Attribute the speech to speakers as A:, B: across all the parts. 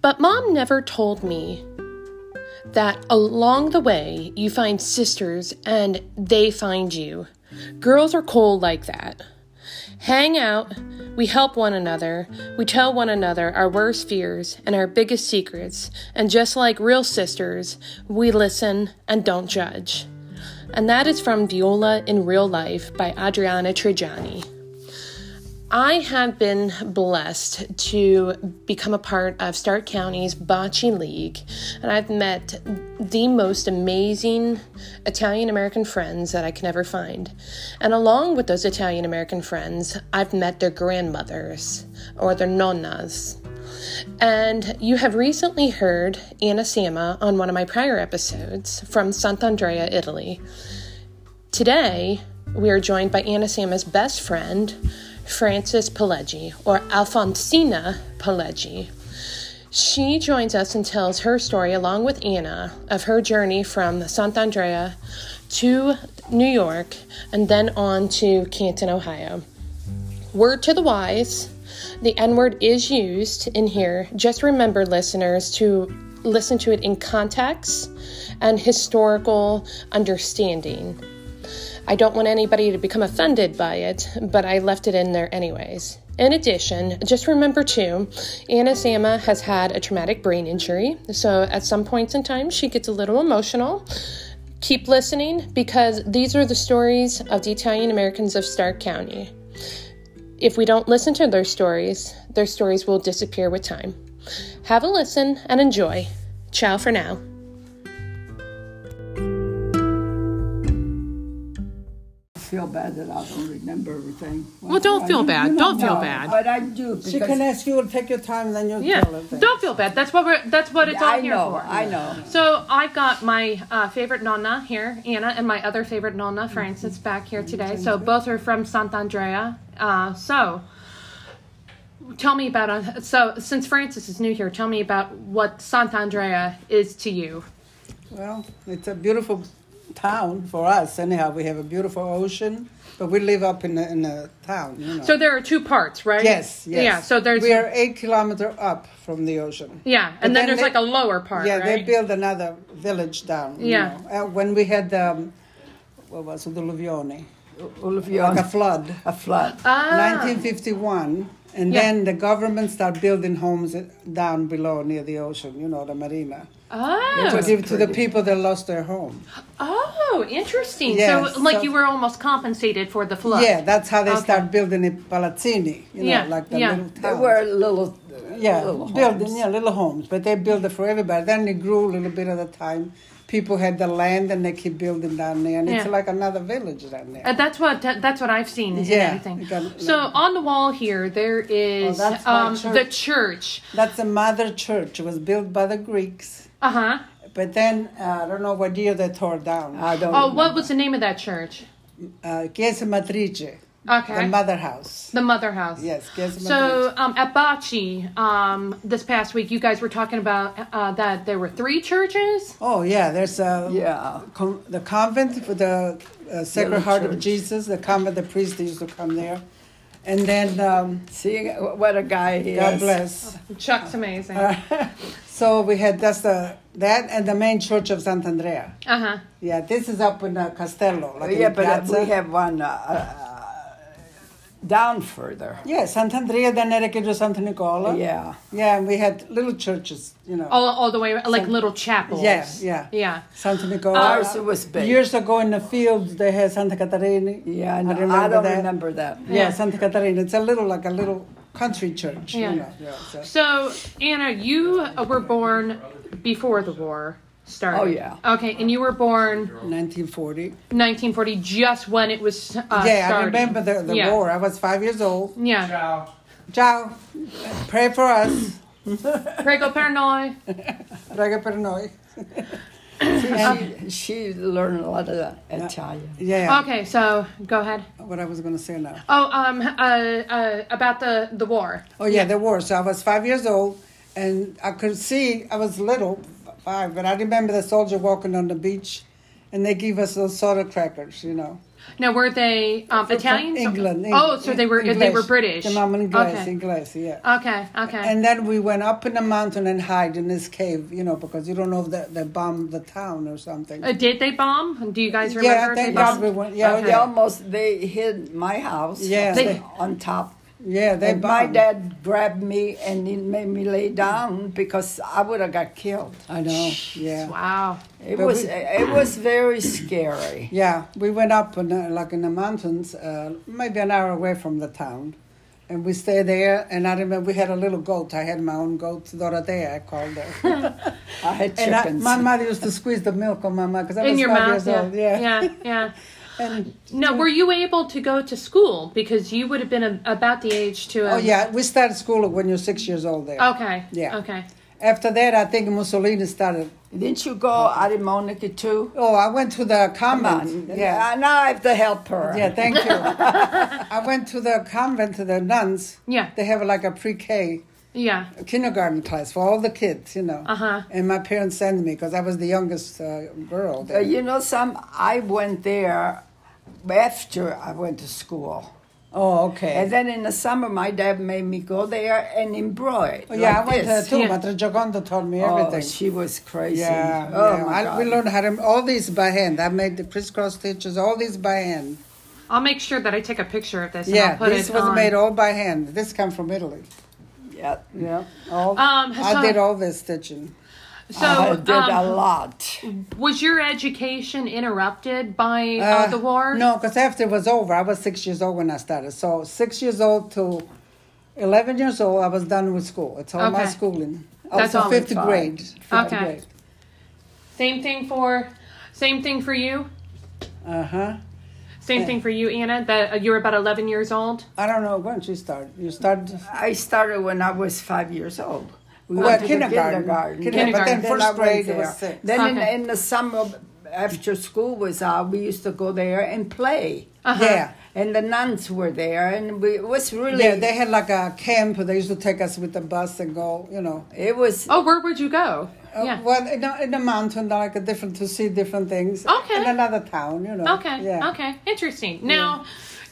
A: But mom never told me that along the way you find sisters and they find you. Girls are cool like that. Hang out, we help one another, we tell one another our worst fears and our biggest secrets, and just like real sisters, we listen and don't judge. And that is from Viola in Real Life by Adriana Trigiani. I have been blessed to become a part of Stark County's Bocce League, and I've met the most amazing Italian American friends that I can ever find. And along with those Italian American friends, I've met their grandmothers or their nonnas. And you have recently heard Anna Sama on one of my prior episodes from Sant'Andrea, Italy. Today, we are joined by Anna Sama's best friend, Frances Pileggi, or Alfonsina Pileggi. She joins us and tells her story along with Anna of her journey from Sant'Andrea to New York and then on to Canton, Ohio. Word to the wise, the N word is used in here. Just remember, listeners, to listen to it in context and historical understanding. I don't want anybody to become offended by it, but I left it in there anyways. In addition, just remember too, Anna Sama has had a traumatic brain injury, so at some points in time she gets a little emotional. Keep listening because these are the stories of the Italian Americans of Stark County. If we don't listen to their stories, their stories will disappear with time. Have a listen and enjoy. Ciao for now.
B: feel bad that I don't remember everything.
A: Well, don't feel
B: you-
A: bad.
B: you
A: Don't feel
B: know,
A: bad.
B: But I do
C: She can
B: because
C: ask you to take your time, then you'll
A: Yeah,
C: tell her. things.
A: don't feel bad. That's what we're. That's what it's all
B: I
A: here
B: know,
A: for.
B: I know.
A: So I've got my uh, favorite nonna here, Anna, and my other favorite nonna, Frances, back here today. So both are from Sant'Andrea. Uh, so tell me about. Uh, so since Frances is new here, tell me about what Sant'Andrea is to you.
C: Well, it's a beautiful town for us. Anyhow, we have a beautiful ocean, but we live up in a, in a town. You know.
A: So there are two parts, right?
C: yes, yes.
A: Yeah. So there's.
C: we are eight kilometer up from the ocean.
A: yeah, and, then,
C: then
A: there's
C: they-
A: like a lower part,
C: yeah,
A: right?
C: they build another village down. you
A: Yeah.
C: know. Uh, when we had um, what was it, the Luvione,
B: all of you
C: like a
B: a,
C: flood,
B: a flood.
A: ah,
C: 1951. And
A: Yeah.
C: then the government start building homes uh, down below near the ocean, you know, the marina.
A: oh,
C: to give to the people that lost their home.
A: oh, interesting.
C: Yes,
A: so, like,
C: so-
A: you were almost compensated for the flood.
C: Yeah, that's how they
A: Okay.
C: start building it, palazzini. You know,
A: Yeah,
C: like the
A: yeah.
C: little
B: There
C: towns.
B: were little,
C: yeah,
B: little
C: building
B: homes.
C: yeah little homes, but they built it for everybody. Then it grew a little bit at a time. People had the land, and they keep building down there, and it's
A: Yeah.
C: like another village down there.
A: Uh, that's what that's what I've seen and
C: Yeah,
A: everything.
C: you got-
A: so on the wall here, there is
C: Oh, that's my
A: um,
C: church.
A: the church.
C: That's the mother church. It was built by the Greeks,
A: Uh huh.
C: but then uh, I don't know what year they tore it down.
B: I don't.
A: Oh, what was the name of that church?
C: Uh, Chiesa Matrice,
A: Okay,
C: the mother house.
A: The mother house.
C: Yes, Chiesa Matrice.
A: So um, at Bocce, um, this past week, you guys were talking about uh, that there were three churches.
C: Oh yeah, there's a
B: Yeah.
C: con- the convent for the uh, Sacred
B: Little
C: Heart of
B: church. remember
C: Jesus, the convent, the priest used to come there. And then, um,
B: See what a guy he
C: God
B: is.
C: bless.
A: Chuck's amazing. Uh
C: Uh, so we had that's the that and the main church of Sant'Andrea.
A: huh.
C: Yeah, this is up in uh, Castello, like in
B: Yeah, but uh,
C: Piazza.
B: we have one uh, uh, down further.
C: yeah, Sant'Andrea, then Erechino Santa Nicola.
B: Yeah.
C: yeah, and we had little churches, you know.
A: All, all the way like little chapels.
C: Yeah, yeah.
A: Yeah.
C: Santa Nicola.
B: Ours was big.
C: Years ago in the fields, they had Santa Catarina.
B: Yeah, I, know. I,
C: remember
B: don't
C: that.
B: remember that.
C: Yeah, Santa Catarina. It's a little like a little country church.
A: Yeah.
C: You know? yeah so.
A: So Anna, you uh, were born before the war started.
B: Oh, yeah.
A: Okay, and you were born
C: 1940.
A: 1940, just when it was uh,
C: yeah, I
A: starting.
C: remember the, the
A: yeah.
C: war. I was five years old.
A: Yeah.
C: Ciao. Pray for us.
A: Prego per noi.
C: Prega per noi.
B: She, she learned a lot of Italian.
C: Yeah,
A: Okay, so go ahead.
C: what I was going to say now.
A: Oh, um, uh, uh, about the the war.
C: Oh, yeah, the war. So I was five years old and I could see, I was little, five, but I remember the soldier walking on the beach and they give us those soda crackers, you know.
A: Now, were they um, Italian?
C: From England. Eng-
A: Oh, so they were they were
C: English.
A: British.
C: The mom and glass,
A: Okay.
C: English, yeah.
A: Okay. Okay.
C: And then we went up in the mountain and hide in this cave, you know, because you don't know if they, they bombed the town or something.
A: uh, did they bomb? Do you guys remember?
C: yeah,
A: if
C: thank
A: bombed?
C: God we went.
B: Yeah,
C: Yeah,
B: Uh, they
C: yeah,
B: almost they hid my house.
C: Yeah.
B: They,
C: They-
B: on top.
C: yeah, they
B: and my
C: bombed.
B: dad grabbed me and he made me lay down because I would have got killed.
C: I know. Yeah.
A: Wow.
B: It
C: But
B: was
C: we-
B: it was very scary.
C: Yeah, we went up in the, like in the mountains, uh, maybe an hour away from the town, and we stayed there. And I remember we had a little goat. I had my own goat, Dorothea, I called her.
B: I had
C: and I,
B: chickens.
C: my mother used to squeeze the milk on my mouth because I was
A: In your
C: five
A: mouth.
C: years
A: Yeah.
C: old. Yeah.
A: Yeah. yeah.
C: And
A: Now, were you able to go to school because you would have been a, about the age to?
C: oh
A: um,
C: yeah, we started school when you're six years old there.
A: Okay.
C: Yeah.
A: Okay.
C: After that, I think Mussolini started.
B: Didn't you go
C: Uh-huh.
B: out in Monica too?
C: Oh, I went to the
B: Come on.
C: convent. Yeah.
B: Yeah. Now I have to help her.
C: Yeah, thank you. I went to the convent to the nuns.
A: Yeah.
C: They have like a pre-K
A: Yeah.
C: kindergarten class for all the kids, you know.
A: Uh-huh.
C: And my parents sent me because I was the youngest uh, girl. There.
B: Uh, you know, some I went there after I went to school.
C: Oh, okay.
B: And then in the summer, my dad made me go there and embroider.
C: Oh, yeah, I
B: like
C: went
B: this.
C: there too.
A: Yeah.
C: But the Gioconda taught me
B: Oh,
C: everything.
B: she was crazy.
C: yeah,
B: Oh
C: yeah.
B: my
C: I,
B: God.
C: we learned how to all these by hand. I made the crisscross stitches, all these by hand.
A: I'll make sure that I take a picture of this. and
C: yeah,
A: I'll put
C: this
A: it
C: was
A: on.
C: made all by hand. This come from Italy.
B: Yeah,
C: Yeah, all.
A: Um,
C: I
A: so-
C: did all this stitching.
A: So,
B: I did a
A: um,
B: lot.
A: was your education interrupted by uh,
C: Uh,
A: the war?
C: No, because after it was over, I was six years old when I started. So six years old to eleven years old, I was done with school. It's all my
A: Okay.
C: schooling.
A: That's
C: also
A: all we
C: fifth
B: tried.
C: grade. Fifth
A: Okay.
C: grade.
A: Same thing for, same thing for you.
C: Uh huh.
A: Same thing for you, Anna. That uh, you were about eleven years old.
C: I don't know when she started. You started.
B: I started when I was five years old. We
C: Well,
B: went to the
C: kindergarten.
B: kindergarten.
C: Kindergarten.
A: But then
B: I
C: first
B: went
C: grade
B: there.
C: was six.
B: Then
A: Okay.
B: in, in the summer, after school was out, we used to go there and play.
A: Uh-huh.
C: Yeah.
B: And the nuns were there, and we, it was really.
C: Yeah, they had like a camp. They used to take us with the bus and go, you know.
B: it was.
A: Oh, where would you go?
C: Uh,
A: yeah.
C: Well, in the, in the mountain, like a different to see different things.
A: Okay.
C: In another town, you know.
A: Okay.
C: Yeah.
A: Okay. Interesting. Now,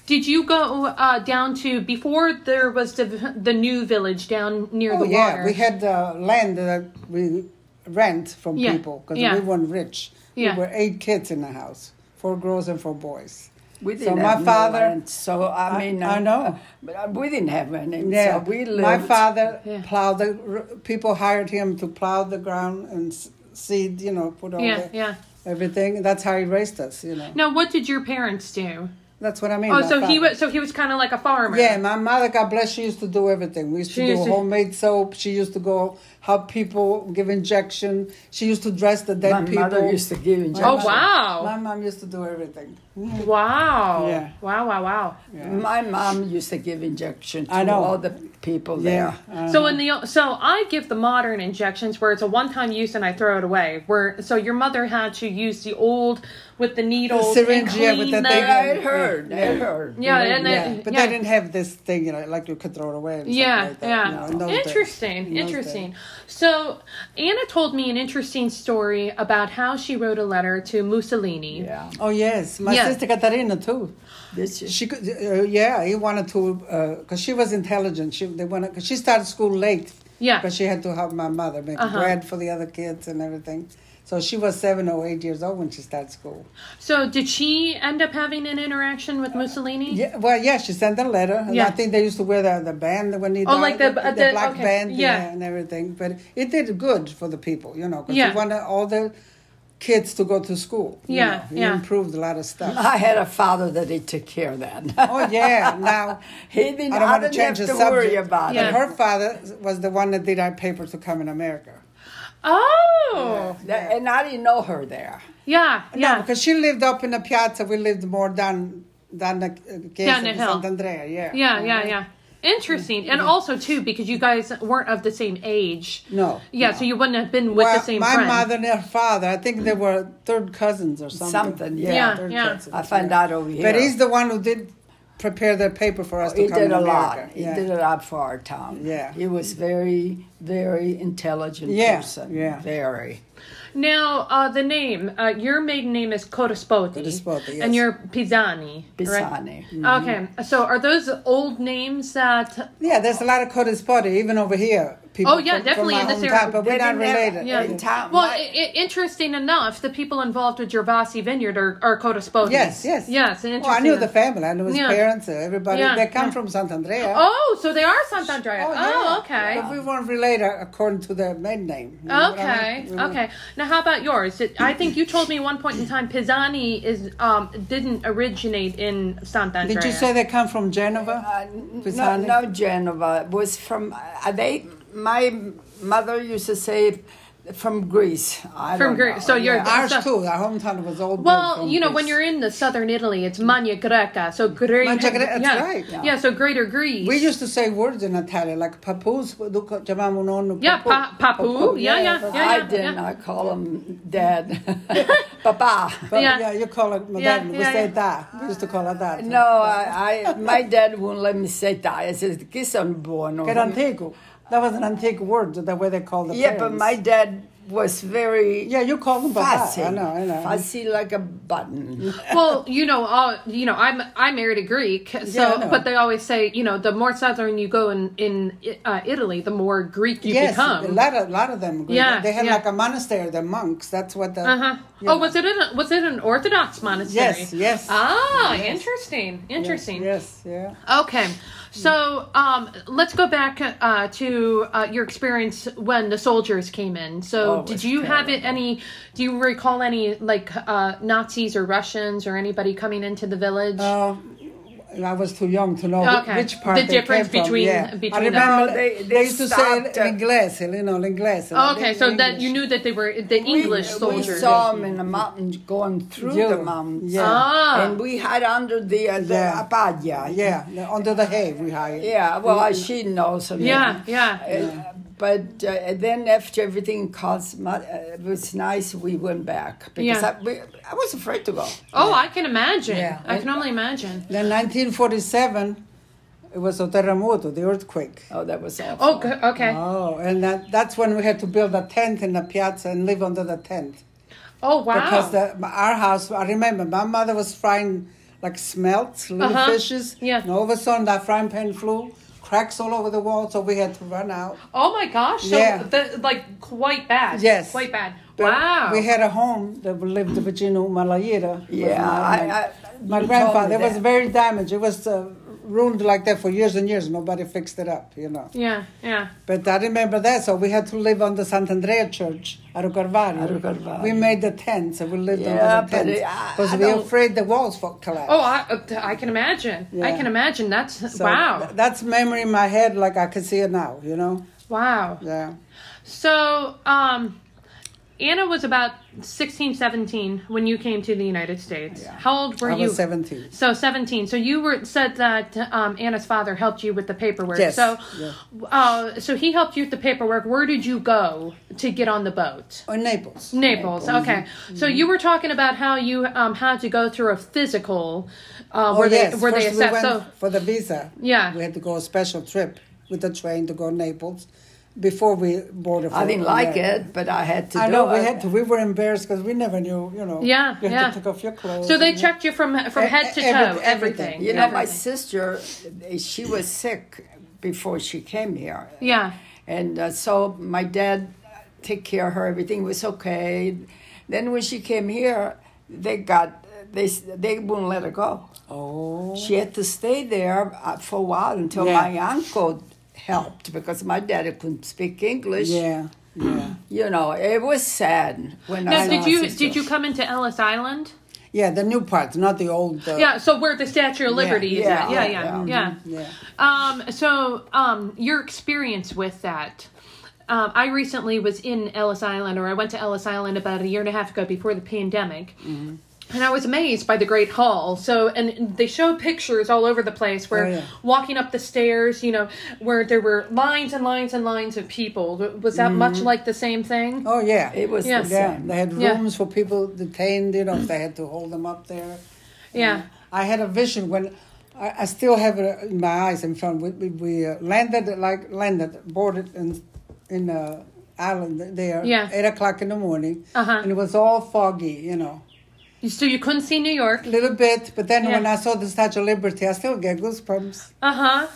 A: did you go uh, down to before there was the the new village down near
C: Oh
A: the
C: yeah,
A: water?
C: we had uh, land that we rent from
A: Yeah,
C: people because
A: yeah.
C: we weren't rich.
A: Yeah.
C: We were eight kids in the house, four girls and four boys.
B: We
C: so
B: didn't
C: my
B: have no
C: father,
B: land, so I mean,
C: I know.
B: but uh, we didn't have any.
C: yeah,
B: so we lived.
C: my father
A: Yeah.
C: plowed the. r- People hired him to plow the ground and s- seed, you know, put all
A: Yeah,
C: the,
A: yeah.
C: everything. That's how he raised us, you know.
A: Now, what did your parents do?
C: That's what I mean.
A: Oh,
C: my
A: so he
C: father.
A: was so he was kind of like a farmer.
C: Yeah, my mother, God bless, she used to do everything. We used
A: She
C: to
A: used
C: do
A: to-
C: homemade soap. She used to go help people give injection. She used to dress the dead
B: my
C: people.
B: mother used to give injection.
A: Oh, wow.
C: My mom used to do everything.
A: Wow.
C: Yeah.
A: Wow. Wow. Wow.
B: My mom used to give injection to
C: I know.
B: all the people
C: Yeah.
B: there.
C: Uh-huh.
A: So in the so I give the modern injections where it's a one time use and I throw it away. Where so your mother had to use the old with the needles
C: syringe,
A: and
C: yeah,
A: clean
C: with the
A: them.
C: thing.
B: Yeah, it hurt. It hurt.
A: Yeah, and
C: Yeah,
A: then,
C: but
A: yeah.
C: they didn't have this thing, you know, like you could throw it away. And stuff
A: yeah,
C: like that, you know,
A: yeah.
C: in those days.
A: interesting,
C: In those
A: interesting. So Anna told me an interesting story about how she wrote a letter to Mussolini.
B: Yeah.
C: Oh yes, my
A: Yeah.
C: sister Katarina too.
B: This is
C: She could, uh, yeah, he wanted to, because she was intelligent. She they wanted, cause she started school late.
A: Yeah. Uh-huh.
C: because she had to help my mother make bread for the other kids and everything. So she was seven or eight years old when she started school.
A: So did she end up having an interaction with Mussolini?
C: Yeah, well, yeah, she sent a letter. And
A: Yeah.
C: I think they used to wear the, the band when he
A: Oh,
C: died,
A: like the-
C: the,
A: uh, the-
C: black
A: okay,
C: band,
A: yeah.
C: and everything. But it did good for the people, you know, because
A: Yeah.
C: he wanted all the kids to go to school. you
A: Yeah,
C: know. he
A: yeah.
C: improved a lot of stuff.
B: I had a father that he took care of that.
C: oh yeah, now.
B: he didn't.
C: I don't
B: I
C: want to
B: didn't
C: change
B: have
C: the
B: to
C: subject.
B: worry about
A: Yeah.
B: it.
C: But her father was the one that did our paper to come in America.
A: Oh,
B: That- And I didn't know her there.
A: yeah, yeah.
C: No, because she lived up in the piazza. We lived more down down the uh,
A: Down the
C: Chiesa di
A: hill.
C: Sant'Andrea. Yeah.
A: Yeah, yeah, yeah. Interesting. And also too, because you guys weren't of the same age.
C: No,
A: Yeah, so you wouldn't have been with the
C: Well,
A: same
C: my
A: friend.
C: mother and her father, I think they were third cousins or something.
B: Something, yeah.
A: Yeah,
C: third
A: yeah.
C: cousins,
B: I found
C: yeah.
B: out over here.
C: But he's the one who did prepare the paper for us to
B: he
C: come
B: did
C: to
B: a
C: America.
B: lot.
C: yeah.
B: He did a lot for our town.
C: Yeah.
B: He was very, very intelligent
C: Yeah,
B: person.
C: yeah.
B: Very.
A: Now, uh, the name, uh, your maiden name is Codispoti.
C: Codispoti, yes.
A: And you're Pisani. right?
B: Pisani.
A: Okay, so are those old names that.
C: Yeah, there's a lot of Codispoti even over here. People
A: Oh, yeah,
C: from,
A: definitely
C: from
A: in
C: my
A: this
C: hometown,
A: area.
C: but we're
B: They
C: not
B: didn't have-
C: related.
A: Yeah.
B: In town,
A: Well,
B: my-
A: I- I- interesting enough, the people involved with Gervasi Vineyard are, are Codispoti.
C: Yes, yes.
A: Yes, and
C: Oh,
A: interesting.
C: I knew the family. I knew his
A: Yeah.
C: parents. uh, Everybody.
A: Yeah,
C: They come
A: yeah.
C: from Sant Andrea.
A: Oh, so they are Sant'Andrea. Oh,
C: yeah.
A: okay.
C: But we weren't related according to their maiden name. you know what I
A: Okay.
C: mean? We weren't-
A: Okay. Now, how about yours? Did- I think you told me one point in time Pisani is um didn't originate in Sant'Andrea.
C: Did you say they come from Genova?
B: Uh, n- no,
C: Pisani?
B: no, Genova It was from. Uh, they, my mother used to say, from Greece. I
A: From
B: don't
A: Greece. So
B: know.
A: you're-
B: Yeah.
C: Ours
A: So-
C: too. Our hometown was all built
A: Well,
C: from
A: you know, when
C: Greece.
A: you're in the southern Italy, it's Magna Greca, so greater.
C: Magna Greca, that's
A: yeah.
C: right.
A: Yeah. so Greater Greece.
C: We used to say words in Italian like papoose. duca- chiamavano nonno
A: Yeah,
C: papù.
A: pa- papù, yeah, yeah,
C: papù.
A: yeah.
B: I did not call him dad. Papa.
C: But
A: Yeah.
C: yeah. you call it madame.
A: Yeah,
C: we
A: yeah,
C: say
A: yeah.
C: that. We used to call it that.
B: No, I, I, my dad won't let me say that. I said, che sono buono.
C: Era antico. That was an antique word, the way they called the
B: Yeah, but
C: parents.
B: my dad was very
C: Yeah, you call them
B: fussy.
C: papa. I know, I know.
B: Fussy like a button.
A: well, you know, uh, you know, I'm I married a Greek, so
C: Yeah, I know.
A: but they always say, you know, the more southern you go in in uh, Italy, the more Greek you
C: Yes,
A: become.
C: a lot of, lot of them. Greek.
A: Yeah,
C: they had
A: yeah.
C: like a monastery, the monks. That's what the.
A: Uh-huh.
C: yeah.
A: Oh, was it an was it an Orthodox monastery?
C: Yes, yes.
A: Ah, interesting, interesting.
C: Yes, yeah.
A: Okay, so um, let's go back uh, to uh, your experience when the soldiers came in. So,
B: Oh, it
A: did
B: was
A: you have it any? Do you recall any like uh, Nazis or Russians or anybody coming into the village?
C: Uh, I was too young to know wh-
A: Okay.
C: which part
A: The
C: they
A: difference
C: came from,
A: between-
C: yeah.
A: between
C: I
A: them.
C: remember
B: No,
C: they,
B: they-
C: they,
B: they
C: used to say
B: stopped, uh,
C: l'inglese, you know, l'inglese.
A: Oh, okay, so that
C: English.
A: you knew that they were the English
B: we,
A: soldiers.
B: We saw him in the mountains going through
C: Yeah.
B: the mountains.
C: Yeah.
A: Ah.
B: And we hid under the, uh, the
C: Yeah.
B: apaya.
C: Yeah, the- under the hay we hired.
B: Yeah, well, I she knows. I mean,
A: Yeah, yeah.
B: Uh, but uh, then after everything cost, mu- uh, it was nice. We went back because
A: Yeah.
B: I, we, I was afraid to go.
A: oh, I can imagine.
C: Yeah.
A: I can only imagine.
C: Then 1947, it was a terremoto, the earthquake.
B: Oh, that was awful.
A: Oh, go- okay.
C: Oh, and that, that's when we had to build a tent in the piazza and live under the tent.
A: Oh, wow.
C: Because the, my- our house, I remember my mother was frying like smelts, little
A: Uh-huh.
C: fishes.
A: Yeah.
C: And all of a sudden that frying pan flew, cracks all over the wall, so we had to run out.
A: Oh my gosh! So
C: Yeah.
A: the, like quite bad.
C: Yes.
A: quite bad.
C: But
A: wow.
C: We had a home that we lived in Virginia Malayira.
B: Yeah, I- I-
C: my
B: you told
C: grandfather.
B: me
C: It was
B: that.
C: very damaged. It was uh, ruined like that for years and years. Nobody fixed it up, you know.
A: yeah, yeah.
C: But I remember that, so we had to live on the Sant'Andrea Church, Aru Carvalho.
B: Aru Carvalho.
C: We made the tents, and we lived
B: Yeah,
C: under
B: but
C: the tents.
B: I-
C: Because
B: I
C: we were
B: don't-
C: afraid the walls would collapse.
A: Oh, I uh, I can imagine. I
C: Yeah.
A: can imagine. That's
C: So
A: wow,
C: th- that's memory in my head, like I can see it now, you know?
A: wow.
C: Yeah.
A: So um, Anna was about 16, 17 when you came to the United States. How old were
C: I
A: you?
C: was 17.
A: So seventeen. So you were said that um, Anna's father helped you with the paperwork.
C: Yes.
A: So, uh, so he helped you with the paperwork. Where did you go to get on the boat?
C: In Naples. Mm-hmm.
A: Naples. Okay, so you were talking about how you um had to go through a physical, uh,
C: Oh,
A: where
C: yes.
A: they where
C: First
A: they
C: we
A: assessed.
C: went
A: so
C: for the visa.
A: Yeah.
C: We had to go a special trip with the train to go Naples before we boarded.
B: I
C: for
B: didn't like
C: America.
B: it, but I had to
C: I
B: do
C: know, we
B: it.
C: had to. We were embarrassed because we never knew, you know.
A: yeah,
C: You had
A: yeah.
C: to take off your clothes.
A: So they
C: and-
A: checked you from from
C: E-
A: head to
C: e-
A: toe, everything.
C: everything,
A: everything.
B: You know, my sister, she was sick before she came here.
A: Yeah.
B: And uh, so my dad took care of her. Everything was okay. Then when she came here, they got they they wouldn't let her go.
C: Oh.
B: She had to stay there uh, for a while until
C: Yeah.
B: my uncle helped because my daddy couldn't speak English.
C: Yeah. Yeah.
B: You know, it was sad when I
A: Now,
B: saw
A: did
B: my
A: you
B: sister.
A: did you come into Ellis Island?
C: Yeah, the new part, not the old. Uh,
A: Yeah. So where the Statue of Liberty is
B: yeah,
A: at? Yeah,
B: yeah,
A: yeah, yeah.
C: Yeah. Mm-hmm.
A: Um, so um, your experience with that. Um, I recently was in Ellis Island, or I went to Ellis Island about a year and a half ago before the pandemic.
C: Mm-hmm.
A: And I was amazed by the Great Hall. So, and they show pictures all over the place where
C: Oh, yeah.
A: walking up the stairs, you know, where there were lines and lines and lines of people. Was that much like the same thing?
C: Mm-hmm. Oh, yeah.
B: It was
A: Yeah.
B: the
C: yeah.
B: same.
C: They had
A: Yeah.
C: rooms for people detained, you know, if they had to hold them up there.
A: Yeah.
C: I had a vision when I, I still have it in my eyes in front. We, we, we uh, landed, like, landed, boarded in, in uh, island there.
A: Yeah.
C: Eight o'clock in the morning.
A: Uh-huh.
C: And it was all foggy, you know.
A: You so you couldn't see New York.
C: A little bit, but then
A: Yeah.
C: when I saw the Statue of Liberty, I still get goosebumps.
A: Uh huh.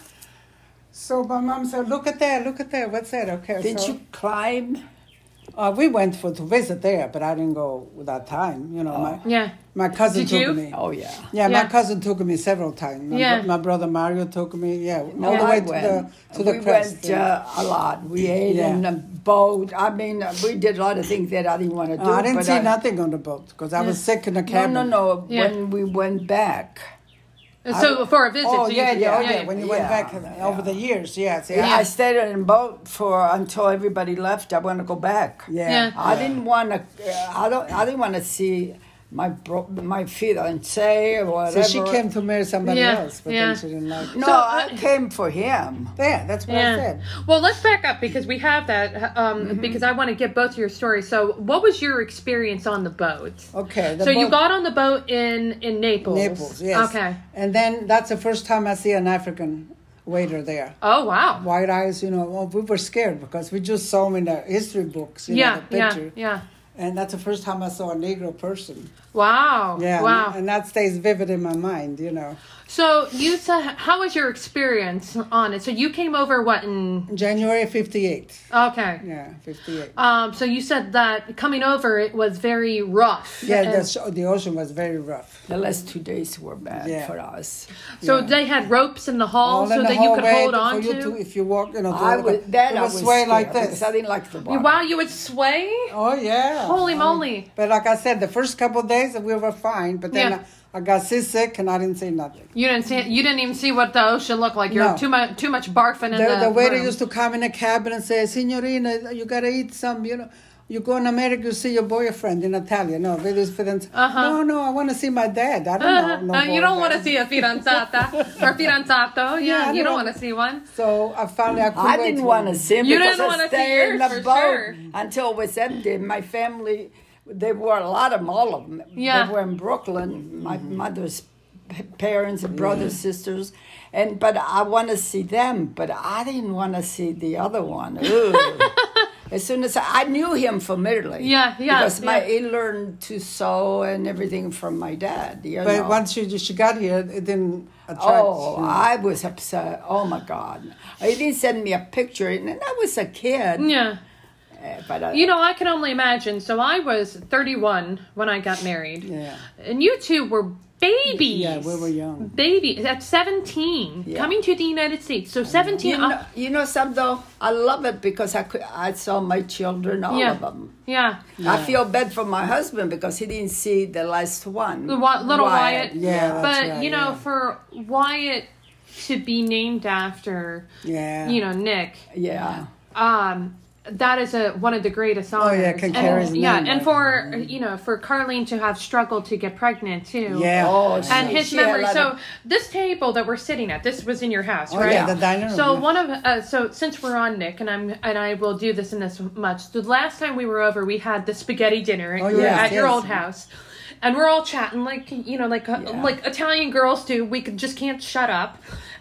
C: So my mom said, "Look at that! Look at that! What's that?" Okay.
B: Did
C: so,
B: you climb?
C: Uh, we went for to visit there, but I didn't go that time. You know, my
A: Yeah.
C: my cousin
A: Did
C: took
A: you?
C: me.
B: Oh yeah.
C: Yeah,
A: Yeah.
C: my cousin took me several times. My,
A: Yeah.
C: my brother Mario took me. Yeah,
B: No,
C: all the
B: I
C: way to
B: went.
C: the to the
B: we
C: crest.
B: went uh, a lot. We ate
C: Yeah.
B: in a boat. I mean, uh, we did a lot of things that I didn't want to do.
C: No, Oh, I didn't
B: but
C: see nothing on the boat because I was sick in the
B: No,
C: cabin.
B: no, no.
A: Yeah.
B: When we went back,
A: So for a visit.
C: Oh
A: so you
C: yeah,
A: could-
C: yeah, oh, yeah, When you went
B: Yeah,
C: back over the years, yes, yeah,
B: I stayed in a boat for until everybody left. I want to go back.
C: yeah.
A: Yeah.
B: I didn't want to. I don't. I didn't want to see my bro, my fiance or
C: So
B: whatever.
C: she came to marry somebody
A: Yeah,
C: else, but
A: yeah.
C: then she didn't like.
B: No,
A: So,
B: I
A: uh,
B: came for him.
C: Yeah, that's what I
A: Yeah.
C: said. Mm-hmm.
A: Well, let's back up because we have that um, because I want to get both of your stories. So, what was your experience on the boat?
C: Okay. the
A: so you
C: boat-
A: got on the boat in in Naples.
C: Naples, yes.
A: Okay.
C: And then that's the first time I see an African waiter there.
A: Oh wow.
C: White eyes, you know. Well, we were scared because we just saw him in the history books, you
A: Yeah.
C: know, the
A: Yeah.
C: picture.
A: Yeah.
C: And that's the first time I saw a Negro person.
A: Wow.
C: Yeah.
A: Wow.
C: And that stays vivid in my mind, you know.
A: so you said, how was your experience on it? So you came over what in?
C: January 58.
A: Okay.
C: Yeah, 58.
A: Um. So you said that coming over it was very rough.
C: yeah,
A: And
C: the, sh- the ocean was very rough.
B: The last two days were bad
C: Yeah.
B: for us.
A: so they had ropes in the hall
C: All
A: so
C: in the
A: that you could
C: hallway
A: hold
C: for
A: on
C: you
A: to.
C: If you walk, you know, to
B: I
C: the-
B: was that
C: it
B: I
C: was
B: was
C: sway
B: scared
C: like
B: because
C: this.
B: I didn't like the water.
A: Wow, you would sway.
C: Oh yeah.
A: Holy
C: I-
A: moly.
C: But like I said, the first couple of days we were fine, but then
A: Yeah.
C: I, I got seasick and I didn't say nothing.
A: You didn't see. You didn't even see what the ocean looked like. You're
C: No.
A: too much. Too much barfing in
C: The,
A: the.
C: the waiter
A: room.
C: used to come in the cabin and say, "Signorina, you gotta eat some. You know, you go in America, you see your boyfriend in Italian. No, they just for them.
A: Uh-huh.
C: No, no, I want to see my dad. I don't
A: Uh,
C: know. No
A: uh, you don't want to
C: boyfriend."
A: see a fidanzata or fidanzato. Yeah,
C: Yeah, I
A: you don't
C: don't-
A: want to see one.
C: So I finally I, couldn't
B: I
C: wait
B: didn't
C: for
B: want to
C: him.
B: see him
A: You
B: because
A: didn't
B: I
A: wanna see
B: stayed
A: her,
B: in the
A: for
B: boat
A: sure.
B: until it was empty. My family, they were a lot of them, all of them.
A: Yeah.
B: They were in Brooklyn. My mother's p- parents and brothers, sisters, and but I want to see them, but I didn't want to see the other one. Ugh. as soon as I, I knew him familiarly.
A: Yeah, yeah,
B: Because my
A: yeah.
B: he learned to sew and everything from my dad. You
C: But
B: know.
C: once she she got here, it didn't attract.
B: Oh,
C: you know.
B: I was upset. Oh my God! He didn't send me a picture, and I was a kid.
A: Yeah.
B: Uh, But I,
A: You know, I can only imagine. So I was 31 when I got married.
C: Yeah.
A: And you two were babies.
C: Yeah, we were young.
A: Babies at 17,
B: Yeah.
A: coming to the United States. So uh, 17.
B: you know, you know some though. I love it because I could, I saw my children, all
A: yeah.
B: of them.
A: Yeah.
B: I feel bad for my husband because he didn't see the last one.
A: The Wy- little Wyatt.
C: Yeah, that's
A: But,
C: right,
A: you know,
C: yeah.
A: for Wyatt to be named after,
C: Yeah.
A: you know, Nick.
B: Yeah.
A: um that is a one of the greatest honors.
C: Oh, yeah, can
A: And-
C: carry his
A: yeah,
C: name,
A: and
C: right?
A: for you know, for Carlene to have struggled to get pregnant too.
C: Yeah.
B: Oh,
A: And
B: she-
A: his
B: she had a
A: memory.
B: lot
A: So
B: of-
A: this table that we're sitting at, this was in your house,
C: Oh,
A: right?
C: yeah, the dining room,
A: So
C: yeah.
A: one of uh, so since we're on Nick, and I'm and I will do this in this much. The last time we were over, we had the spaghetti dinner at,
C: Oh,
A: your,
C: yes,
A: at your
C: yes.
A: old house, and we're all chatting like you know, like uh,
B: Yeah.
A: like Italian girls do. We could, just can't shut up.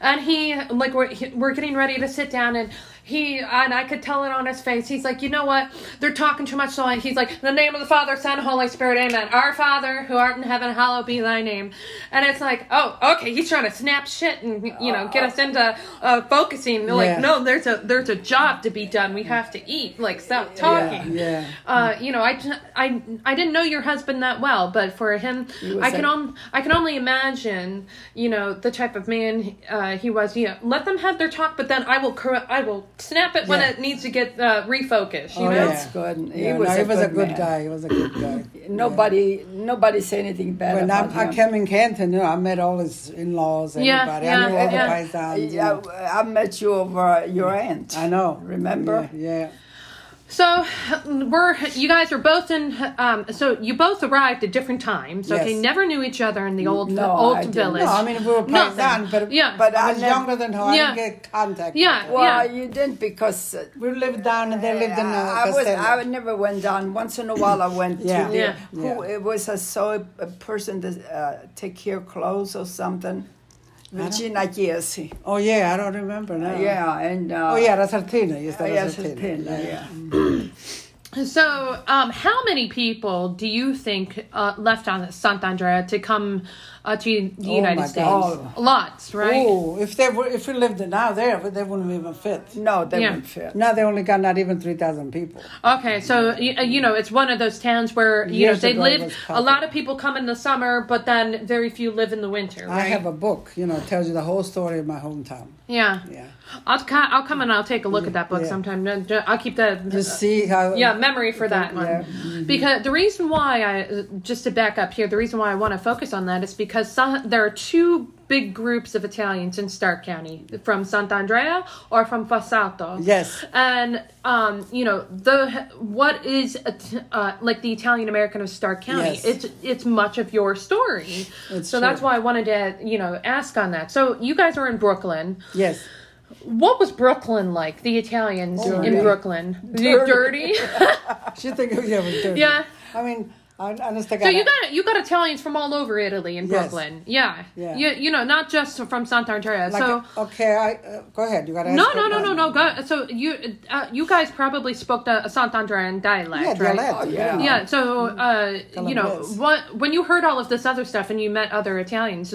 A: And he like we're he- we're getting ready to sit down and. He and I could tell it on his face. He's like, you know what? They're talking too much. So I- he's like, in the name of the Father, Son, Holy Spirit, Amen. Our Father who art in heaven, hallowed be thy name. And it's like, oh, okay. He's trying to snap shit and you know get us into uh, focusing. They're Like,
C: Yeah.
A: no, there's a there's a job to be done. We have to eat. Like, stop talking.
C: yeah.
A: Uh, you know, I, I, I didn't know your husband that well, but for him,
B: was
A: I can
B: like-
A: on, I can only imagine, you know, the type of man uh, he was. You know, let them have their talk, but then I will correct, I will snap it when
C: Yeah.
A: it needs to get uh, refocused. You
C: Oh,
A: know,
B: That's good. He
C: Yeah,
B: was,
C: no,
B: a,
C: he was
B: good
C: a good
B: man.
C: guy. He was a good guy.
B: Nobody, nobody say anything bad
C: When
B: about
C: I,
B: him.
C: I came in Canton, you know, I met all his in-laws,
A: Yeah,
C: everybody.
A: yeah,
C: I knew all the
A: yeah.
C: paisans. you
B: Uh, Yeah,
C: know.
B: I met you over your aunt.
C: I know.
B: Remember?
C: Yeah.
A: so we're you guys are both in. Um, so you both arrived at different times. Okay,
C: Yes.
A: never knew each other in the old
B: No,
A: old
B: I didn't.
A: village.
C: yeah. No, I mean, we were
A: Nothing.
C: paisan, but,
A: yeah,
C: but I
B: I
C: was
B: never-
C: younger than her. I
A: Yeah.
C: didn't get contact
A: Yeah.
C: with her.
B: Well,
A: Yeah.
B: you didn't because uh,
C: We lived down and they lived in uh,
B: I was
C: Castello.
B: I never went down. Once in a while, I went
C: Yeah.
B: to the,
A: Yeah.
B: who it was. I saw a, a person that uh, take care of clothes or something. Regina Giesi.
C: Oh yeah, I don't remember now.
B: Yeah, and uh,
C: Oh yeah, that's Artina. Yes, that
B: yes,
C: was Artina.
B: Artina, yeah.
C: Mm-hmm.
A: So, um, how many people do you think uh, left on Santander to come uh, to the
C: Oh,
A: United
C: my
A: States?
C: God.
A: Lots, right?
C: Oh, if they were, if we lived now there, they wouldn't even fit.
B: No, they
A: Yeah.
B: wouldn't fit.
C: Now they only got not even three thousand people.
A: Okay, so you, you know it's one of those towns where you
C: Years
A: know they
C: ago, it
A: live.
C: was
A: A lot of people come in the summer, but then very few live in the winter.
C: I
A: Right?
C: have a book, you know, tells you the whole story of my hometown.
A: yeah.
C: Yeah,
A: I'll c- I'll come and I'll take a look at that book
C: Yeah.
A: sometime. No, ju- I'll keep that.
C: just see how.
A: yeah, memory for that one.
C: Yeah.
A: Because the reason why I, just to back up here, the reason why I want to focus on that is because some, there are two big groups of Italians in Stark County from Sant'Andrea or from Fassato.
C: Yes.
A: And, um, you know, the what is It- uh, like the Italian American of Stark County?
C: Yes.
A: It's it's much of your story.
C: It's
A: so that's
C: true.
A: why I wanted to, you know, ask on that. So you guys are in Brooklyn.
C: Yes.
A: What was Brooklyn like? The Italians
C: my
A: in
C: God.
A: Brooklyn,
C: Dirty.
A: dirty?
C: She think it was dirty.
A: Yeah.
C: I mean, I understand.
A: So you got you got Italians from all over Italy in
C: Yes.
A: Brooklyn. Yeah.
C: Yeah.
A: You, you know, not just from Sant'Andrea.
C: Like,
A: so
C: okay, I uh, go ahead. You got to.
A: no, no, no, no, no, Go, so you uh, you guys probably spoke the Sant'Andrean dialect,
C: Yeah,
A: right?
C: dialect. Mm-hmm.
B: Oh, yeah.
A: Yeah. So uh, you know
C: Calabrese.
A: what when you heard all of this other stuff and you met other Italians,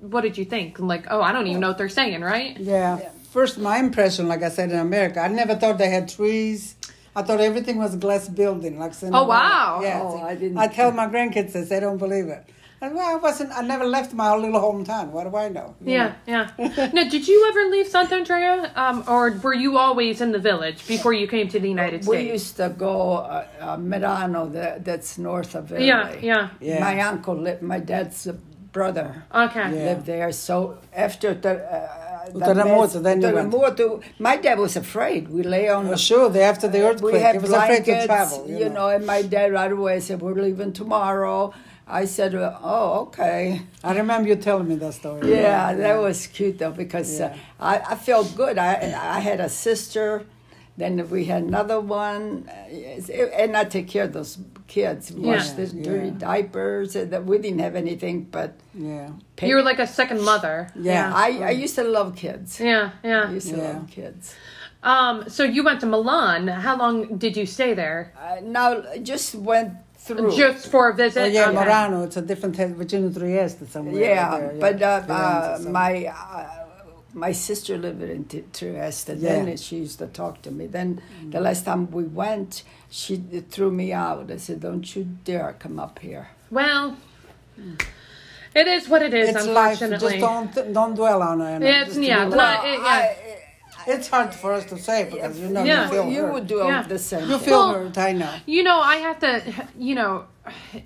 A: what did you think? Like, oh, I don't even know what they're saying, right?
C: Yeah. First, my impression, like I said in America, I never thought they had trees. I thought everything was glass building, like cinema.
A: Oh, wow.
C: Yeah,
B: Oh, I didn't-
C: I tell my grandkids this; they don't believe it. And well, I wasn't. I never left my little hometown. What do I know? You know?
A: Yeah, yeah. now, did you ever leave Sant'Andrea, um, or were you always in the village before you came to the United
B: We
A: States?
B: used to go uh, uh, Milano, that, that's north of Italy.
A: Yeah, yeah.
C: Yeah.
B: My uncle lived, my dad's uh, brother
A: Okay.
C: Yeah.
B: lived there. So after the, uh, the
C: Terremoto,
B: mess-
C: then you went. Oh,
B: terremoto, my dad was afraid. We lay on
C: For
B: the
C: sure, they after the earthquake,
B: we
C: he
B: had
C: was afraid to
B: blankets,
C: travel.
B: you, know. and my dad right away said, "We're leaving tomorrow." I said, "Oh, okay."
C: I remember you telling me that story.
B: Yeah, that was cute though because uh,
C: Yeah.
B: I, I felt good. I I had a sister, then we had another one, uh, yes, and I take care of those kids, wash
A: Yeah.
B: the dirty
C: Yeah.
B: diapers, and that we didn't have anything but.
C: Yeah.
A: You were like a second mother.
C: Yeah.
B: I, I used to love kids.
A: Yeah,
B: I
A: yeah.
B: used to
C: Yeah.
B: love kids.
A: Um, so you went to Milan. How long did you stay there?
B: I, Uh, now I just went through.
A: Just for a visit?
C: Oh, yeah,
A: Okay.
C: Morano. It's a different town, Virginia Trieste somewhere.
B: yeah,
C: out there,
B: but uh, uh,
C: Firenze or
B: my uh, my sister lived in T- Trieste.
C: Yeah. Mm.
B: Then she used to talk to me. Then the last time we went, she threw me out. I said, "Don't you dare come up here."
A: Well, it is what it is,
C: something. it's life.
A: unfortunately.
C: Just don't don't dwell on it. you know,
A: It's-
C: just
A: yeah,
C: live
A: no,
C: life.
A: it- yeah.
C: it's hard for us to say because you know
A: Yeah.
C: you feel
B: I, you
C: hurt.
B: would do
A: Yeah.
B: the same.
C: you
B: thing.
C: feel
A: Well-
C: hurt. I know.
A: you know i have to you know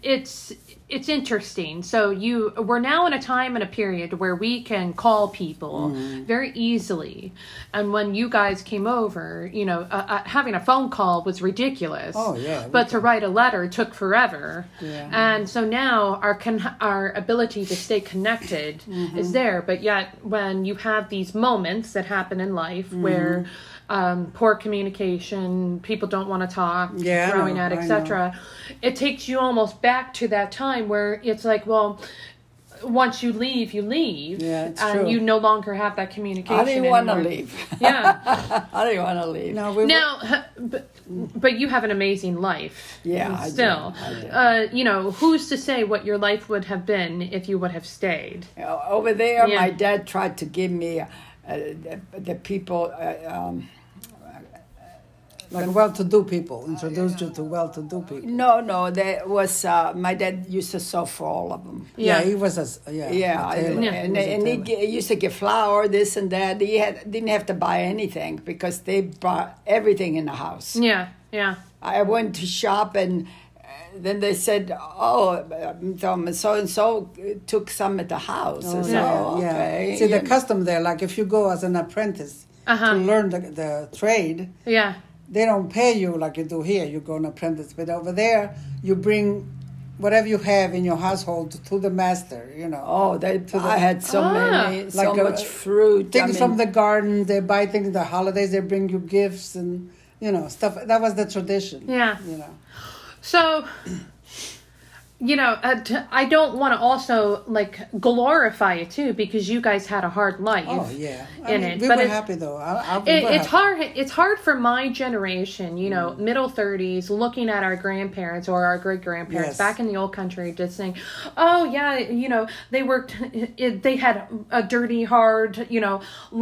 A: it's it's interesting so you we're now in a time and a period where we can call people
C: Mm-hmm.
A: very easily and when you guys came over you know uh, uh, having a phone call was ridiculous
C: Oh, yeah, we
A: but to write a letter took forever
C: Yeah.
A: and so now our con- our ability to stay connected
C: Mm-hmm.
A: is there but yet when you have these moments that happen in life
C: Mm-hmm.
A: where um, poor communication people don't want to talk
C: Yeah, I
A: throwing
C: know,
A: out,
C: I
A: etc. It takes you almost back to that time where it's like, well, once you leave, you leave,
C: Yeah, it's
A: and
C: true.
A: you no longer have that communication.
B: I didn't want to
A: anymore.
B: leave.
A: Yeah.
B: I didn't want to leave.
C: No, we
A: now, h- but, but you have an amazing life.
B: Yeah, I do,
A: Still,
B: I do.
A: uh, you know, who's to say what your life would have been if you would have stayed?
B: Uh, Over there,
A: Yeah.
B: my dad tried to give me uh, the, the people. Uh, um,
C: like well-to-do people introduced you to well-to-do people.
B: no, no, that was uh, my dad used to sew for all of them.
A: Yeah.
C: Yeah, he was a s- yeah.
B: Yeah,
C: a tailor.
B: and,
C: He
B: and,
C: was a
B: and he,
C: tailor.
B: g- used to get flour, this and that. He had, didn't have to buy anything because they bought everything in the house.
A: Yeah, yeah,
B: I went to shop and uh, then they said, "Oh, so and so took some at the house." I said, "Oh, okay."
C: See, the
B: you know.
C: custom there, like if you go as an apprentice
A: Uh-huh.
C: to learn the, the trade,
A: yeah.
C: they don't pay you like you do here. You go an apprentice, but over there, you bring whatever you have in your household to the master. You know,
B: oh, they, I had so
A: Ah.
B: many, so
C: Like a-
B: much fruit. I
C: things
B: mean,
C: from the garden. They buy things. The holidays, they bring you gifts and you know stuff. That was the tradition.
A: Yeah.
C: You know,
A: So you know, uh, t- I don't want to also like glorify it too because you guys had a hard life.
C: Oh yeah, I
A: in
C: mean,
A: it,
C: we
A: but
C: were
A: it's-
C: happy though. I, I, we
A: It,
C: were
A: it's
C: happy.
A: hard. It's hard for my generation, you
C: Mm.
A: know, middle thirties, looking at our grandparents or our great grandparents
C: Yes.
A: back in the old country, just saying, "Oh yeah, you know, they worked. It, they had a dirty, hard, you know,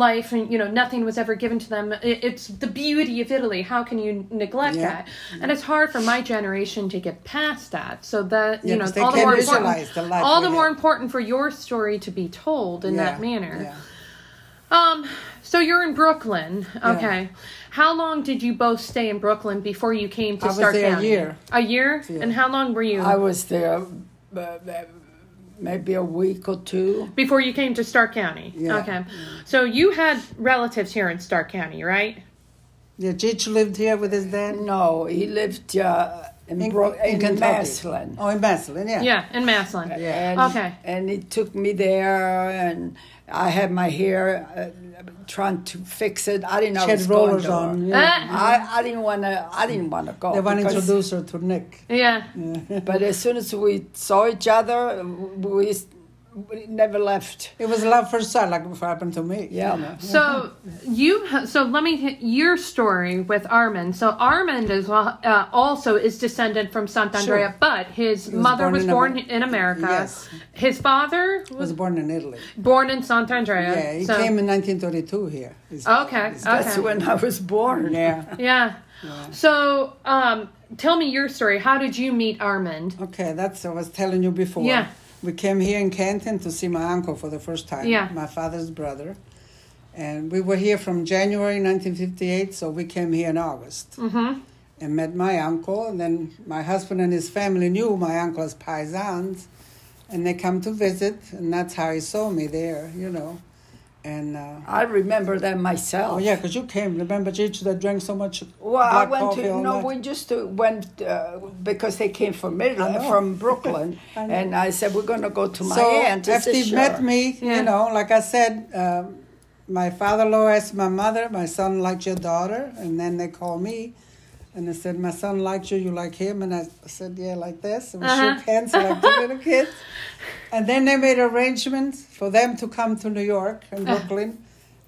A: life, and you know, nothing was ever given to them. It, it's the beauty of Italy. How can you neglect
C: Yeah.
A: that? And it's hard for my generation to get past that. So that
C: Yeah,
A: you know,
C: 'cause
A: it's
C: they
A: all the
C: can't
A: more
C: visualize
A: important.
C: the life
A: all
C: we
A: the more
C: had.
A: important for your story to be told in that
C: Yeah,
A: manner.
C: yeah.
A: Um, so you're in Brooklyn. Okay. How long did you both stay in Brooklyn before you came to
C: I was
A: start
C: there a
A: County?
C: year.
A: A year? And how long were you
B: I was there uh, uh, maybe a week or two.
A: before you came to Stark County?
C: Yeah.
A: Okay. So you had relatives here in Stark County, right?
C: Yeah, Chich lived here with his dad
B: No, he lived uh, in, Bro- in,
C: Kentucky.
B: Maslin.
C: Oh, in Maslin, yeah.
A: Yeah, in Maslin.
B: And,
A: Okay.
B: And he took me there, and I had my hair uh, trying to fix it. I didn't know
C: She
B: I
C: had
B: was
C: rollers
B: going
C: on.
B: to.
C: Yeah.
A: Ah,
B: I, I didn't want to. I didn't want to go.
C: They want to
A: Oh,
B: because-
C: introduce her to Nick.
A: yeah.
C: Mm-hmm.
B: But as soon as we saw each other, we, we never left.
C: It was love first sight, like what happened to me.
B: Yeah.
A: So you ha- so let me hit your story with Armand. So Armand is al- uh, also is descended from Sant'Andrea,
C: Sure.
A: but his
C: was
A: mother
C: born
A: was
C: in
A: born
C: Amer-
A: in America.
C: Yes.
A: His father
C: He was born in Italy.
A: born in Sant'Andrea.
C: Yeah, he
A: so- Oh,
C: came in 1932 here. He's-
A: Okay.
B: That's
A: okay.
B: when I was born.
C: Yeah.
A: yeah. So, um, tell me your story. How did you meet Armand?
C: Okay, that's I was telling you before.
A: Yeah.
C: We came here in Canton to see my uncle for the first time.
A: Yeah.
C: My father's brother. And we were here from January 1958, so we came here in August. Mm-hmm. And met my uncle, and then my husband and his family knew my uncle as paisans, and they come to visit, and that's how he saw me there, you know. And uh,
B: I remember that myself.
C: oh yeah, 'cause you came. Remember, Gigi, that drank so much.
B: Well, I
C: black
B: went
C: coffee,
B: to
C: all
B: no.
C: that?
B: We just uh, went uh, because they came from
C: I
B: Midland,
C: know.
B: from Brooklyn,
C: I know.
B: and I said we're going to go to my
C: so
B: aunt. I
C: after
B: said,
C: he
B: sure.
C: met me,
A: Yeah.
C: you know, like I said, um, my father-in-law asked my mother, "My son likes your daughter," and then they called me, and they said, "My son likes you. You like him?" And I said, "Yeah, like this." And we shook hands like two little kids, and then they made arrangements for them to come to New York and Brooklyn.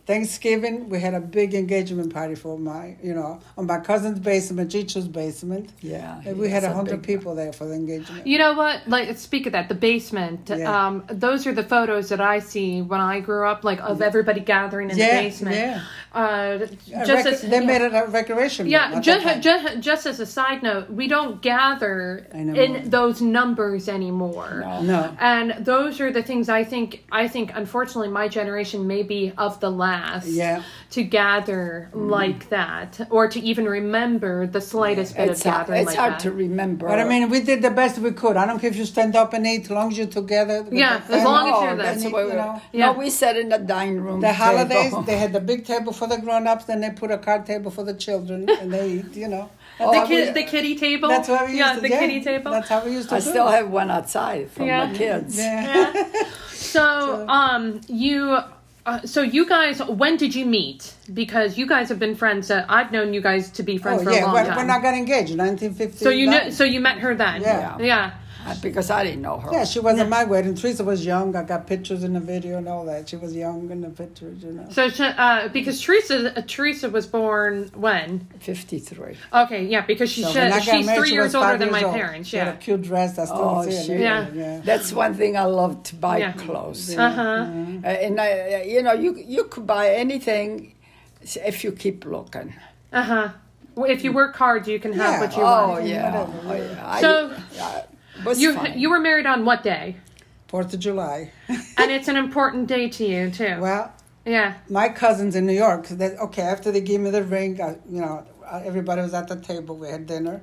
C: Thanksgiving, we had a big engagement party for my, you know, on my cousin's basement, Chicho's basement.
B: Yeah,
C: and we had a
B: it's a
C: hundred
B: big-
C: people there for the engagement.
A: You know what? Like, speak of that, the basement.
C: Yeah.
A: Um, those are the photos that I see when I grew up, like of everybody gathering in
C: Yeah,
A: the basement.
C: yeah.
A: Uh,
C: A
A: just
C: rec-
A: as,
C: they
A: yeah.
C: made it a recreation. room
A: Yeah,
C: at that
A: just,
C: time.
A: just just as a side note, we don't gather
C: I know.
A: in those numbers anymore.
C: No.
A: And those are the things I think I think unfortunately my generation may be of the last
C: Yeah. Mm-hmm.
A: to gather like that or to even remember the slightest bit
B: It's
A: of
B: hard,
A: gathering
B: it's
A: like
B: hard
A: that.
B: to remember.
C: But I mean, we did the best we could. I don't care if you stand up and eat, as long as you're together. with
A: Yeah,
C: your
A: as
C: family.
A: long as you're
B: oh,
A: there.
B: that's
C: You
B: what we
C: know,
A: Yeah.
B: No, we sat in the dining room.
C: the holidays,
B: table.
C: they had the big table for the grown-ups, then they put a card table for the children, and they eat. You know,
B: Oh,
A: the
B: I
A: kid,
B: would-
A: the kitty table.
C: that's what we
A: yeah,
C: used to
A: the
C: yeah,
A: kitty table.
C: That's how we used to
B: I
C: do.
B: still
C: it.
B: have one outside from
A: Yeah.
B: my kids.
C: yeah.
A: So, um, you, uh, so you guys, when did you meet? Because you guys have been friends. Uh, I've known you guys to be friends
C: Oh
A: for a
C: yeah,
A: long
C: when,
A: time.
C: when I got engaged, 1950.
A: so you knew, so you met her then.
C: Yeah.
A: Yeah.
B: Uh, Because I didn't know her.
C: Yeah, she was at my wedding. Teresa was young. I got pictures in the video and all that. She was young in the pictures, you know.
A: So she- uh, because Teresa, uh, Teresa was born when?
B: 53.
A: Okay, yeah, because she,
C: So
A: she-
C: when I got
A: she's
C: married,
A: three
C: she
A: years
C: was
A: older
C: five
A: than
C: years
A: my
C: old.
A: parents.
C: She had
A: Yeah.
C: a cute dress. I still
B: Oh,
C: see it.
B: shit.
A: Yeah.
C: yeah.
B: That's one thing I love to buy
A: Yeah.
B: clothes.
A: Uh huh.
B: Uh, and I, uh, you know, you you could buy anything s- if you keep looking.
A: Uh huh. If you work hard, you can have
C: Yeah.
A: what you
B: Oh
A: want.
B: yeah. oh yeah. I-
A: So-
B: I was
A: You
B: fine.
A: you were married on what day?
C: Fourth of July.
A: And it's an important day to you too.
C: Well,
A: yeah.
C: my cousins in New York. That okay. After they gave me the ring, I, you know, I- everybody was at the table. We had dinner,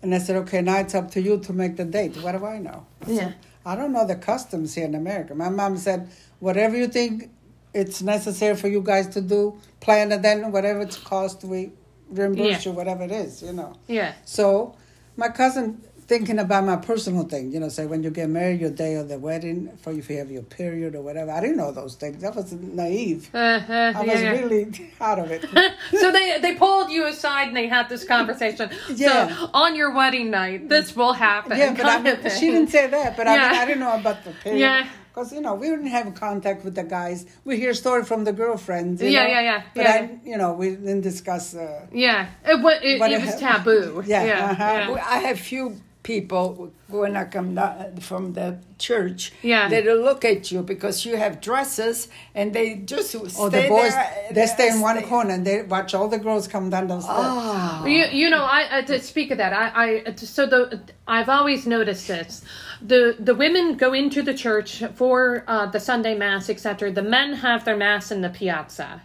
C: and I said, "Okay, now it's up to you to make the date." What do I know? I said,
A: Yeah.
C: I don't know the customs here in America. My mom said, "Whatever you think it's necessary for you guys to do, plan it. Then whatever it's cost, we reimburse
A: Yeah.
C: you, whatever it is, you know."
A: Yeah.
C: So, my cousin thinking about my personal thing. You know, say when you get married, your day of the wedding, for if you have your period or whatever. I didn't know those things. I was naive.
A: Uh, uh,
C: I
A: yeah,
C: was
A: yeah.
C: really out of it.
A: so they they pulled you aside and they had this conversation.
C: Yeah.
A: So on your wedding night, this will happen.
C: yeah, but I
A: kind
C: mean,
A: of thing.
C: she didn't say that. But I, mean,
A: Yeah.
C: I didn't know about the period.
A: Yeah.
C: Because you know we didn't have contact with the guys. We hear story from the girlfriends. you
A: Yeah,
C: know?
A: yeah, yeah,
C: But
A: yeah.
C: I, you know, we didn't discuss. Uh,
A: Yeah, it, wa- it,
C: What
A: it
C: a-
A: was taboo.
C: Yeah,
A: yeah,
C: uh-huh.
A: yeah.
B: Well, I have few people when I come da- from the church.
A: Yeah.
B: They don't look at you because you have dresses and they just stay
C: oh, the boys
B: there. uh,
C: they stay in one corner and they watch all the girls come down those steps.
B: Ah.
A: You, you know, I, I to speak of that, I, I so the I've always noticed this. The the women go into the church for uh, the Sunday mass, etc. The men have their mass in the piazza.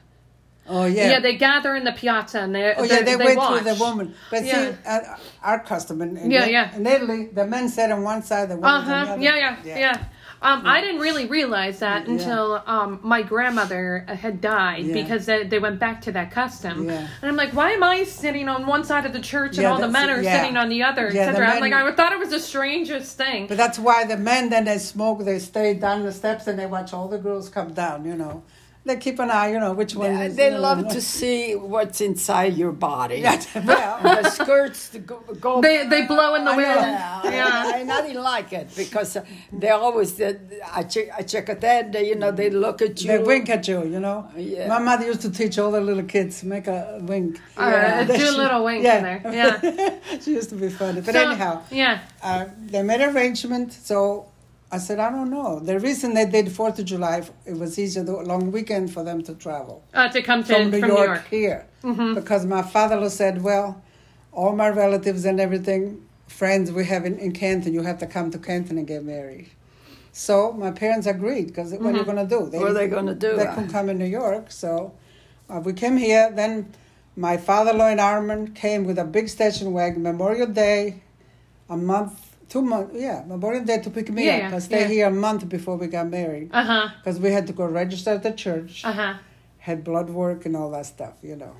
C: Oh yeah.
A: Yeah, they gather in the piazza and they
C: Oh yeah, they, went
A: watch.
C: through the woman. But
A: Yeah.
C: see, uh, our custom in, in,
A: Yeah, yeah.
C: in Italy, the men sat on one side, the women
A: Uh
C: on the
A: huh.
C: other.
A: Yeah, yeah, yeah. Um, I didn't really realize that until um, my grandmother uh, had died
C: Yeah.
A: because they, they went back to that custom.
C: Yeah.
A: And I'm like, why am I sitting on one side of the church and
C: Yeah,
A: all the
C: that's-
A: men are
C: yeah.
A: sitting on the other,
C: Yeah, the
A: etc.? I'm
C: men-
A: like, I thought it was the strangest thing.
C: But that's why the men then they smoke, they stay down the steps, and they watch all the girls come down. You know, they keep an eye. You know which one.
B: They,
C: is,
B: they
C: you know,
B: love
C: what-
B: to see what's inside your body.
C: Yeah, well,
B: the skirts to go, go
A: they they blow in the wind.
B: Yeah,
A: Yeah.
B: I, I didn't like it because they always did. I check, I check at that. You know, they look at you.
C: they wink at you. You know.
B: Yeah.
C: My mother used to teach all the little kids make a wink.
A: All right, do a little wink in there.
C: Yeah. she used to be funny. But
A: So,
C: anyhow,
A: Yeah.
C: uh, they made arrangement. So I said, I don't know. The reason they did Fourth of July, it was easier, the long weekend for them to travel
A: Uh, to come to
C: from New York, Mm-hmm.
A: New York.
C: here, because my father said, well, all my relatives and everything, friends we have in, in Canton, you have to come to Canton and get married. So my parents agreed because what are you going to do?
B: What are they gonna do?
C: They couldn't come in New York, so uh, we came here. Then my father-in-law and Armand came with a big station wagon Memorial Day, a month, two months, yeah, Memorial Day to pick me
A: Yeah,
C: up.
A: yeah,
C: I stayed
A: yeah.
C: here a month before we got married
A: Uh huh.
C: because we had to go register at the church
A: Uh huh.
C: had blood work and all that stuff, you know.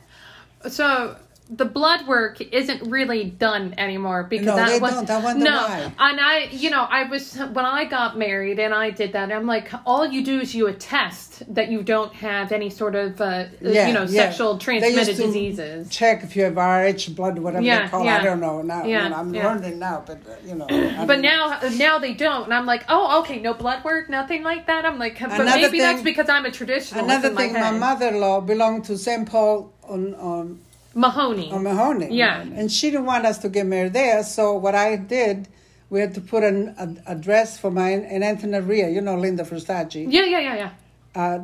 A: So the blood work isn't really done anymore because
C: No,
A: that
C: they
A: was
C: don't. I wonder
A: no.
C: why.
A: And I, you know, I was when I got married and I did that. I'm like, all you do is you attest that you don't have any sort of, uh,
C: Yeah,
A: you know,
C: yeah.
A: sexual
C: They
A: transmitted
C: used to
A: diseases.
C: Check if you have RH blood, whatever
A: Yeah,
C: they call. it.
A: yeah.
C: I don't know now.
A: Yeah,
C: you know, I'm
A: yeah.
C: learning now, but uh, you know. I
A: But
C: don't-
A: now, now they don't, and I'm like, oh, okay, no blood work, nothing like that. I'm like, but
C: Another
A: maybe that's
C: thing-
A: because I'm a traditionalist.
C: another
A: in my
C: thing, my
A: head.
C: mother-in-law belonged to St. Paul on on,
A: Mahoney.
C: on Mahoney.
A: Yeah.
C: and she didn't want us to get married there. So what I did, we had to put an a, a dress for my an Antonaria, you know, Linda Versace.
A: yeah, yeah, yeah, yeah.
C: Uh,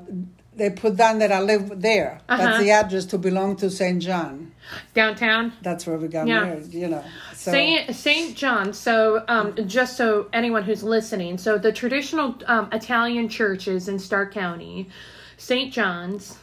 C: they put down that I live there.
A: Uh-huh.
C: That's the address to belong to St. John.
A: Downtown.
C: That's where we got
A: Yeah.
C: married. You know. So,
A: Saint Saint John. So, um, just so anyone who's listening, so the traditional um, Italian churches in Stark County, Saint John's,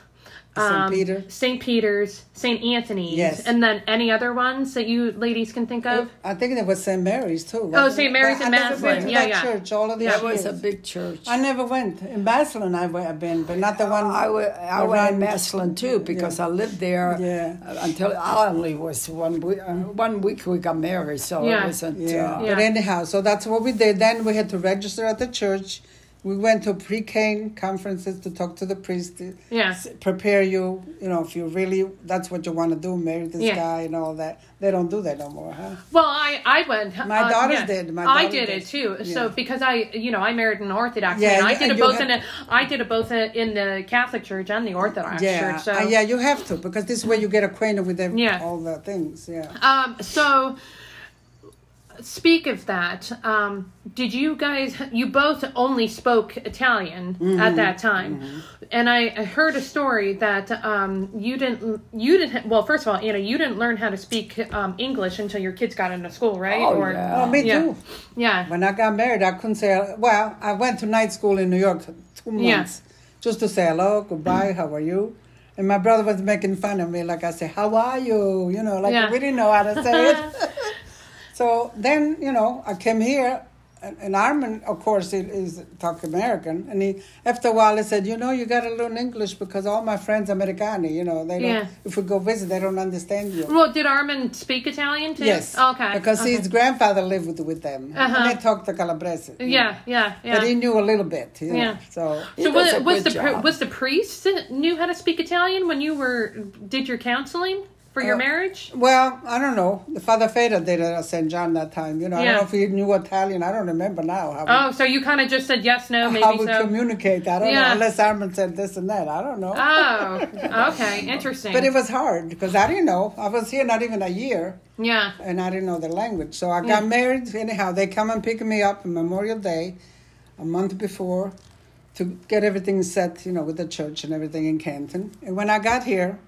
C: Saint
A: um,
C: Peter.
A: Saint Peter's, Saint Anthony's,
C: Yes.
A: and then any other ones that you ladies can think of.
C: I think it was St. Mary's too. wasn't
A: um, Oh,
C: it?
A: St. Mary's
C: I
A: in
C: never been
A: Maslin.
C: to
A: Yeah,
C: that
A: yeah.
C: Church all of the
B: That
C: years.
B: was a big church.
C: I never went in Maslin. I have been, but not the one.
B: I went, I went in
C: around-
B: Maslin too because I lived there
C: Yeah.
B: until I only was one week. Uh, one week we got married, so
A: Yeah.
B: it wasn't.
C: Yeah.
B: Uh,
A: Yeah.
C: But anyhow, so that's what we did. Then we had to register at the church. We went to pre-cane conferences to talk to the priest. to
A: Yeah.
C: s- Prepare you, you know, if you really that's what you want to do, marry this
A: Yeah.
C: guy and all that. They don't do that no more, huh?
A: Well, I I went.
C: My
A: uh,
C: daughters
A: yeah.
C: did. My
A: I
C: daughter
A: did
C: did.
A: it too.
C: Yeah.
A: So because I you know I married an Orthodox
C: Yeah,
A: man, I
C: you-
A: did it
C: you
A: both
C: have-
A: in a I did it both in the Catholic Church and the Orthodox
C: Yeah,
A: Church. So
C: Uh, yeah, you have to because this way you get acquainted with them,
A: Yeah.
C: all the things. Yeah.
A: Um, so, speak of that. Um, did you guys, you both only spoke Italian
B: Mm-hmm.
A: at that time, and I, I heard a story that um, you didn't, you didn't. Well, first of all, Anna, you didn't learn how to speak um, English until your kids got into school, right?
B: Oh, yeah.
C: Oh, me
A: Uh, yeah.
C: too.
A: Yeah.
C: When I got married, I couldn't say, well, I went to night school in New York for two
A: Yeah.
C: months just to say hello, goodbye, how are you? And my brother was making fun of me, like I said, how are you? You know, like
A: Yeah.
C: we didn't know how to say it. so then, you know, I came here and, and Armin, of course, he- he's talk American, and he after a while he said, "You know, you got to learn English because all my friends Americani, you know, they don't.
A: Yeah.
C: If we go visit, they don't understand you."
A: Well, did Armin speak Italian too?
C: Yes.
A: Okay.
C: Because
A: okay.
C: his grandfather lived with, with them,
A: Uh-huh.
C: and they talked the Calabrese. you know.
A: Yeah, yeah, yeah.
C: But he knew a little bit. You know,
A: Yeah.
C: So
B: He
A: so
B: does
A: was,
B: a
A: was
B: good
A: the pri-
B: job.
A: was the priest that knew how to speak Italian when you were did your counseling for your
C: Uh,
A: marriage?
C: Well, I don't know. The Father Feder did it at St. John that time. You know, I
A: Yeah.
C: don't know if he knew Italian. I don't remember now how
A: Oh, so you kind of just said yes, no,
C: we,
A: maybe
C: how we
A: so.
C: communicate. I don't
A: Yeah.
C: know. Unless Armin said this and that. I don't know.
A: oh, okay, interesting.
C: but it was hard because I didn't know. I was here not even a year
A: yeah,
C: and I didn't know the language. So I got married anyhow. They come and pick me up on Memorial Day a month before to get everything set, you know, with the church and everything in Canton. And when I got here,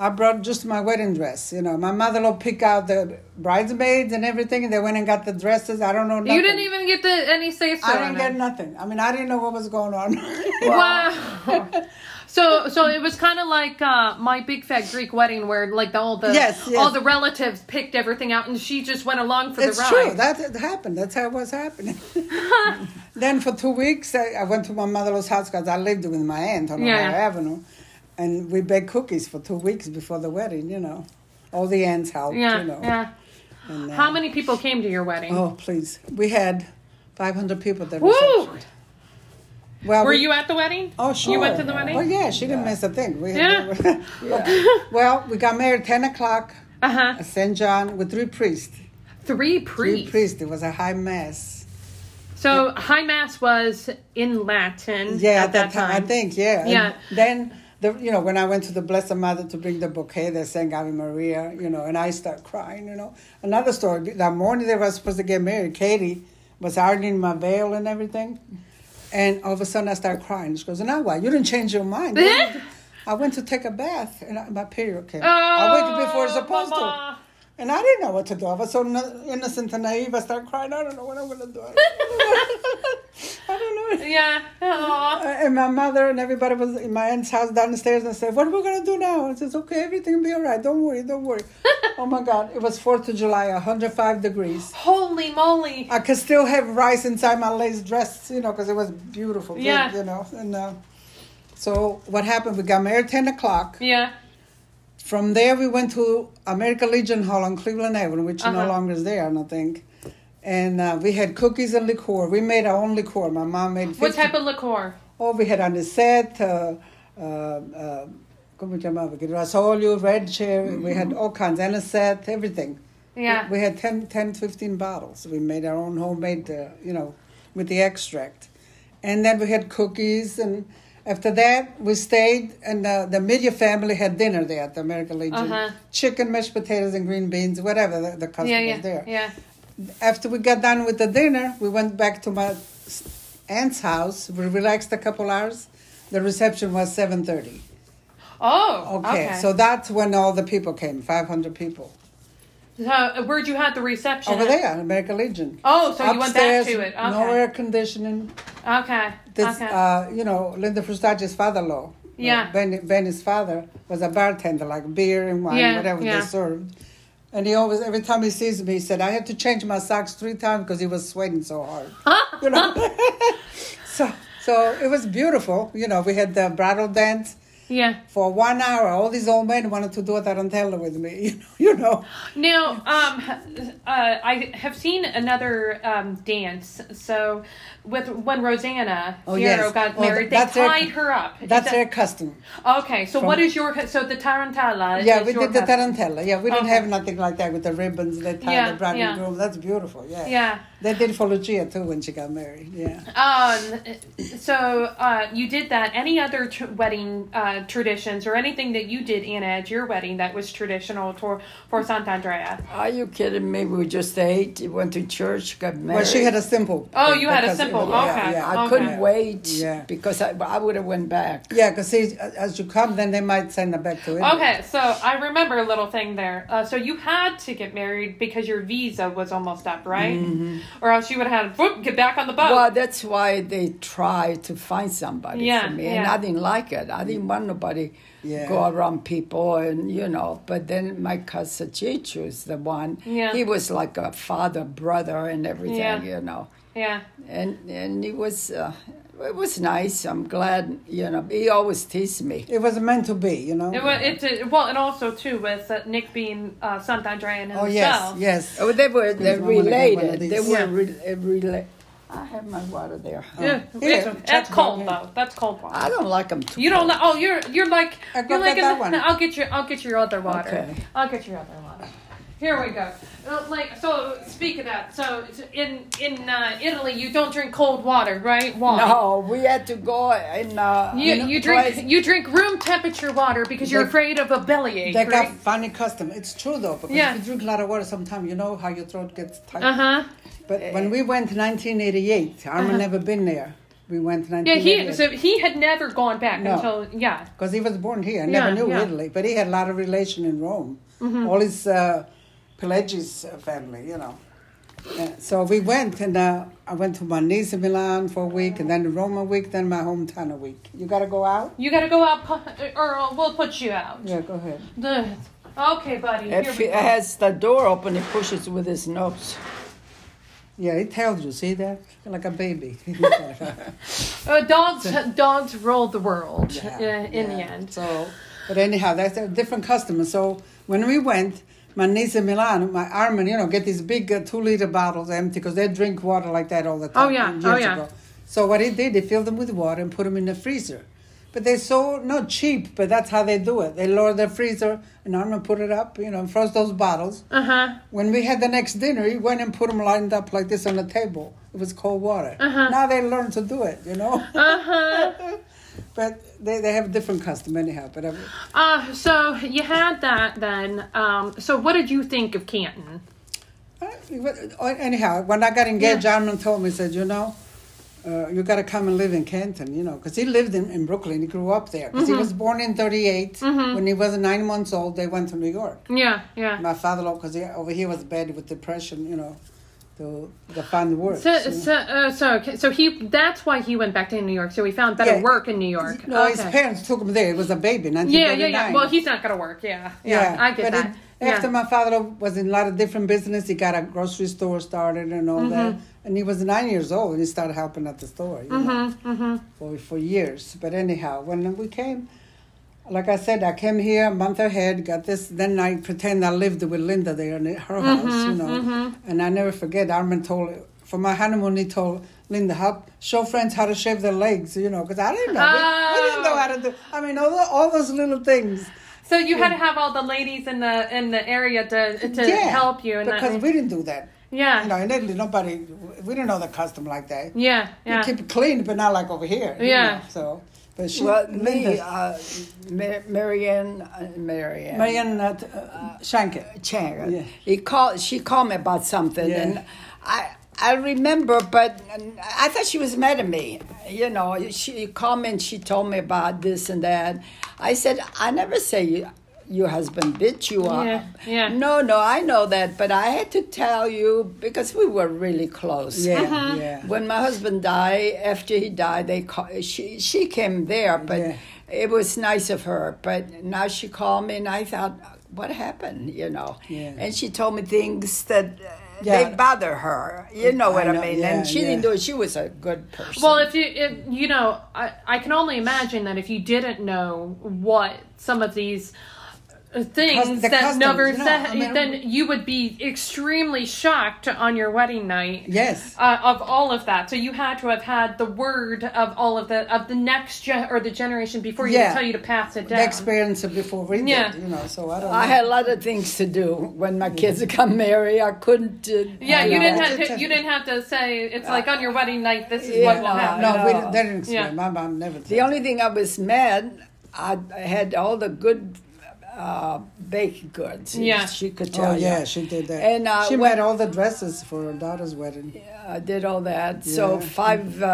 C: I brought just my wedding dress. You know, my mother-in-law picked out the bridesmaids and everything, and they went and got the dresses. I don't know nothing.
A: you didn't even get the any say so.
C: I didn't get nothing. I mean, I didn't know what was going on.
A: Wow. So, so it was kind of like uh, my big fat Greek wedding, where like the, all the
C: Yes, yes.
A: all the relatives picked everything out, and she just went along for
C: It's
A: the ride.
C: true. That it happened. That's how it was happening. then for two weeks, I, I went to my mother's house because I lived with my aunt on
A: Yeah.
C: Ohio Avenue, and we baked cookies for two weeks before the wedding. You know, all the aunts helped.
A: yeah,
C: you know.
A: yeah.
C: And, uh,
A: How many people came to your wedding?
C: Oh, please. We had 500 people at the
A: Woo!
C: reception. Well,
A: Were
C: we-
A: you at the wedding?
C: Oh, sure.
A: You went to the wedding?
C: Oh, yeah. She didn't miss a thing. We
A: Yeah.
B: Yeah.
C: well, we got married 10 o'clock
A: Uh huh.
C: at St. John with three priests.
A: Three
C: Three
A: priests.
C: priests. It was a high mass.
A: So high mass was in Latin.
C: Yeah,
A: at, that, time.
C: I think, yeah. And
A: Yeah.
C: then the you know, when I went to the Blessed Mother to bring the bouquet, they sang Ave Maria, you know, and I start crying, you know. Another story, that morning they were supposed to get married, Katie was ironing my veil and everything. And all of a sudden I start crying. She goes, Now what? You didn't change your mind. did you?" I went to take a bath and I- my period came. I waited before it's
A: Oh,
C: supposed to.
A: mama.
C: And I didn't know what to do. I was so no- innocent and naive. I started crying. I don't know what I'm going to do. I don't know. I don't know.
A: Yeah. Aw.
C: Uh, and my mother and everybody was in my aunt's house downstairs and said, What are we gonna do now? I says, Okay, everything will be all right, don't worry, don't worry. oh my god, it was fourth of July, 105 degrees.
A: Holy moly.
C: I could still have rice inside my lace dress, you know, because it was beautiful, big,
A: Yeah.
C: you know. And uh, so what happened? We got married 10 o'clock.
A: Yeah.
C: From there, we went to American Legion Hall on Cleveland Avenue, which
A: Uh-huh.
C: no longer is there, I don't think. And uh, we had cookies and liqueur. We made our own liqueur. My mom made. 50
A: What type of liqueur?
C: Oh, we had on the set, uh, uh, uh, como chamava? aquele Rasolio, red cherry, we had all kinds, anisette, everything.
A: Mm-hmm. Yeah.
C: We had 10, 10, 15 bottles. We made our own homemade, uh, you know, with the extract. And then we had cookies. And after that, we stayed, and uh, the media family had dinner there at the American Legion.
A: Uh-huh.
C: Chicken, mashed potatoes, and green beans, whatever the, the custom
A: yeah.
C: was
A: Yeah.
C: there
A: Yeah.
C: after we got done with the dinner, we went back to my s- aunt's house. We relaxed a couple hours. The reception was seven thirty.
A: Oh.
C: Okay,
A: Okay.
C: so that's when all the people came, five hundred people
A: So, uh, where'd you have the reception?
C: over
A: at?
C: there, American Legion.
A: Oh, so you went back
C: Upstairs,
A: to it. Okay.
C: No air conditioning.
A: Okay.
C: This,
A: okay.
C: uh, you know, Linda Frustacci's father-in-law.
A: Yeah.
C: Benny, Benny's father was a bartender, like beer and wine,
A: Yeah,
C: whatever
A: yeah.
C: they served. And he always, every time he sees me, he said, I had to change my socks three times because he was sweating so hard. you know? so, so it was beautiful. You know, we had the bridal dance.
A: yeah.
C: For one hour, all these old men wanted to do a tarantella with me, you know.
A: Now, um, uh, I have seen another um, dance. So, with when Rosanna
C: Oh,
A: Fiero
C: yes.
A: got
C: Oh,
A: married,
C: that's
A: they
C: their-
A: tied her up. Is
C: That's
A: that-
C: their custom.
A: Okay, so what is your so the tarantella?
C: Yeah,
A: is
C: we
A: your
C: did the
A: custom.
C: tarantella. Yeah, we don't
A: Okay.
C: have nothing like that with the ribbons, the tie,
A: Yeah,
C: the bride
A: yeah.
C: and groom. That's beautiful. Yeah.
A: Yeah.
C: They did for Lucia too when she got married. Yeah.
A: Um, so uh, you did that. Any other tr- wedding uh, traditions or anything that you did Anna at your wedding that was traditional for for Sant'Andrea?
B: Are you kidding me? We just ate, went to church, got married.
C: Well, she had a simple.
A: Oh,
C: thing
A: you had a
C: because-
A: simple.
C: Yeah,
A: Okay.
C: Yeah.
B: I
A: Okay.
B: couldn't wait
C: Yeah.
B: because I, I would have went back.
C: Yeah, because as you come, then they might send her back to Italy.
A: Okay, so I remember a little thing there. Uh, so you had to get married because your visa was almost up, right?
C: Mm-hmm.
A: Or else you would have had to whoop, get back on the boat.
B: Well, that's why they tried to find somebody
A: Yeah,
B: for me, and
A: yeah.
B: I didn't like it. I didn't want nobody
C: Yeah.
B: go around people, and you know. But then my cousin Chichu is the one.
A: Yeah.
B: He was like a father, brother, and everything,
A: Yeah.
B: you know.
D: Yeah.
B: and and it was uh, it was nice. I'm glad you know he always teased me.
C: It was meant to be, you know.
A: It was, it's a, well, and also too with uh, Nick being uh, Santa Andrea and
C: oh
A: himself.
C: yes, yes.
B: Oh, they were they
C: Please, Mom, wanna get one of
B: related. They
C: these?
B: were re- related. I have my water there.
A: Yeah,
C: Here,
A: it's-
C: check
A: that's
C: that
A: cold
C: one. Ah,
A: though. That's cold water.
B: I don't like them too.
A: You don't like? Oh, you're you're like
C: I got
A: you're like.
C: that
A: in the-
C: one.
A: I'll get your I'll get your other water.
B: Okay.
A: I'll get your other water. Here we go. Uh, Like so. Speak of that. So it's in in uh, Italy, you don't drink cold water, right? Why?
B: No, we had to go and uh,
A: You,
B: in a
A: you drink
B: place-
A: you drink room temperature water because you're
C: They-
A: afraid of a bellyache.
C: They got
A: Right?
C: funny custom. It's true though, because
A: Yeah.
C: if you drink a lot of water, sometimes you know how your throat gets tight.
A: Uh huh.
C: But when we went 1988, Armin never been there. We went
A: Uh-huh. Yeah. He
C: 1988.
A: so he had never gone back
C: No.
A: until yeah.
C: because he was born here,
A: Yeah,
C: never knew
A: yeah.
C: Italy, but he had a lot of relation in Rome. All his uh, Pelagius uh, family, you know. Yeah, so we went, and uh, I went to my niece in Milan for a week, and then the Roma week, then my hometown a week. You gotta go out?
A: You gotta go out, pu- or uh, we'll put you out.
C: Yeah, go ahead.
A: Ugh. Okay, buddy. Here
B: If
A: we
B: he
A: go.
B: has the door open, he pushes with his nose.
C: Yeah, it tells you, see that? Like a baby.
A: Uh, dogs, dogs rule the world uh, in the
C: yeah.
A: end.
C: So, but anyhow, that's a different customer. So when we went, my niece in Milan, my Armin, you know, get these big uh, two liter bottles empty because they drink water like that all the time.
A: Oh, yeah.
C: years
A: Oh, yeah.
C: ago. So what he did, he filled them with water and put them in the freezer. But they're so not cheap, but that's how they do it. They lower the freezer, and Armin put it up, you know, and froze those bottles.
A: Uh huh.
C: When we had the next dinner, he went and put them lined up like this on the table. It was cold water. Now they learn to do it, you know. but they, they have different custom anyhow. But I,
A: Uh, so you had that then. Um, so what did you think of Canton?
C: I- but- anyhow, when I got engaged, Armin told me, he said, you know, uh, you got to come and live in Canton, you know, because he lived in, in Brooklyn. He grew up there. 'Cause he was born in 38. When he was nine months old, they went to New York.
A: Yeah, yeah.
C: My father-in-law, because he, over here was bad with depression, you know, to, to find work.
A: So,
C: so-
A: so, uh, so, so he. That's why he went back to New York. So he found better
C: Yeah.
A: work in New York.
C: No, his
A: Okay.
C: parents took him there. He was a baby,
A: Yeah,
C: 1939.
A: yeah, yeah. Well, he's not gonna work. Yeah, yeah. I get
C: but
A: that.
C: it- after
A: yeah.
C: my father was in a lot of different business, he got a grocery store started and all that.
A: Mm-hmm.
C: And he was nine years old and he started helping at the store, you know,
A: Mm-hmm,
C: for, for years. But anyhow, when we came, like I said, I came here a month ahead, got this. Then I pretend I lived with Linda there in her
A: Mm-hmm,
C: house, you know. And I never forget, Armin told, for my honeymoon, he told Linda, help show friends how to shave their legs, you know, because I didn't know. I
A: Oh.
C: didn't know how to do. I mean, all, the, all those little things.
A: so you had to have all the ladies in the in the area to to help you. And
C: because
A: that,
C: we didn't do that.
A: yeah,
C: You know, in Italy, nobody, we didn't know the custom like that.
A: yeah, yeah.
C: We keep it clean, but not like over here. you
A: Yeah.
C: know, so, but she,
B: Well, me,
C: Linda,
B: uh, Ma- Marianne, uh, Marianne,
C: Marianne uh, uh, Shanker.
B: Chang.
C: Yeah.
B: He called. She called me about something,
C: Yeah.
B: and I I remember, but um, I thought she was mad at me. You know, she called me and she told me about this and that. I said, I never say you. Your husband bitch you are.
A: Yeah, yeah.
B: No, no, I know that, but I had to tell you because we were really close.
C: Yeah, Uh-huh. yeah.
B: When my husband died, after he died, they call, she she came there, but
C: Yeah.
B: it was nice of her. But now she called me, and I thought, what happened? You know,
C: Yeah.
B: and she told me things that. uh,
C: Yeah.
B: They bother her, you know
C: I
B: what I,
C: know,
B: mean.
C: yeah,
B: and she didn't
C: yeah.
B: do it. She was a good person.
A: Well, if you, if, you know, I, I can only imagine that if you didn't know what some of these uh, things
C: Cus- the
A: that
C: customs,
A: never
C: you know,
A: said,
C: I mean-
A: then you would be extremely shocked on your wedding night.
C: Yes.
A: Uh, of all of that, so you had to have had the word of all of the of the next gen or the generation before you
C: Yeah.
A: tell you to pass it down.
C: The experience of before we did,
A: Yeah.
C: you know, so I don't
B: I
C: know.
B: had a lot of things to do when my kids got married. I couldn't. Uh,
A: yeah, you
C: know.
A: didn't have to, you didn't have to say it's like on your wedding night. This is
B: Yeah,
A: what will
B: no,
A: happen.
C: Uh, no, we
B: No.
C: didn't, they didn't explain.
A: Yeah.
C: My mom never did.
B: uh, The only thing I was mad, I I had all the good uh, baked goods.
A: Yeah.
B: She could tell
C: oh,
B: you.
C: yeah, she did that.
B: And, uh,
C: she
B: when-
C: made all the dresses for her daughter's wedding.
B: I Uh, did all that. So
C: Yeah.
B: five uh,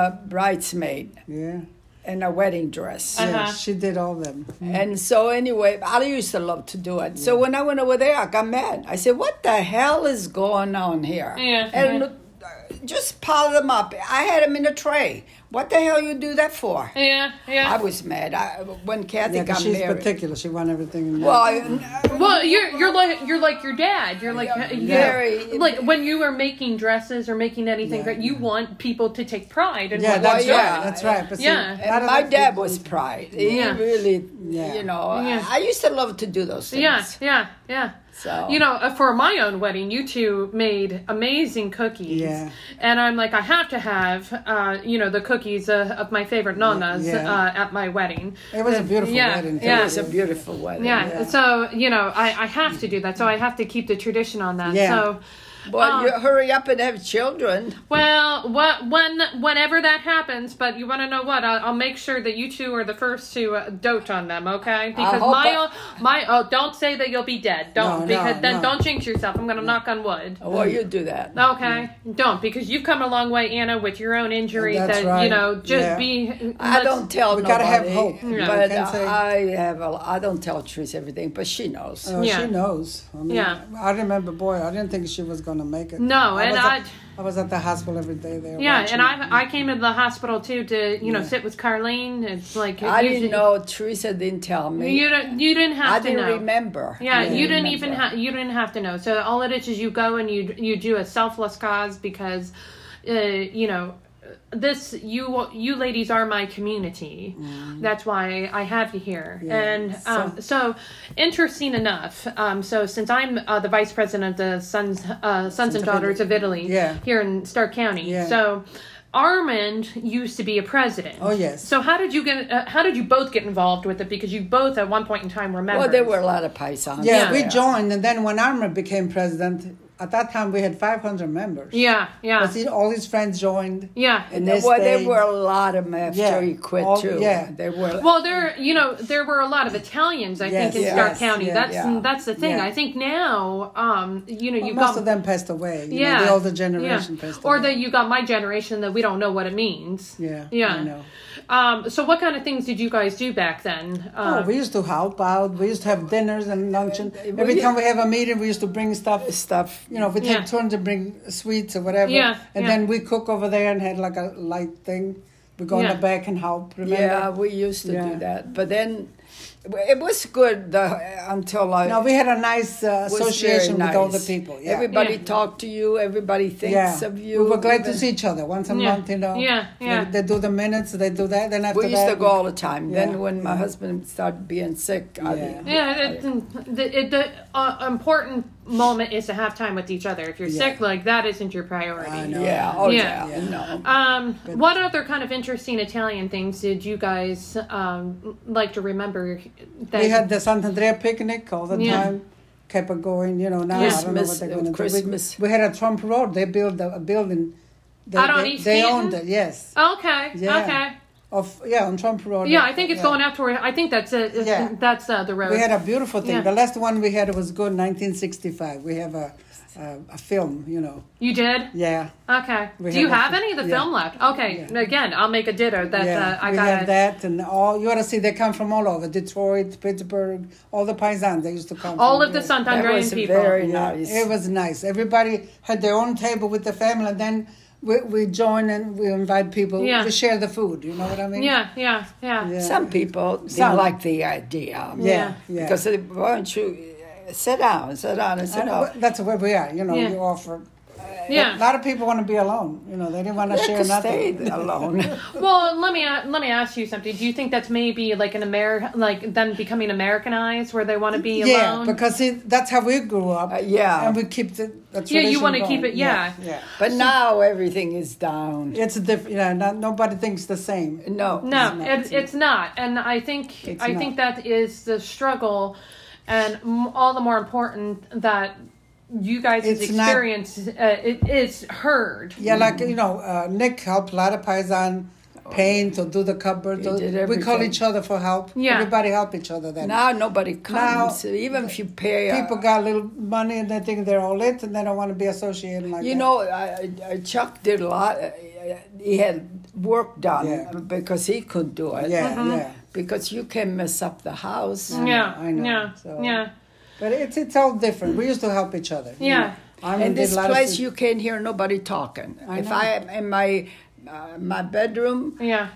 B: bridesmaid
C: Yeah.
B: and a wedding dress.
A: Uh-huh.
C: Yeah, she did all them.
B: And so anyway, I used to love to do it. So when I went over there, I got mad. I said, "What the hell is going on here?"
A: Yeah.
B: And
A: Yeah.
B: look, uh, just piled them up. I had them in a tray. What the hell you do that for?
A: Yeah,
B: I
A: yeah.
B: was mad. I, when Kathy
C: Yeah, 'cause
B: got
C: she's
B: married.
C: particular. She wants everything. in
B: Well,
C: one.
B: I-
A: well, you're you're like you're like your dad. You're like
B: Yeah,
A: you're-
B: very-
A: like when you are making dresses or making anything
C: Yeah.
A: great, you want people to take pride in
C: yeah,
A: what
C: that's
A: you do.
B: yeah.
C: right. That's right. But see,
A: Yeah.
C: a lot
B: And
C: of
B: my
C: us
B: dad
C: people-
B: was pride. He
A: Yeah.
B: really,
C: Yeah.
B: you know, I-
A: Yeah.
B: I, used to love to do those things.
A: Yeah, yeah, yeah.
B: So
A: You know, uh, for my own wedding, you two made amazing cookies.
C: Yeah.
A: And I'm like, I have to have, uh, you know, the cookies uh, of my favorite nanas
C: Yeah.
A: uh, at my wedding.
C: It was a beautiful
A: Yeah,
C: wedding.
A: yeah.
B: it was a beautiful wedding.
A: Yeah.
C: Yeah.
A: So, you know, I, I have to do that. So I have to keep the tradition on that.
C: Yeah.
A: So,
B: Boy,
A: Um,
B: you hurry up and have children.
A: well, what, when, whenever that happens, but you want to know what? I'll, I'll make sure that you two are the first to uh, dote on them, okay? Because
B: hope
A: my,
B: I-
A: own- my, oh, don't say that you'll be dead. Don't,
C: No, no,
A: because then
C: no.
A: don't jinx yourself. I'm going to knock on wood.
B: Well, you do that.
A: Okay, don't because you've come a long way, Anna, with your own injury.
C: That's
A: that you
C: right.
A: know, just
C: Yeah.
A: be.
B: I
A: let's-
B: don't tell
C: We
B: nobody,
C: gotta have hope. Yeah.
B: but
C: Can't say-
B: I have. A, I don't tell Therese everything, but she knows.
C: Oh,
A: Yeah.
C: she knows. I mean,
A: Yeah.
C: I remember, boy, I didn't think she was going to make it.
A: No, and
C: was
A: I-
C: At, I was at the hospital every day there.
A: Yeah,
C: watching
A: and
C: it.
A: I I came into the hospital too to you know sit with Carlene. It's like
B: I
A: you,
B: didn't know. Teresa didn't tell me.
A: You don't. You didn't have
B: I
A: to
B: didn't
A: know.
B: remember.
A: Yeah,
B: I
A: you didn't even
B: remember.
A: have you didn't have to know. So all it is is you go and you you do a selfless cause because, uh, you know, this you you ladies are my community. That's why I have you here. And um, so. interesting enough. Um, so since I'm uh, the vice president of the Sons uh, Sons and
C: of Italy.
A: Daughters of Italy
C: Yeah.
A: here in Stark County,
C: Yeah.
A: so. Armand used to be a president.
C: Oh, yes.
A: So how did you get? Uh, how did you both get involved with it? Because you both at one point in time were members.
B: Well, there were a lot of paisans.
C: Yeah,
A: Yeah.
C: we joined, and then when Armour became president, at that time we had 500 members.
A: Yeah, yeah,
C: But see, all his friends joined.
A: yeah.
C: And
B: There
C: they
B: were, there
C: stayed.
B: were a lot of them after
C: Yeah.
B: he quit
C: All-
B: too.
C: yeah.
B: there were.
A: Well, there, you know, there were a lot of Italians. I
C: Yes,
A: think in
C: yes,
A: Stark County.
C: yeah,
A: that's
B: yeah.
A: that's the thing.
C: Yeah.
A: I think now, um, you know, you
C: most
A: got
C: of them passed away. You
A: yeah,
C: Know, the older
A: yeah.
C: generation passed away.
A: or that you got my generation that we don't know what it means.
C: Yeah,
A: yeah.
C: I know.
A: Um, so what kind of things did you guys do back then?
C: Oh,
A: Uh,
C: we used to help out. We used to have dinners and luncheon. Every time we have a meeting, we used to bring stuff.
B: stuff.
C: You know, we take
A: Yeah.
C: turns to bring sweets or whatever.
A: Yeah,
C: And
A: yeah.
C: then we cook over there and had like a light thing. We go
A: Yeah.
C: in the back and help. Remember?
B: Yeah, we used to do
C: Yeah.
B: that, but then it was good the, until I.
C: No, we had a nice uh,
B: was
C: association
B: very
C: with all the
B: nice.
C: people. Yeah.
B: Everybody
A: Yeah.
B: talked to you. Everybody thinks
C: yeah.
B: of you.
C: We were glad to
B: Even-
C: see each other once a
A: Yeah.
C: month. You know.
A: Yeah,
C: They-
A: yeah.
C: They, do the minutes. They do that. Then after
B: We used
C: that,
B: to go all the time.
C: Yeah.
B: Then when my husband started being sick, I
C: Yeah.
B: didn't-
A: yeah, it's, the, it, the uh, important moment is to have time with each other. If you're sick, like that isn't your priority.
C: I know.
B: yeah, oh
A: Yeah.
B: yeah, no.
A: Um, what other kind of interesting Italian things did you guys um, like to remember? That
C: We had the Sant'Andrea picnic all the
A: Yeah.
C: time. Kept it going, you know. Now I don't know
B: Christmas,
C: what they're
B: uh,
C: going to
B: Christmas.
C: do. We, we had a Trump Road. They built a, a building. They,
A: Out on
C: they,
A: East
C: they
A: Canton?
C: owned it. Yes.
A: okay,
C: Yeah.
A: okay,
C: Of yeah, on Trump Road.
A: yeah. I think it's
C: Yeah.
A: going out toward. I think that's it.
C: Yeah.
A: that's uh, the road.
C: We had a beautiful thing.
A: Yeah.
C: The last one we had was good, 1965. We have a a, a film, you know.
A: you did.
C: Yeah.
A: Okay.
C: We
A: Do you
C: had
A: have
C: that.
A: any of the
C: Yeah.
A: film left? Okay. Again, I'll make a ditto. That
C: yeah,
A: uh, I
C: we
A: got.
C: have
A: it.
C: that, and all you want to see. They come from all over: Detroit, Pittsburgh, all the paisans. They used to come.
A: All
C: from
A: of the
C: here.
B: That
A: Sant'Andrean
B: was
A: people.
B: very
C: Yeah,
B: nice.
C: It was nice. Everybody had their own table with the family, and then we, we join and we invite people
A: Yeah.
C: to share the food. You know what I mean?
A: yeah, yeah, yeah,
C: Yeah.
B: Some people
C: Some.
B: didn't like the idea.
C: Yeah, yeah.
B: Because they weren't you uh, sit down, sit down, "Oh, and
C: I
B: sit
C: know,
B: down.
C: that's where we are. You know,
A: Yeah.
C: you offer.
A: Yeah.
C: A lot of people want to be alone. You know, they didn't want to share
B: They
C: nothing.
B: stayed alone.
A: Well, let me a- let me ask you something. Do you think that's maybe like an Amer like them becoming Americanized, where they want to be
C: Yeah,
A: alone?
C: because see, that's how we grew up.
B: Uh, yeah.
C: and we keep the. the
A: Yeah, you
C: tradition
A: wanna keep
C: going.
A: it- yeah.
C: yeah.
B: But now everything is down.
C: It's different. Yeah, not, nobody thinks the same.
B: No.
A: No, it's, it's not, and I think
C: It's
A: I
C: not.
A: think that is the struggle, and m- all the more important that you guys'
C: It's not-
A: experience uh, it is heard.
C: Yeah, like you know, uh, Nick helped a lot of paisan
A: Oh,
C: paint or do the cupboard.
B: He
C: or-
B: did
C: we call
B: everything.
C: each other for help.
A: Yeah.
C: everybody help each other then.
B: Now nobody comes. Even if you pay, uh,
C: People got a little money and they think they're all it and they don't want to be associated like
B: You
C: that.
B: know, I, I- I, Chuck did a lot. uh, He had work done
C: Yeah.
B: because he could do it.
C: Yeah,
A: uh-huh.
C: yeah.
B: Because you can mess up the house.
A: yeah,
C: I know,
A: yeah,
C: so-
A: yeah,
C: But it's it's all different. We used to help each other. you
A: Yeah.
C: know. I mean,
B: In
C: did
B: this
C: a lot of
B: place,
C: things.
B: you can't hear nobody talking. if I am in my uh, my bedroom,
A: Yeah.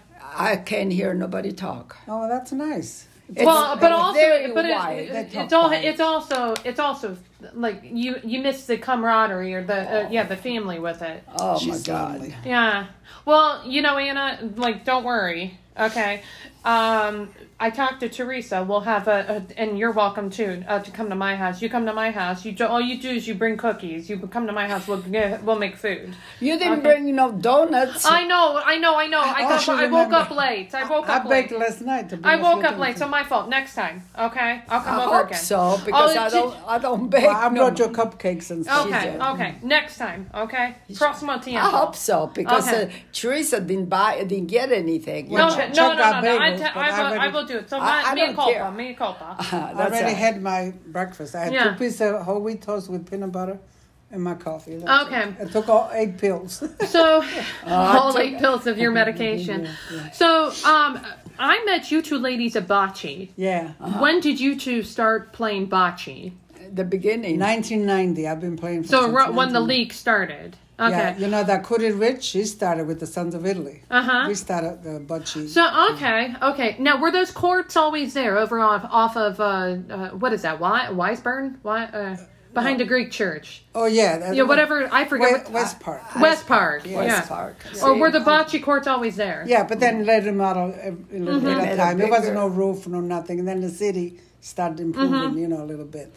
B: I can't hear nobody talk.
C: Oh, that's nice.
B: It's
A: well, but
B: very
A: also, but it,
B: wide.
A: it-
C: They
A: it's
C: talk
A: all
C: quiet.
A: it's also it's also like you you miss the camaraderie or the uh, yeah the family with it.
B: oh my
C: She's
B: God.
C: lovely.
A: Yeah. Well, you know, Anna, like, don't worry. Okay. Um, I talked to Teresa. We'll have a, a and you're welcome too uh, to come to my house. You come to my house. You do, all you do is you bring cookies. You come to my house. We'll get, we'll make food.
B: You didn't bring no donuts.
A: I know. I know. I know. I, got,
C: also
A: I woke
C: remember-
A: up late. I woke
C: I
A: up
C: baked
A: late.
C: last night. To be
A: I
C: honest
A: woke
C: with
A: up
C: you.
A: late, so my fault. Next time, okay? I'll come
B: I
A: over
B: hope
A: again.
B: so because
A: Oh,
B: I
A: did-
B: don't. I don't bake.
C: Well, I
B: no
C: brought your cupcakes and stuff.
A: Okay,
B: did.
A: okay. Next time, okay? Cross my teeth.
B: I hope so because
A: Okay.
B: uh, Teresa didn't buy, didn't get anything.
A: No,
C: Check-
A: no,
C: check
A: no, no,
C: our
A: no. I,
C: bagels,
A: te-
C: but
A: I,
C: I
A: will, I
C: already-
A: will do it. So
B: I-
A: my,
B: I
A: me
B: don't
A: culpa,
B: care.
A: me culpa.
B: That's
C: I already
B: all.
C: had my breakfast. I had
A: Yeah.
C: two pieces of whole wheat toast with peanut butter and my coffee. That's
A: Okay.
C: it. I took all eight pills.
A: So, all eight pills of your medication. So, um, I met you two ladies at bocce.
C: yeah.
A: When did you two start playing bocce?
B: the beginning.
C: 1990. I've been playing for
A: So
C: since
A: ro- when the
C: 1990.
A: league started. Okay.
C: Yeah, you know that Kuti Rich, she started with the Sons of Italy.
A: Uh-huh.
C: We started the Bocce.
A: So okay, okay. Now were those courts always there over off off of uh, uh what is that? Why Wiseburn? Why uh, behind the Greek church?
C: oh yeah, that-
A: Yeah, whatever. I forget. what-
C: West,
A: uh,
C: West Park.
A: West Park.
B: West
A: yeah.
B: Park.
A: Or
B: See?
A: were the bocce courts always there?
C: yeah, but then later model uh, in
A: Mm-hmm.
C: the
B: Made a
C: later time. It
B: bigger-
C: wasn't no roof, no nothing. And then the city started improving,
A: Mm-hmm.
C: you know, a little bit.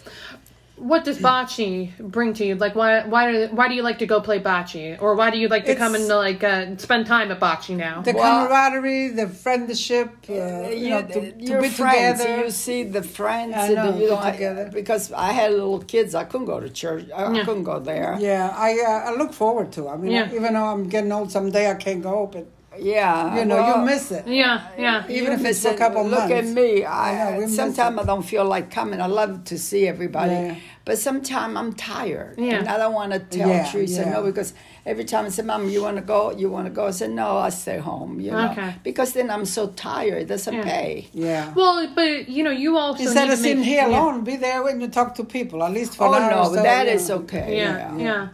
A: What does bocce bring to you? Like, why why do, why do you like to go play bocce, or why do you like to come and
C: It's-
A: like uh, spend time at bocce now?
C: The
B: Well-
C: camaraderie, the friendship, uh, you,
B: you,
C: know, to, to
B: your
C: be
B: friends,
C: together.
B: you see the friends.
C: I
B: and
C: know,
B: you don't,
C: be together.
B: because I had little kids, I couldn't go to church. I, I couldn't go there. Yeah,
C: yeah, I uh, I look forward to. it. I mean,
A: Yeah.
C: even though I'm getting old, someday I can't go, but you know,
B: Uh, well,
C: you miss it.
A: yeah, yeah.
C: even
B: you
C: if it's
B: miss
C: for a
B: it.
C: couple
B: Look at
C: months.
B: me.
C: I know,
B: I,
C: we miss
B: sometimes
C: it.
B: I don't feel like coming. I love to see everybody,
C: Yeah.
B: but sometimes I'm tired,
A: Yeah.
B: and I don't want to tell
C: Yeah,
B: Teresa
C: yeah.
B: no because every time I say, "Mom, you want to go? You want to go?" I say, "No, I stay home." You know,
A: Okay.
B: because then I'm so tired. It doesn't
A: Yeah.
B: pay.
C: Yeah.
A: Well, but you know, you also
C: Instead
A: need
C: of
A: to make,
C: sitting here
A: yeah.
C: alone, be there when you talk to people, at least for
B: Oh
C: an hour or
B: no,
C: so,
B: that
C: you
B: is
C: know.
B: okay.
A: yeah, yeah.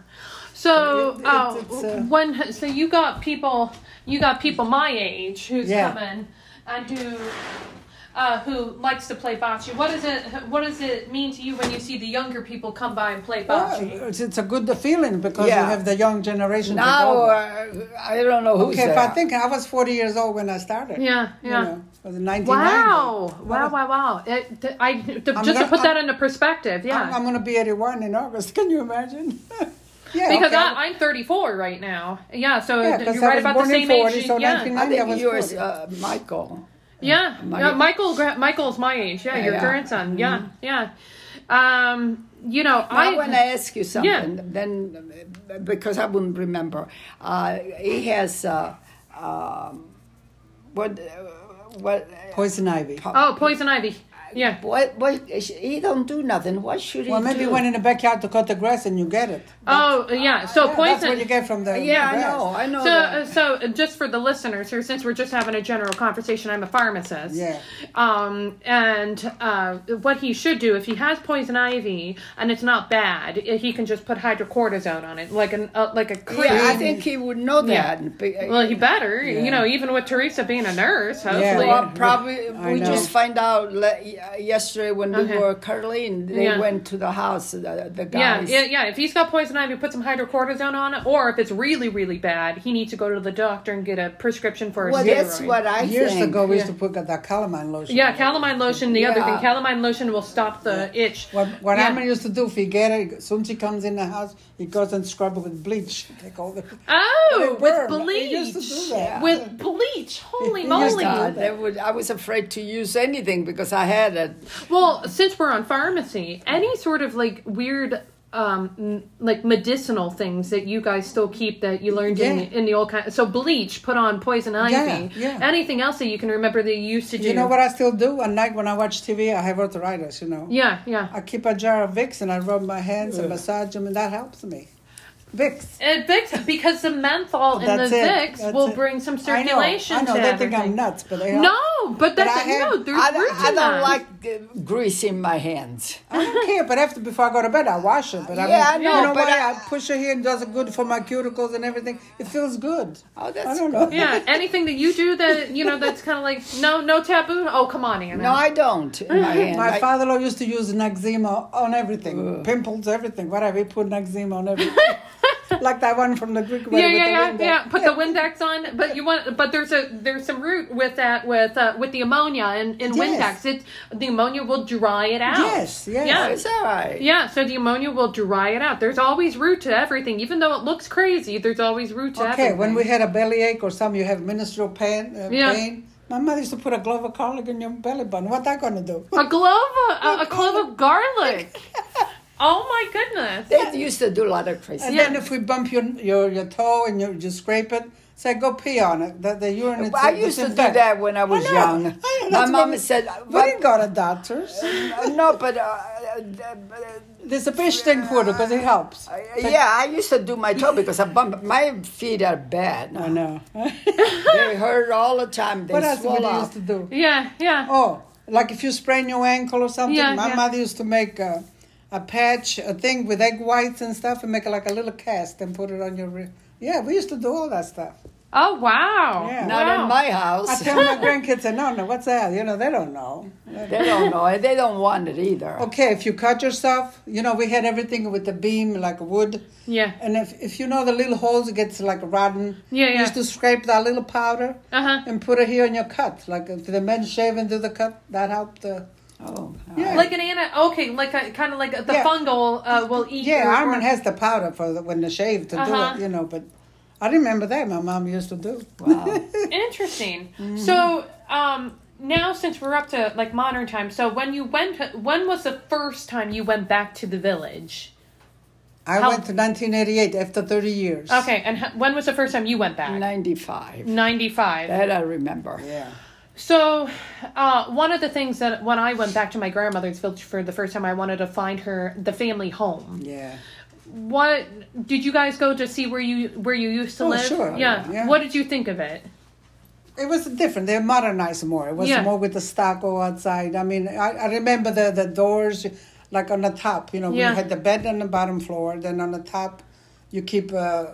A: So,
C: It- it-
A: uh,
C: it's, uh,
A: when so you got people, you got people my age who's
C: Yeah.
A: coming and who, uh, who likes to play bocce. What does it? What does it mean to you when you see the younger people come by and play bocce?
C: Well, uh, it's, it's a good feeling because you
B: Yeah.
C: have the young generation. to
B: Now
C: go with.
B: uh, I don't know who's
C: okay, if
B: there.
C: I think I was 40 years old when I started.
A: Yeah,
C: You
A: yeah.
C: know, I was 99.
A: Wow!
C: then.
A: Wow! Wow! Wow! It, th- I th- just to
C: gonna-
A: put that
C: I'm-
A: into perspective, yeah,
C: I'm, I'm going to be 81 in August. Can you imagine? yeah.
A: because I,
C: okay.
A: I'm 34 right now. Yeah, so
C: Yeah,
A: th-
C: 'cause
A: you're
C: I
A: right
C: was
A: about the
C: born
A: same
C: in 40,
A: age.
C: so
A: yeah,
C: 1990
B: I
C: I
B: think
C: was
B: you was
C: forty.
B: uh, Michael.
A: Yeah,
B: My-
A: yeah, Michael. Gra- Michael's my age. Yeah, your
B: Yeah.
C: Mm-hmm.
A: grandson. Yeah, yeah. Um, you know,
B: I,
A: I.
B: want to ask you something. Then, uh, because I wouldn't remember, uh, he has uh, um, what uh, what.
C: Poison ivy.
A: oh, poison ivy. Yeah.
B: What, what, he don't do nothing. What should he
C: Well, maybe
B: do?
C: when in the backyard to cut the grass and you get it.
A: Oh, yeah. So
C: Yeah,
A: poison.
C: That's what you get from the
B: yeah,
C: the
B: I
C: grass.
B: know, I know.
A: so,
B: that.
A: uh, so uh, just for the listeners here, since we're just having a general conversation, I'm a pharmacist.
C: Yeah.
A: Um, and uh, what he should do if he has poison ivy and it's not bad, i- he can just put hydrocortisone on it, like an uh, like a cream.
B: yeah, I think he would know
A: Yeah.
B: that. Be- uh,
A: well, he better, you know, even with Teresa being a nurse, hopefully.
B: Well, probably
C: I
B: we
C: know.
B: just find out le- uh, yesterday when
A: Okay.
B: we were curling. They
A: Yeah.
B: went to the house. The, the
A: Yeah,
B: guys.
A: yeah, yeah. If he's got poison ivy, put some hydrocortisone on it. Or if it's really, really bad, he needs to go to the doctor and get a prescription for a
B: Well,
A: steroid.
B: that's what I
C: Years
B: think.
C: ago, we used to put that calamine lotion.
A: yeah, calamine lotion. The other
B: Yeah.
A: thing, calamine lotion will stop the itch.
C: What, what
A: yeah.
C: Amber used to do, if he get it, as soon as he comes in the house, he goes and scrub it with bleach. Take all the.
A: Oh,
C: It
A: with
C: burned.
A: bleach.
C: He used to do that.
A: With bleach. Holy
C: He used
A: moly.
C: to
B: God, that would, I was afraid to use anything because I had it.
A: Well, since we're on pharmacy, any sort of like weird um m- like medicinal things that you guys still keep that you learned in,
C: Yeah.
A: in the old kind so bleach put on poison ivy
C: yeah.
A: anything else that you can remember that you used to do
C: You know what I still do? At night when I watch TV, I have arthritis, you know.
A: yeah yeah
C: I keep a jar of Vicks and I rub my hands and massage them, and that helps me. Vicks.
A: It Uh, Vicks because the menthol in the
C: That's it.
A: Vicks
C: That's
A: will
C: it.
A: bring some
C: I know.
A: circulation
C: I know.
A: to
C: they
A: everything.
C: think I'm nuts, but they
A: No, but
C: But
A: that's
C: I have-
A: no. There's
B: I,
A: root
B: don't- I
A: in
B: don't
A: that.
B: like uh, grease in my hands.
C: I don't care. But after before I go to bed, I wash it. But I,
B: Yeah, I
C: mean,
B: know,
C: You know
B: but
C: why?
B: I-
C: I, push it here and does it good for my cuticles and everything. It feels good.
B: Oh,
C: I
B: that's
C: don't know.
A: yeah, anything that you do that you know that's kind of like no, no taboo. Oh, come on, Anna.
B: no, I don't. In my hand.
C: My
B: I-
C: father-in-law used to use Noxzema on everything, pimples, everything, whatever. He put Noxzema on everything, like that one from the Greek wedding.
A: yeah,
C: with
A: yeah,
C: the
A: yeah,
C: window.
A: yeah. Put the Windex on, but you want, but there's a there's some root with that with uh, with the ammonia and in
C: Yes.
A: Windex. It the ammonia will dry it out.
C: Yes, yes.
A: Yeah.
B: Oh, it's all right.
A: Yeah, so the ammonia will dry it out. There's always root to everything, even though it looks crazy. There's always root to
C: Okay,
A: everything.
C: when we had a bellyache or some, you have menstrual pain. Uh,
A: Yeah.
C: pain. My mother used to put a clove of garlic in your belly button. What that gonna do?
A: a clove, a, a clove of garlic. oh my goodness!
B: They used to do a lot of crazy.
C: And
A: Yeah.
C: then if we bump your your, your toe and you just scrape it, say go pee on it. That the urine. is-
B: I used to do
C: disinfect.
B: that when I was
C: know.
B: young.
C: I know,
B: my
C: that's
B: mom
C: what-
B: said,
C: We didn't
B: "What-
C: go to doctors.
B: "No, but uh, uh, uh,
C: There's a fish thing for it because it helps.
B: I- uh, yeah, I used to do my toe because I bump. My feet are bad.
C: I know.
B: They hurt all the time. They
C: what else
B: swell
C: would you
B: up.
C: used to do?
A: Yeah, yeah.
C: Oh, like if you sprain your ankle or something.
A: Yeah,
C: my
A: yeah.
C: mother used to make a, a patch, a thing with egg whites and stuff, and make it like a little cast and put it on your. Re- yeah, we used to do all that stuff.
A: Oh wow!
C: Yeah.
B: Not
A: wow.
B: in my
C: I
B: house.
C: tell my grandkids, I don't know what's that. You know, they don't know.
B: they don't know. it. They don't want it either.
C: Okay, if you cut yourself, you know, we had everything with the beam, like wood.
A: Yeah.
C: And if, if you know the little holes, it gets like rotten.
A: Yeah,
C: You
A: yeah.
C: used to scrape that little powder
A: Uh-huh.
C: and put it here in your cut. Like if the men shave and do the cut, that helped. Uh,
B: Oh,
C: yeah.
A: Like an anti, okay, like a kind of like a, the
C: Yeah.
A: fungal uh, will eat.
C: yeah,
A: your-
C: Armin has the powder for the, when they shave to
A: Uh-huh.
C: do it, you know, but I remember that my mom used to do.
B: wow.
A: Interesting.
B: Mm-hmm.
A: So, um, now since we're up to like modern time, so when you went, when was the first time you went back to the village?
C: I
A: How-
C: went to 1988 after 30 years.
A: Okay, and h- when was the first time you went back?
B: Ninety-five.
A: Ninety-five.
B: That I remember.
C: Yeah.
A: So, uh, one of the things that when I went back to my grandmother's village for the first time, I wanted to find her the family home.
C: Yeah.
A: What did you guys go to see where you where you used to
C: Oh,
A: live?
C: sure,
A: Yeah.
C: yeah.
A: What did you think of it?
C: It was different. They modernized more. It was
A: Yeah.
C: more with the stucco outside. I mean, I, I remember the, the doors, like on the top, you know,
A: Yeah.
C: we had the bed on the bottom floor. Then on the top, you keep uh,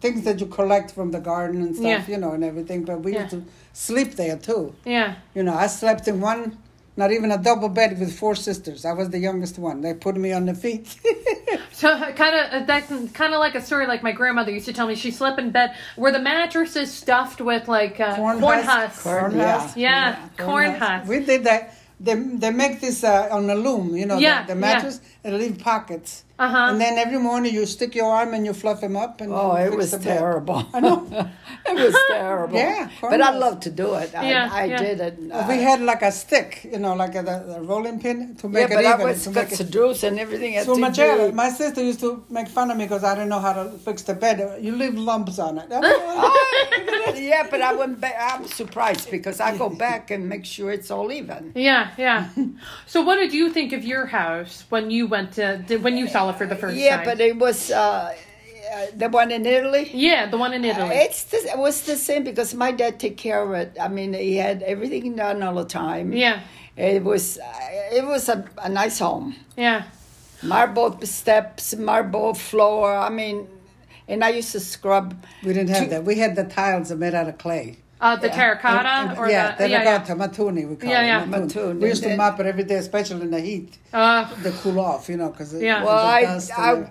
C: things that you collect from the garden and stuff,
A: Yeah.
C: you know, and everything. But we used
A: Yeah.
C: to sleep there too.
A: Yeah.
C: You know, I slept in one, not even a double bed with four sisters. I was the youngest one. They put me on the feet.
A: So kind of that's kind of like a story like my grandmother used to tell me. She slept in bed where the mattress is stuffed with like uh, corn, husks.
C: Corn
B: Yeah.
C: husks.
A: Yeah, corn husks.
C: We did that. They, they make this uh, on a loom, you know, the-
A: Yeah,
C: the,
A: yeah.
C: mattress, and leave pockets.
A: Uh-huh.
C: And then every morning you stick your arm and you fluff them up. And
B: Oh,
C: then
B: it
C: fix
B: was
C: the bed.
B: terrible. I know. it was terrible.
C: Yeah,
B: But I
C: cornrows.
B: love to do it. I,
A: Yeah,
B: I
A: yeah.
B: did it. uh,
C: We had like a stick, you know, like a, the, the rolling pin to
B: yeah,
C: make
B: but
C: it
B: I
C: even.
B: was
C: to
B: got
C: make it,
B: seduced and everything. I
C: so
B: did
C: my,
B: do.
C: child, my sister used to make fun of me because I didn't know how to fix the bed. You leave lumps on it.
B: Oh, yeah, but I went back. I'm surprised because I go back and make sure it's all even.
A: Yeah, yeah. so what did you think of your house when you went to did- when you saw it for the first
B: Yeah,
A: time?
B: but it was uh, uh, the one in Italy.
A: yeah, the one in Italy.
B: Uh, It's the, it was the same because my dad take care of it. I mean, he had everything done all the time.
A: yeah,
B: it was uh, it was a, a nice home.
A: yeah.
B: marble steps, marble floor. I mean, and I used to scrub.
C: we didn't have
B: Two-
C: that. We had the tiles made out of clay.
A: Uh, the terracotta
C: And-
A: or
C: yeah,
A: the
C: then I
A: yeah,
C: got
A: yeah.
C: to matuni. We call
A: Yeah,
C: it
A: yeah.
C: matuni.
B: Matuni.
C: We used to
B: Then-
C: mop it every day, especially in the heat,
A: Uh,
C: the cool off, you know, because
A: Yeah.
B: Well, I- I-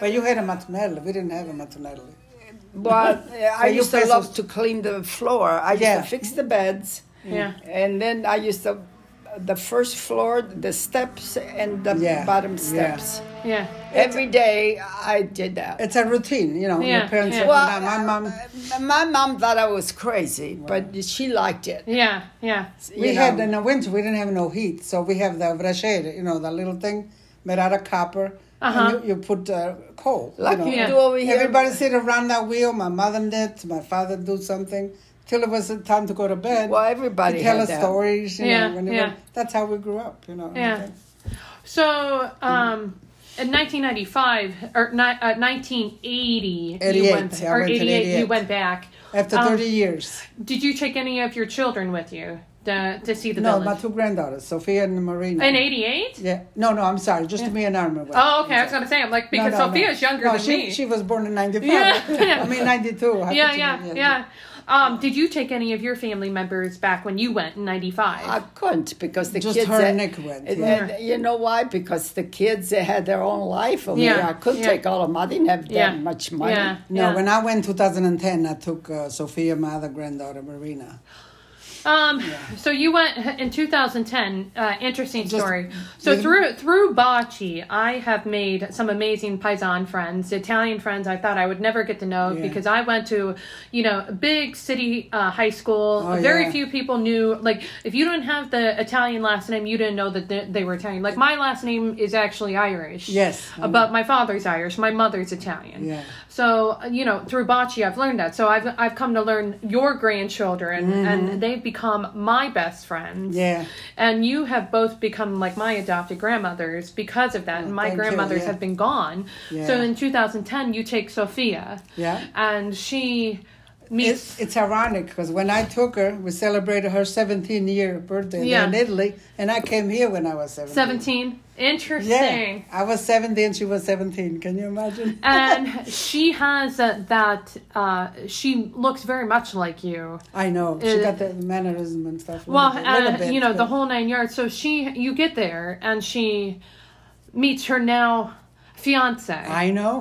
C: but you had a matunello. We didn't have a matunello.
B: But I
C: you
B: used to
C: face
B: love
C: was-
B: to clean the floor. I used
C: Yeah.
B: to fix the beds,
A: yeah.
C: Mm.
B: and then I used to the first floor, the steps, and the
C: Yeah,
B: bottom
C: yeah.
B: steps.
A: Yeah.
B: Every day I did that.
C: It's a routine, you know.
A: Yeah,
C: Your parents
A: yeah.
C: said,
B: Well,
C: "Nah, my mom.
B: uh, my mom thought I was crazy, but she liked it.
A: Yeah. Yeah.
B: you
C: We had
B: know.
C: in the winter. We didn't have no heat, so we have the brachere, you know, the little thing made out of copper.
A: Uh-huh.
C: And you, you put uh, coal. you
B: Like
C: know.
B: we
A: Yeah.
B: do over here.
C: Everybody sit around that wheel. My mother knit. My father do something till it was time to go to bed.
B: Well, everybody
C: to tell
B: had
C: us
B: that.
C: stories. You
A: Yeah,
C: know, when they
A: yeah.
C: were- that's how we grew up. You know.
A: Yeah. So, um, in 1995 or ni- uh, 1980, you
C: 88,
A: went,
C: I
A: or
C: went to
A: 88, you
C: 88.
A: went back.
C: After
A: Um,
C: 30 years.
A: Did you take any of your children with you to, to see the
C: No, my
A: village?
C: two granddaughters, Sophia and Marina.
A: in 88?
C: yeah. No, no, I'm sorry. Just me and Armin. went.
A: Oh, okay. I was going to say, I'm like,
C: No,
A: because
C: no, no.
A: Sophia's younger
C: No,
A: than
C: she,
A: me.
C: She was born in 95.
A: Yeah.
C: I mean, 92. How
A: yeah,
C: could you
A: yeah, yeah,
C: not-
A: Um, did you take any of your family members back when you went in 95?
B: I couldn't because the
C: Just
B: kids.
C: her
B: had-
C: Nick went,
B: and-
C: yeah.
B: and you know why? Because the kids they had their own life over
A: Yeah,
B: there. I couldn't
A: yeah.
B: take all of them. I didn't have that
A: yeah.
B: much money.
A: Yeah.
C: No,
A: yeah.
C: when I went 2010, I took uh, Sophia, my other granddaughter, Marina.
A: Um, so you went in 2010. Uh, interesting
C: Just-
A: story. So through through bocce, I have made some amazing paisan friends, Italian friends. I thought I would never get to know
C: Yeah.
A: because I went to, you know, a big city uh, high school.
C: Oh,
A: Very
C: yeah.
A: few people knew. Like, if you didn't have the Italian last name, you didn't know that they, they were Italian. Like, my last name is actually Irish.
C: Yes, I
A: uh, but my father's Irish. My mother's Italian.
C: Yeah.
A: So uh, you know, through bocce, I've learned that. So I've I've come to learn your grandchildren, and they've become my best friends.
C: Mm-hmm. Yeah.
A: And you have both become like my adopted grandmothers because of that. and my
C: Oh, thank you,
A: grandmothers
C: yeah.
A: have been gone. So
C: Yeah.
A: in 2010, you take Sophia.
C: Yeah.
A: And she meets.
C: It's, it's ironic because when I took her, we celebrated her 17 year birthday
A: Yeah.
C: in Italy, and I came here when I was 17.
A: 17. Interesting.
C: Yeah. I was 17 and she was 17. Can you imagine?
A: And she has uh, that, uh, she looks very much like you.
C: I know. She
A: Uh,
C: got the mannerism and stuff. a
A: well
C: little bit- little
A: uh,
C: bit,
A: you know the
C: but-
A: whole nine yards so she you get there and she meets her now fiance Uh,
C: I know.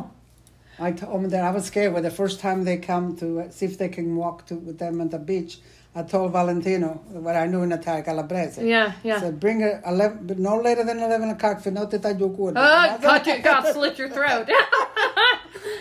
C: I told them that I was scared when the first time they come to uh, see if they can walk to with them on the beach. I told Valentino what I knew in Italian Calabrese.
A: Yeah, yeah.
C: Said bring her eleven, but no later than eleven o'clock. For not that I do good.
A: uh,
C: That's what
A: cut your, God, slit your throat.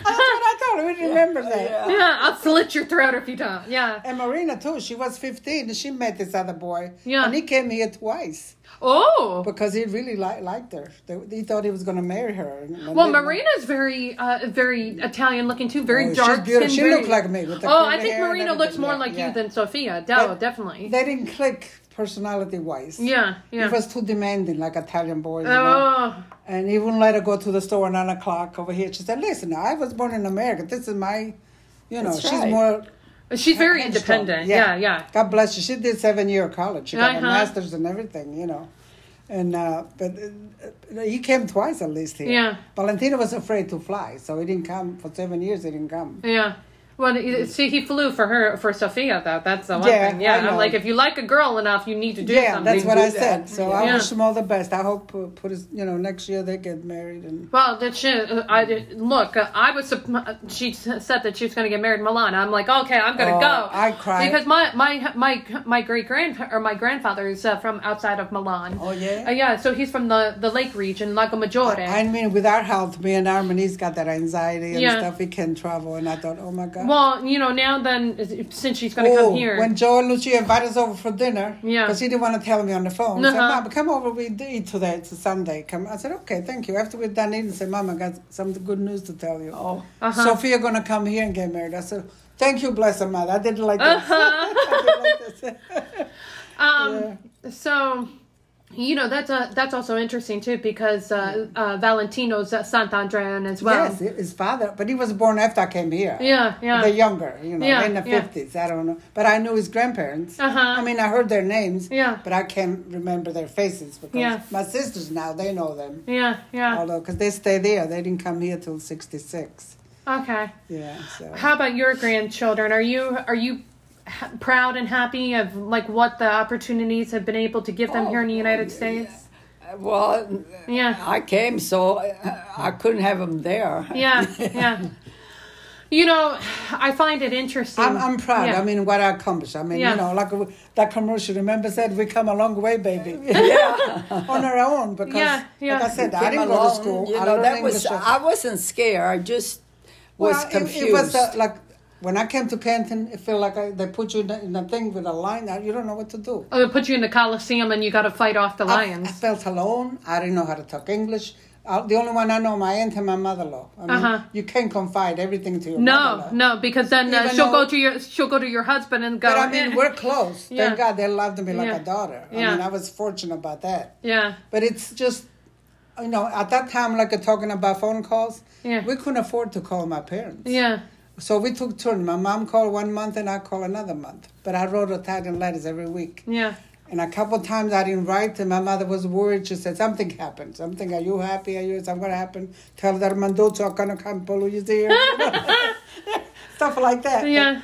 C: I told her. We remember that.
A: yeah, I'll slit your throat if you don't. Yeah.
C: And Marina too. She was fifteen. and She met this other boy.
A: Yeah.
C: And he came here twice
A: Oh.
C: because he really li- liked her. They, he thought he was going to marry her. and- and
A: Well,
C: didn't.
A: Marina's very, uh, very Italian looking too. Very
C: Oh, she's
A: dark skin.
C: beautiful. She
A: very-
C: looked like me with the
A: oh,
C: curly
A: I think
C: hair and
A: Marina looks
C: everything.
A: more
C: Yeah,
A: like
C: yeah.
A: you than Sophia. Del,
C: But
A: definitely.
C: They didn't click personality wise.
A: yeah, yeah.
C: It was too demanding, like Italian boys. you know?
A: oh,
C: And he wouldn't let her go to the store at nine o'clock over here. She said, "Listen, I was born in America. This is my, you know,
B: That's
C: she's
B: right.
C: more."
A: she's very
C: headstrong.
A: independent. Yeah, yeah.
C: God bless you. She did seven year college. She got
A: Uh-huh.
C: a master's and everything, you know. And uh, but uh, he came twice at least here.
A: Yeah.
C: Valentino was afraid to fly, so he didn't come for seven years. He didn't come.
A: Yeah. Well, you- see, he flew for her for Sophia though. That's the one
C: Mm. Yeah,
A: thing. Yeah,
C: I
A: I'm
C: know.
A: like, if you like a girl enough, you need to do
C: yeah,
A: something.
C: that's what
B: do
C: I
B: that.
C: said. So I
A: Yeah.
C: wish them all the best. I hope uh, put his, you know next year they get married and
A: Well, that she, uh, I did- look. uh, I was. sup- uh, She s- said that she was going to get married in Milan. I'm like, okay, I'm going to
C: Oh,
A: go.
C: I cried.
A: because my my my my great grand or my grandfather is uh, from outside of Milan.
C: Oh, yeah?
A: Uh, yeah. So he's from the the lake region, Lago Maggiore.
C: I mean, with our health, me and Armin, he's got that anxiety and
A: Yeah.
C: stuff. He can travel, and I thought, oh my god.
A: well, you know, now then, is- since she's going to
C: Oh,
A: come here,
C: when Joe and Lucia invited us over for dinner,
A: Yeah.
C: because he didn't want to tell me on the phone. He
A: Uh-huh.
C: said, Mom, come over, we eat today. It's a Sunday. Come. I said, okay, thank you. After we're done eating, I said, Mom, I got some good news to tell you.
B: Oh.
A: Uh-huh.
C: Sophia gonna come here and get married. I said, thank you, bless her mother. I didn't like this.
A: Uh-huh.
C: I didn't like this.
A: Um, So, you know, that's uh that's also interesting too because uh, uh, Valentino's uh, Sant'Andrean as well.
C: yes, his father, but he was born after I came here.
A: Yeah, yeah.
C: The younger, you know,
A: Yeah,
C: in the
A: yeah.
C: 50s. I don't know. But I knew his grandparents.
A: Uh-huh.
C: I mean, I heard their names,
A: Yeah.
C: but I can't remember their faces because
A: Yeah.
C: my sisters now, they know them.
A: yeah, yeah.
C: Although, because they stay there, they didn't come here till '66.
A: Okay.
C: Yeah, so
A: How about your grandchildren? Are you are you ha- proud and happy of like what the opportunities have been able to give
C: Oh,
A: them here in the United States?
B: Uh, Well,
A: Yeah.
B: I came, so uh, I couldn't have them there.
A: Yeah. Yeah. You know, I find it interesting.
C: I'm, I'm proud.
A: Yeah.
C: I mean, what I accomplished. I mean,
A: Yeah.
C: you know, like w- that commercial. Remember said we come a long way, baby. on our own because,
A: Yeah, yeah.
C: like I said, I
B: Came
C: didn't go to
B: along,
C: school.
B: you
C: I
B: know,
C: learned
B: that was
C: English.
B: I wasn't scared. I just was
C: Well, it-
B: confused.
C: It, was uh, like when I came to Canton, it felt like I, they put you in a, in a thing with a line. uh, You don't know what to do.
A: Oh, they put you in the Coliseum and you got to fight off the
C: I-
A: lions.
C: I, felt alone. I didn't know how to talk English. Uh, the only one I know, my aunt and my mother-in-law. I mean,
A: Uh-huh.
C: you can't confide everything to your
A: No,
C: mother-in-law.
A: no, because then uh,
C: Even
A: she'll go
C: though-
A: to your she'll go to your husband and go.
C: But I mean,
A: "Eh."
C: we're close.
A: Yeah.
C: Thank God they loved me like
A: Yeah.
C: a daughter. I
A: Yeah.
C: mean, I was fortunate about that.
A: yeah,
C: But it's just, you know, at that time, like uh, talking about phone calls,
A: Yeah.
C: we couldn't afford to call my parents.
A: Yeah.
C: So we took turns. My mom called one month and I called another month. But I wrote Italian letters every week.
A: Yeah.
C: And a couple times I didn't write, and my mother was worried. She said, Something happened. Something, are you happy? Are you, something going to happen? Tell that Manduccio going to come pull you there. Stuff like that.
A: Yeah.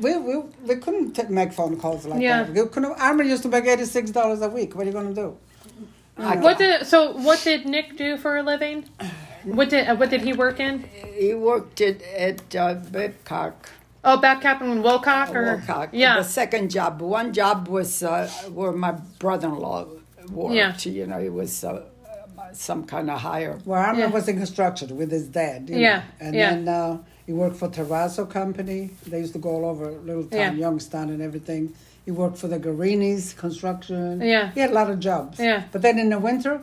C: We, we, we couldn't t- make phone calls like
A: Yeah.
C: that. We couldn't, Armin used to make $86 a week. What are you going to do? Mm.
A: What did so? What did Nick do for a living? What did uh, what did he work in?
B: He worked at, at uh, Babcock.
A: Oh, back Captain Wilcock or
B: Wilcock.
A: yeah,
B: The second job. One job was uh, where my brother-in-law worked.
A: Yeah.
B: You know, he was uh, some kind of higher.
C: Well, Armin
A: Yeah.
C: was in construction with his dad. you know.
A: Yeah,
C: And
A: yeah.
C: then uh, he worked for Terrazzo Company. They used to go all over little town,
A: Yeah.
C: Youngstown and everything. He worked for the Garini's construction.
A: Yeah.
C: He had a lot of jobs.
A: Yeah.
C: But then in the winter,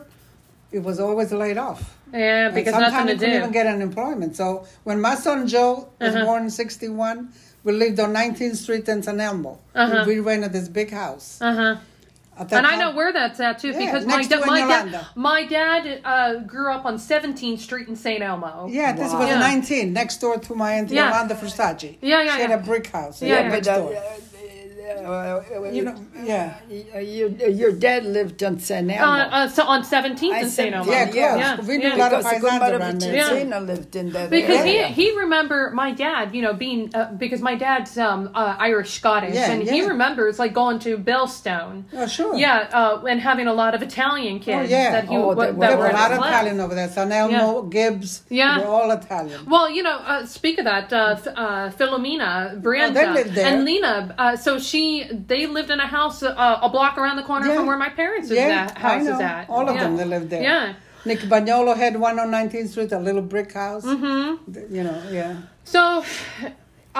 C: it was always laid off.
A: yeah,
C: And
A: because
C: sometimes
A: nothing to
C: you couldn't even
A: do. Uh-huh.
C: get unemployment. So when my son Joe was born in 61, we lived on 19th Street in San Elmo.
A: Uh-huh.
C: We, we rented this big house.
A: Uh huh.
C: At that
A: And I
C: time-
A: know where that's at too,
C: Yeah,
A: because my
C: next
A: da-
C: to
A: my dad
C: Yolanda.
A: my dad uh, grew up on 17th Street in St. Elmo.
C: Yeah, this
B: Wow.
C: was
A: Yeah.
C: 19, next door to my auntie
A: Yeah.
C: Yolanda Versace.
A: Yeah, yeah,
C: She had
A: yeah.
C: a brick house.
A: Yeah,
C: next
B: but, uh,
C: door.
B: uh, uh,
C: You know, yeah.
B: uh, your, your dad lived in San
A: Uh,
B: Elmo.
A: uh, so on 17th
B: I
A: in St.
B: said-
A: Elmo.
C: Yeah,
B: Yeah,
C: close.
A: yeah,
C: We knew
A: yeah.
C: a lot of
B: because the good
C: Paisanza
B: mother
C: around there.
A: Yeah.
B: Vicentina lived in that
A: Because
B: area.
A: he he remember my dad, you know, being uh, because my dad's um, uh, Irish Scottish,
C: Yeah,
A: and he
C: yeah.
A: remembers like going to Bellstone.
C: Oh, sure.
A: Yeah, uh, and having a lot of Italian kids
C: yeah.
A: that he
B: Oh,
A: wa-
B: they were-
C: There
A: that
C: were
A: were
C: a
A: in
C: lot
A: his
C: of
A: class.
C: Italian over there. San Elmo, Gibbs.
A: Yeah.
C: They were all Italian.
A: Well, you know, uh, speak of that, uh, F- uh, Philomena,
C: Oh, they
A: Brianza,
C: lived there.
A: and Lena. Uh, so she, they lived in a house uh, a block around the corner
C: Yeah.
A: from where my parents'
C: Yeah,
A: is at,
C: I
A: house is
C: know.
A: at.
C: All of
A: Yeah.
C: them, they lived there.
A: Yeah.
C: Nick Bagnolo had one on 19th Street, a little brick house. Mm-hmm. You know, yeah.
A: So,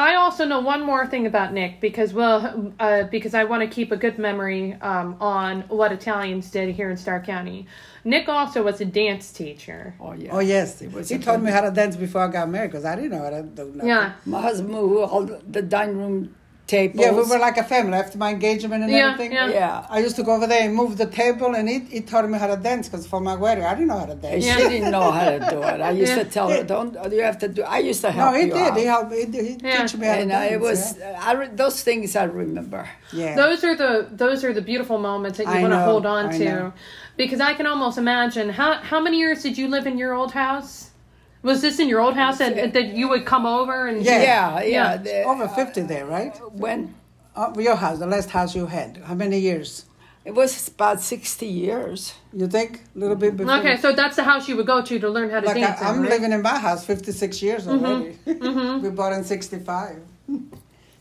A: I also know one more thing about Nick because well, uh, because I want to keep a good memory um, on what Italians did here in Stark County. Nick also was a dance teacher.
B: Oh, yeah.
C: Oh, yes. He,
B: was a
C: taught me how to dance before I got married because I didn't know how to do nothing.
A: Yeah.
B: My husband moved all the dining room tables.
C: Yeah, we were like a family after my engagement and
A: Yeah,
C: everything.
A: yeah.
B: Yeah.
C: I used to go over there and move the table, and it, it taught me how to dance because for my wedding, I didn't know how to
B: And
C: dance.
B: She
A: Yeah.
B: didn't know how to do it. I used
A: Yeah.
B: to tell her, "Don't you have to do?" I used to
C: No,
B: help
C: he
B: you
C: did.
B: out.
C: He helped. He, he
A: Yeah.
C: teach me how
B: and
C: to
B: uh,
C: dance.
B: it was I re- those things I remember.
C: yeah. Yeah.
A: Those are the those are the beautiful moments that you
C: I
A: want to
C: know,
A: hold on
C: I
A: to,
C: know.
A: because I can almost imagine how how many years did you live in your old house? Was this in your old house that that you would come over and
C: Yeah.
B: Yeah, yeah.
A: Yeah.
B: the-
C: over fifty there, right?
B: when
C: Uh, your house, the last house you had. How many years?
B: it was about sixty years.
C: You think a little bit before?
A: Okay, so that's the house you would go to to learn how to
C: Like
A: dance.
C: I, am
A: right? Mm-hmm,
C: living in my house, fifty-six years already. we bought in sixty-five,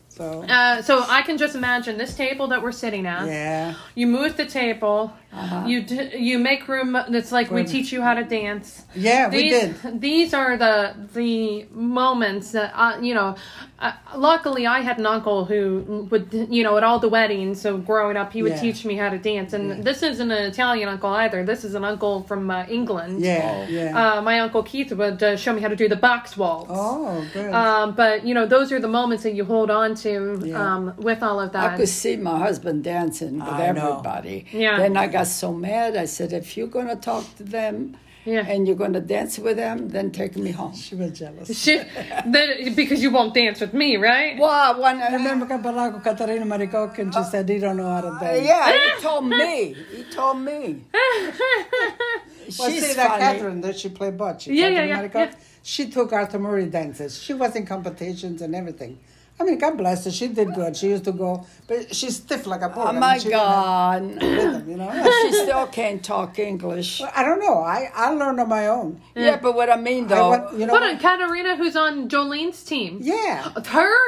C: so
A: Uh, so I can just imagine this table that we're sitting at.
C: yeah.
A: You move the table.
C: Uh-huh.
A: You d- you make room. That's like we teach you how to dance.
C: Yeah, we
A: These,
C: did.
A: These are the the moments that I, you know. Uh, luckily, I had an uncle who would you know at all the weddings. So growing up, he would
C: Yeah.
A: teach me how to dance. And this isn't an Italian uncle either. This is an uncle from uh, England.
C: Yeah,
B: Oh.
C: yeah.
A: Uh, my uncle Keith would uh, show me how to do the box waltz.
C: oh, good.
A: Um, but you know, those are the moments that you hold on to
C: Yeah.
A: um, with all of
B: I
A: that.
B: could see my husband dancing with
C: I know.
B: everybody.
A: Yeah.
B: Then I got so mad. I said, "If you're gonna talk to them
A: Yeah.
B: and you're gonna dance with them, then take me home."
C: she was jealous.
A: Shit, that, because you won't dance with me, right?
B: Well, when
C: I remember Capalago Katarina Maricok and she
A: Uh,
C: said, "You don't know how to dance."
B: yeah, he told me. He told me. She's
C: Well, see that
B: funny.
C: Catherine that she played bocce.
A: Yeah, yeah,
C: Catherine
A: yeah,
C: Maricot,
A: yeah.
C: She took Arthur Murray dances. She was in competitions and everything. I mean, God bless her. She did good. She used to go, but she's stiff like a board. I
B: Oh
C: mean,
B: my
C: she didn't have
B: God.
C: rhythm, you know.
B: she still can't talk English.
C: I don't know. I, I learned on my own.
B: Yeah, but what I mean
C: I
B: though,
C: went- you know.
A: What on Katarina, who's on Jolene's team?
C: yeah.
A: Her,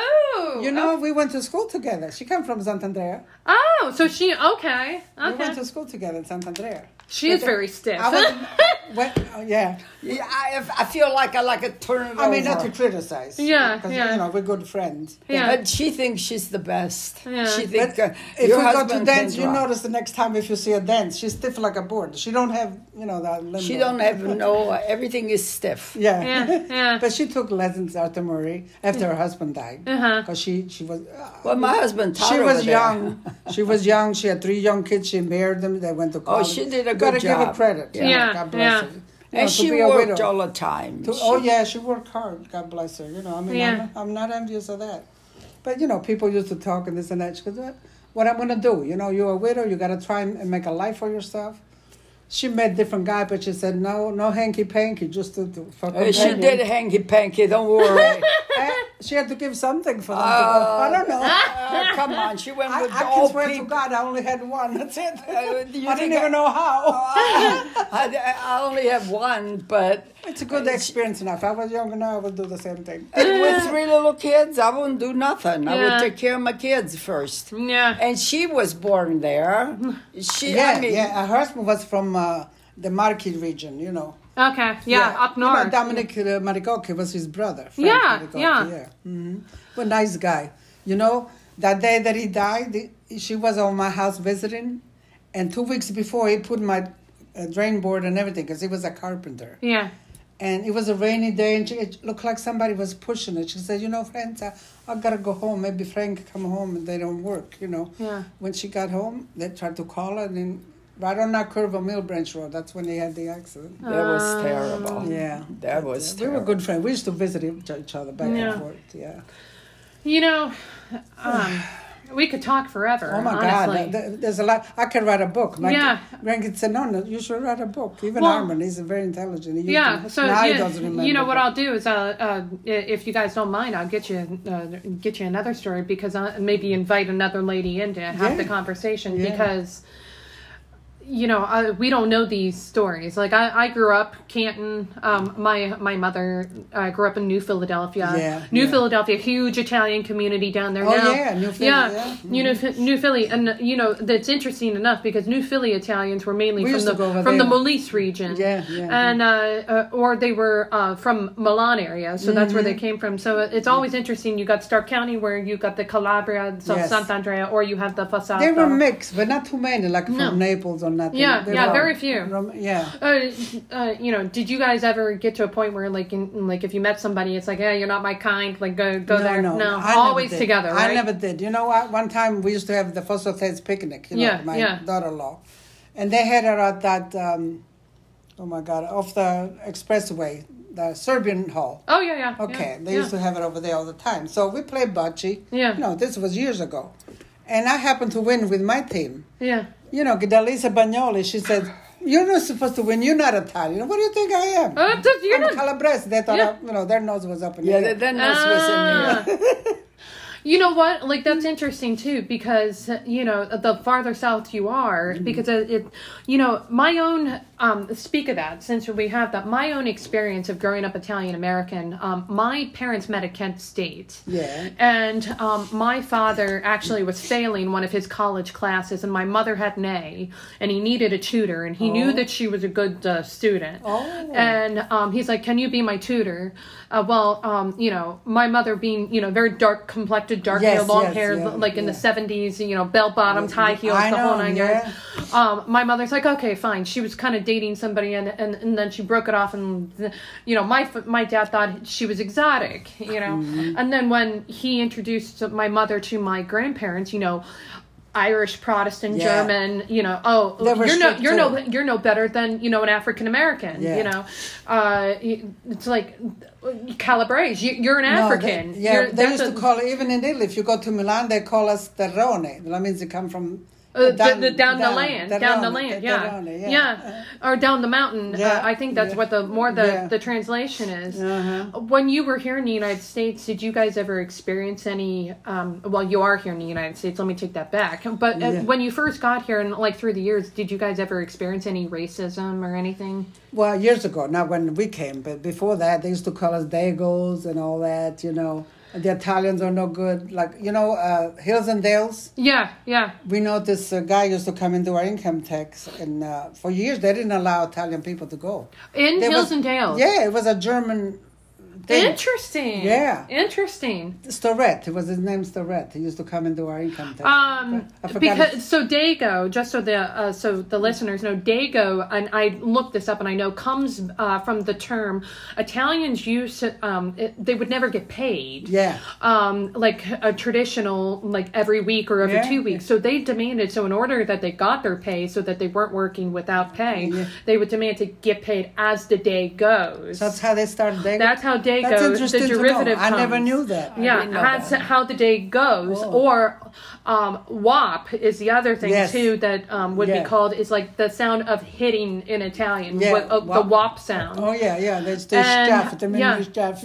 A: oh,
C: You know, we went to school together. She came from Santander.
A: oh, so she okay,
C: We went
A: okay.
C: to school together in Santander.
A: She is very stiff.
C: I was, What? oh, yeah.
B: Yeah, I, if- I feel like I like to turn it
C: I mean,
B: over.
C: not to criticize.
A: Yeah,
C: 'cause,
A: yeah.
C: You know, we're good friends.
A: Yeah.
B: But she thinks she's the best.
A: Yeah.
B: She thinks
C: But
B: uh,
C: if
B: your
C: we go to
B: husband can
C: dance, you
B: drive.
C: notice the next time if you see a dance, she's stiff like a board. She don't have, you know, that limbo.
B: She don't have no. Everything is stiff.
C: Yeah.
A: Yeah, yeah.
C: but she took lessons after Marie after her husband died
A: Uh-huh.
C: because she she was uh,
B: Well, my husband taught
C: she
B: her
C: was
B: that.
C: young. she was young. She had three young kids. She married them. They went to college.
B: Oh, she did a
C: You Gotta
B: good
C: give her
B: job.
C: credit.
B: Yeah.
A: Yeah,
C: God bless
A: yeah.
C: her. You know,
B: And
C: to
B: she
C: be a
B: worked
C: widow.
B: all the time.
C: To-
B: She- uh,
C: oh yeah, she worked hard. God bless her. You know, I mean,
A: Yeah.
C: I'm, I'm not envious of that. But you know, people used to talk and this and that. She goes, "What? What I'm gonna do? You know, you're a widow. You gotta try and and make a life for yourself." She met different guy, but she said, "No, no hanky panky, just to, to for
B: Uh, she
C: companion."
B: did hanky panky. Don't worry.
C: Eh, she had to give something for them. to go.
B: Uh,
C: I don't know.
B: Uh, come on, she went
C: I,
B: with
C: I
B: the
C: can
B: old
C: swear to
B: people.
C: God, I only had one. That's it.
B: Uh, do you
C: I
B: think
C: didn't
B: Oh,
C: even know how.
B: I, I only have one, but uh,
C: It's a good experience enough. I was younger now, I would do the same thing.
B: with three little kids, I wouldn't do nothing. I
A: Yeah.
B: would take care of my kids first.
A: Yeah.
B: And she was born there. She,
C: Yeah,
B: I mean,
C: yeah. Her husband was from uh, the Marki region, you know.
A: Okay. Yeah. Up
C: You know,
A: north.
C: Dominic uh, Marikoki was his brother. Frank
A: Yeah,
C: Marikoki,
A: yeah.
C: Mhm. Well, nice guy. You know, that day that he died, he- she was on my house visiting, and two weeks before, he put my uh, drain board and everything because he was a carpenter.
A: yeah.
C: and it was a rainy day and she, it looked like somebody was pushing it she said you know friends i, I gotta go home maybe frank come home and they don't work you know
A: Yeah.
C: when she got home they tried to call her and then right on that curve of mill branch road that's when they had the accident
B: that was terrible.
C: yeah
B: That was
C: we
B: terrible.
C: were good friends we used to visit each each other back
A: Yeah.
C: and forth yeah
A: You know, um, we could talk forever.
C: oh my
A: honestly.
C: god th- th- there's a lot i could write a book my
A: Yeah.
C: grandkid said no no you should write a book even
A: Well-
C: armin he's very intelligent he
A: yeah.
C: usually-
A: So
C: now he doesn't
A: you,
C: remember
A: you know what
C: but-
A: I'll do is uh, uh, if you guys don't mind, I'll get you uh, get you another story because I maybe invite another lady in to have the
C: Yeah.
A: conversation
C: Yeah.
A: because you know I, we don't know these stories. Like I, I grew up Canton. Um, my my mother uh, grew up in New Philadelphia.
C: Yeah,
A: New
C: yeah.
A: Philadelphia, huge Italian community down there.
C: Oh,
A: now.
C: yeah, New Philly, yeah. Mm-hmm.
A: You know, Phi- New Philly, and you know that's interesting enough because New Philly Italians were mainly
C: We
A: from
C: used to
A: the
C: go over
A: from the
C: there.
A: Molise region.
C: Yeah, yeah.
A: And uh, uh, or they were uh, from Milan area, so that's where
C: Mm-hmm.
A: they came from. So it's always interesting. You got Stark County, where you got the Calabria, so
C: Yes.
A: Sant'Andrea, or you have the Fasada.
C: They were mixed, but not too many, like
A: No.
C: from Naples or nothing.
A: Yeah,
C: They
A: yeah,
C: were
A: very few.
C: Rom- yeah.
A: Uh, uh, you know, did you guys ever get to a point where, like, in, like if you met somebody, it's like, yeah, you're not my kind. Like, go go there. No,
C: I never
A: always
C: did.
A: together. Right?
C: I never did. You know what? One time we used to have the Fosso Thes picnic, you know,
A: Yeah,
C: my
A: yeah.
C: daughter-in-law. And they had her at that, um, oh my God, off the expressway, the Serbian Hall.
A: Oh yeah, yeah.
C: Okay,
A: yeah,
C: they
A: yeah.
C: used to have it over there all the time. So we played bocce.
A: Yeah.
C: You know, this was years ago. And I happened to win with my team.
A: Yeah.
C: You know, Gdalisa Bagnoli, she said, you're not supposed to win. You're not Italian. What do you think I am?
A: Uh, that's- you're
C: I'm
A: not-
C: Calabrese. They thought,
A: Yeah.
C: I- you know, their nose was up in
B: yeah,
C: the air.
B: that, that nurse was in
A: Ah.
B: there.
A: you know what? Like that's interesting too, because you know the farther south you are, because it, it, you know, my own. Um, speak of that, since we have that, my own experience of growing up Italian American. Um, my parents met at Kent State.
C: Yeah.
A: And um, my father actually was failing one of his college classes, and my mother had an A, and he needed a tutor, and he knew that she was a good uh, student.
C: Oh.
A: And um, he's like, "Can you be my tutor?" Uh, well, um, you know, my mother being you know very dark complected, dark hair,
C: Yes,
A: long
C: yes,
A: hair,
C: yeah,
A: like in the
C: yeah.
A: seventies, you know, bell bottoms, high heels,
C: I
A: the whole
C: know,
A: nine
C: yeah.
A: yards. Um, my mother's like, "Okay, fine." She was kind of dating somebody, and, and and then she broke it off, and you know, my f- my dad thought she was exotic, you know,
C: Mm-hmm.
A: and then when he introduced my mother to my grandparents, you know. Irish, Protestant,
C: Yeah.
A: German, you know. Oh,
C: They were
A: you're no,
C: strict,
A: you're no,
C: too.
A: you're no better than you know an African American. You
C: Yeah.
A: know, uh, it's like Calabrese. You, you're an
C: No, they-
A: African.
C: yeah,
A: You're-
C: they
A: that's
C: used
A: a-
C: to call even in Italy. If you go to Milan, they call us terrone. That means you come from
A: Uh, down, the, down, the land, down the
C: terrone,
A: land,
C: the
A: yeah.
C: terrone,
A: yeah, or down the mountain.
C: Yeah,
A: Uh, I think that's
C: yeah,
A: what the more the,
C: yeah.
A: the translation is.
C: Uh-huh.
A: When you were here in the United States, did you guys ever experience any? Um, well, you are here in the United States. Let me take that back. But uh,
C: Yeah.
A: when you first got here, and like through the years, did you guys ever experience any racism or anything?
C: Well, years ago, not when we came, but before that, they used to call us dagos and all that, you know. the Italians are no good. Like you know, uh, Hills and Dales.
A: Yeah, yeah.
C: We know this uh, guy used to come and do our income tax, and uh, for years they didn't allow Italian people to go.
A: In
C: There
A: Hills
C: was-
A: and Dales.
C: Yeah, it was a German thing.
A: Interesting.
C: Yeah.
A: Interesting.
C: Storette. It was his name Storette. He used to come and do our income tax.
A: Um,
C: I forgot
A: because
C: his-
A: so Dago, just so the uh, so the listeners know, Dago, and I looked this up, and I know comes uh, from the term Italians use. Um, it, they would never get paid.
C: yeah.
A: um like a traditional like every week or every
C: Yeah.
A: two weeks so they demanded so in order that they got their pay so that they weren't working without pay they would demand to get paid as the day goes
C: That's how they started. They,
A: That's how day
C: That's
A: goes,
C: interesting
A: the
C: to know.
A: derivative
C: I never
A: comes.
C: knew that. Oh.
A: yeah
B: didn't know
A: that's
B: that.
A: how the day goes or um wop is the other thing
C: Yes.
A: too that um would
C: Yeah.
A: be called is like the sound of hitting in italian
C: Yeah,
A: what, uh,
C: wop.
A: the wop sound
C: Oh yeah, yeah. They still
A: And-
C: staff. The
A: yeah.
C: menu staff.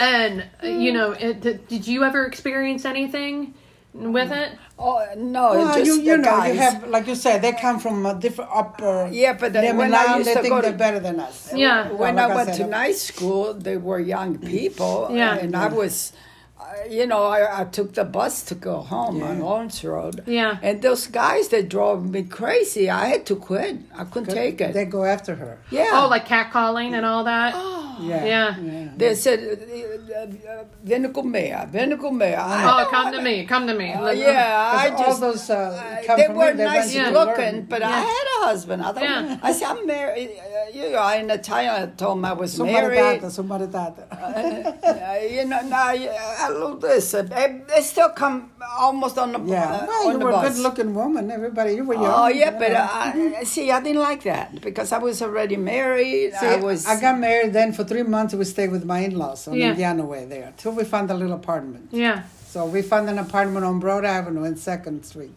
A: and uh, you know it, th- did you ever experience anything with it
B: Oh no, it's
C: Well,
B: just
C: you, you
B: the
C: know,
B: guys.
C: you have like you said, they come from a different upper.
B: Yeah, but then
C: them
B: when
C: and
B: I
C: now
B: used
C: they
B: to
C: think
B: go to-
C: they're better than us.
A: Yeah.
B: when
C: like
B: I went
C: said,
B: to night school, they were young people,
A: Yeah.
B: and I was, uh, you know, I, I took the bus to go home on Lawrence Road.
A: Yeah.
B: and those guys they drove me crazy. I had to quit. I couldn't take it.
C: They go after her.
B: yeah.
A: Oh, like catcalling and all that.
C: Yeah.
A: Yeah.
B: they said, uh, uh, "Vieni con me, vieni con me." I-
A: Oh, come to me, come to me.
B: Uh, yeah, I
C: all
B: just
C: those, uh,
B: I-
C: come
B: they
C: from
B: were
C: here, they went
B: nice
C: to
A: Yeah.
B: looking,
C: learn.
B: but I had a husband. I thought
A: Yeah.
B: I said I'm married. uh, You know, I in Italian I told him I was
C: Somebody
B: married.
C: tata, somebody tata.
B: Uh, you know, no, I, I love this. Uh, They, they still come almost on the
C: Yeah.
B: uh,
C: well,
B: on
C: you
B: the
C: were a
B: bus.
C: good-looking woman. Everybody, you were young.
B: Oh yeah, but uh,
C: know.
B: I, I- see, I didn't like that because I was already married.
C: See,
B: I was.
C: I got married then for three months. We stayed with my in-laws on
A: Yeah.
C: Indiana Way there till we found a little apartment.
A: Yeah.
C: So we found an apartment on Broad Avenue and Second Street.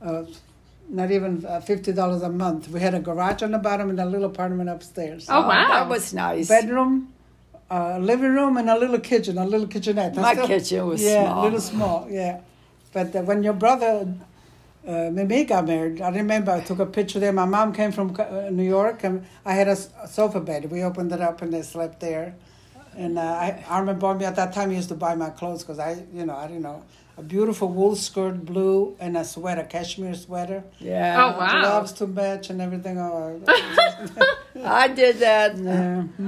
C: Uh, not even uh, fifty dollars a month. We had a garage on the bottom and a little apartment upstairs.
A: Oh, wow.
B: that was nice.
C: bedroom, uh, living room, and a little kitchen, a little kitchenette. I
B: My kitchen was
C: yeah,
B: small.
C: little small, yeah. But uh, when your brother uh, Mimi got married, I remember I took a picture there. My mom came from uh, New York, and I had a, s- a sofa bed. We opened it up, and they slept there. And uh, I, Armin bought me at that time. He used to buy my clothes because I, you know, I didn't know. A beautiful wool skirt, blue, and a sweater, cashmere sweater.
B: yeah,
A: Oh, wow.
C: Gloves to match and everything. Oh,
B: I did that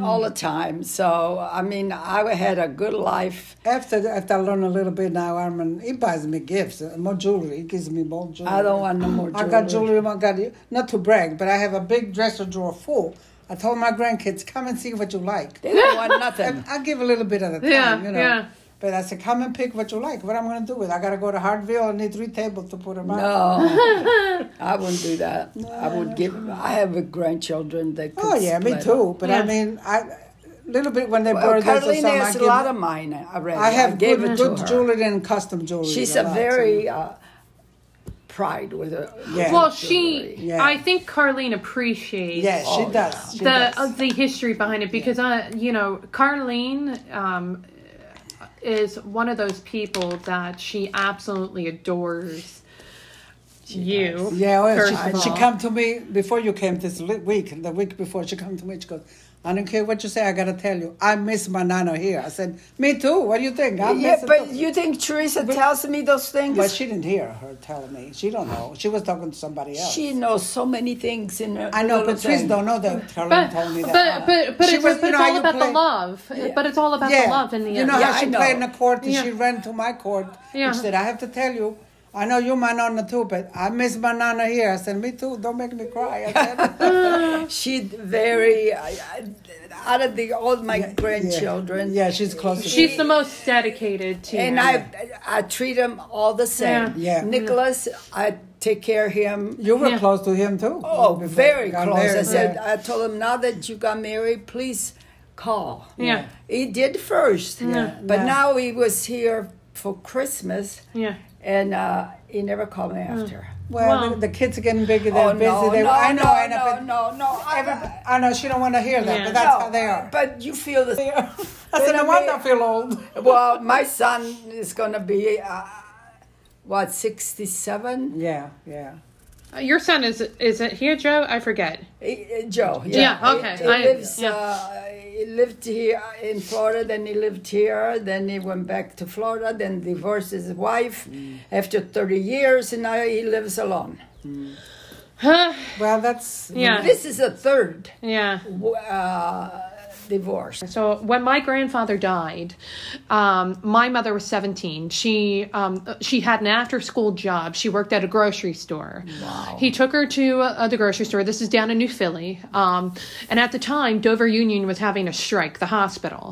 B: all the time. So I mean, I had a good life.
C: After after I learn a little bit now, Armin, he buys me gifts, uh, more jewelry. He gives me more jewelry.
B: I don't want no more jewelry.
C: I got jewelry. I got not to brag, but I have a big dresser drawer full. I told my grandkids, come and see what you like.
B: They don't want nothing.
C: I give a little bit at a time,
A: Yeah,
C: you know.
A: yeah.
C: But I said, come and pick what you like. What I'm going to do with? it? I got to go to Hartville. I need three tables to put them out.
B: No, I wouldn't do that. I would give. I have a grandchildren that. Could
C: Oh yeah, me
B: split. Uh,
C: too. But I
A: Yeah.
C: mean, I little bit when they
B: Well,
C: borrow this or
B: Carolina
C: something, I
B: has a
C: give-
B: lot of mine uh, already.
C: I have
B: gave
C: good,
B: it
C: good
B: to her.
C: jewelry and custom jewelry.
B: She's
C: a
B: a
C: lot, so-
B: very uh, pride with her.
C: Yeah.
A: Well, she,
C: Yeah.
A: I think Carlene appreciates
C: yes, she
B: Oh,
C: does. She does.
A: the uh, the history behind it because, uh, you know, Carlene um, is one of those people that she absolutely adores. you,
C: Yeah, well,
A: first of
C: she, she
A: all.
C: come to me before you came this li- week, the week before she come to me. She goes, I don't care what you say. I gotta tell you, I miss my nana here. I said, me too. What do you think? I miss
B: Yeah,
C: it
B: but
C: too."
B: you think Teresa tells me those things?
C: But she didn't hear her tell me. She don't know. She was talking to somebody else.
B: she knows so many things in her.
C: I know,
B: little
C: but Tris
B: thing.
C: don't know that. Carolyn
A: but,
C: told me
A: but
C: that.
A: but but
C: She
A: it's,
C: was,
A: but
C: you
A: it's
C: know,
A: all
C: you
A: about
C: play-
A: the love. But it's all about the love in the
C: you
A: end.
C: know
B: Yeah,
C: how
B: I
C: she
B: know.
C: played in the court and
A: Yeah.
C: she ran to my court.
A: Yeah.
C: She said, I have to tell you, I know you're my nana too, but I miss my nana here. I said, me too. Don't make me cry. I said,
B: She very I, I, out of the all my grandchildren.
C: Yeah, she's close to
A: She's the most dedicated to
B: And
A: you.
B: I, I treat them all the same.
C: Yeah. Yeah.
B: Nicholas, I take care of him.
C: You were
A: Yeah.
C: close to him too.
B: Oh,
C: Before
B: very
C: you
B: close.
C: got
B: I
C: married,
B: said,
C: yeah.
B: I told him, now that you got married, please call.
A: Yeah.
B: He did first.
A: Yeah.
B: But
C: Yeah.
B: now he was here for Christmas
A: yeah.
B: and uh, he never called me after.
C: well,
A: Well-
C: the, the kids are getting bigger. They're
B: Oh,
C: busy.
B: no,
C: they,
B: no,
C: I know.
B: no,
C: I know.
B: no,
C: but
B: no, no, I-
C: every- I know. She don't want to hear that,
A: Yeah.
C: but that's
B: no,
C: how they are.
B: But you feel the same.
C: I said,
B: Then I
C: no wonder I
B: made-
C: feel old.
B: well, my son is going to be, uh, what, 67?
C: Yeah, yeah.
A: Uh, Your son is is it here, Joe? I forget.
B: Eh, eh, Joe.
A: Yeah, okay,
B: He,
A: I-
B: lives,
A: yeah.
B: uh, he lived here in Florida, then he lived here, then he went back to Florida, then divorced his wife
C: Mm.
B: after 30 years, and now he lives alone.
A: Huh?
C: Well, that's
A: Yeah.
B: This is a third
A: Yeah.
B: uh, divorce.
A: So when my grandfather died, um, my mother was 17. She um, she had an after school job. She worked at a grocery store. He took her to uh, the grocery store. This is down in New Philly. Um, and at the time, Dover Union was having a strike, the hospital.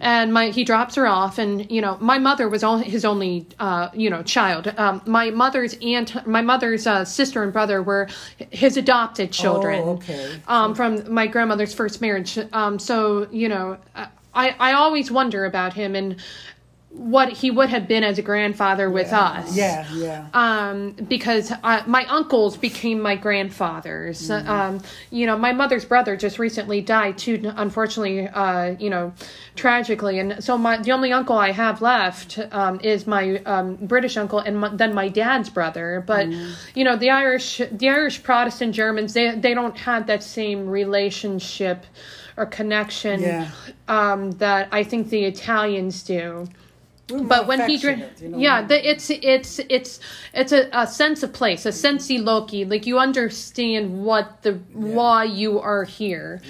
A: And my he drops her off, and you know my mother was on, his only uh, you know child. Um, my mother's aunt, my mother's uh, sister and brother were his adopted children.
C: okay.
A: Um, from my grandmother's first marriage. Um, so you know, I I always wonder about him and what he would have been as a grandfather with us.
C: Yeah, yeah.
A: Um, because I, my uncles became my grandfathers. Um, you know, my mother's brother just recently died too, unfortunately. Uh, you know, tragically, and so my the only uncle I have left um, is my um, British uncle, and my, then my dad's brother. But you know, the Irish, the Irish Protestant Germans, they they don't have that same relationship or connection
C: Yeah.
A: um, that I think the Italians do
C: We're more
A: but when he drank,
C: affectionate, you know,
A: yeah,
C: we're-
A: the, it's it's it's it's a, a sense of place, a sensi loci. Like you understand what the why you are here,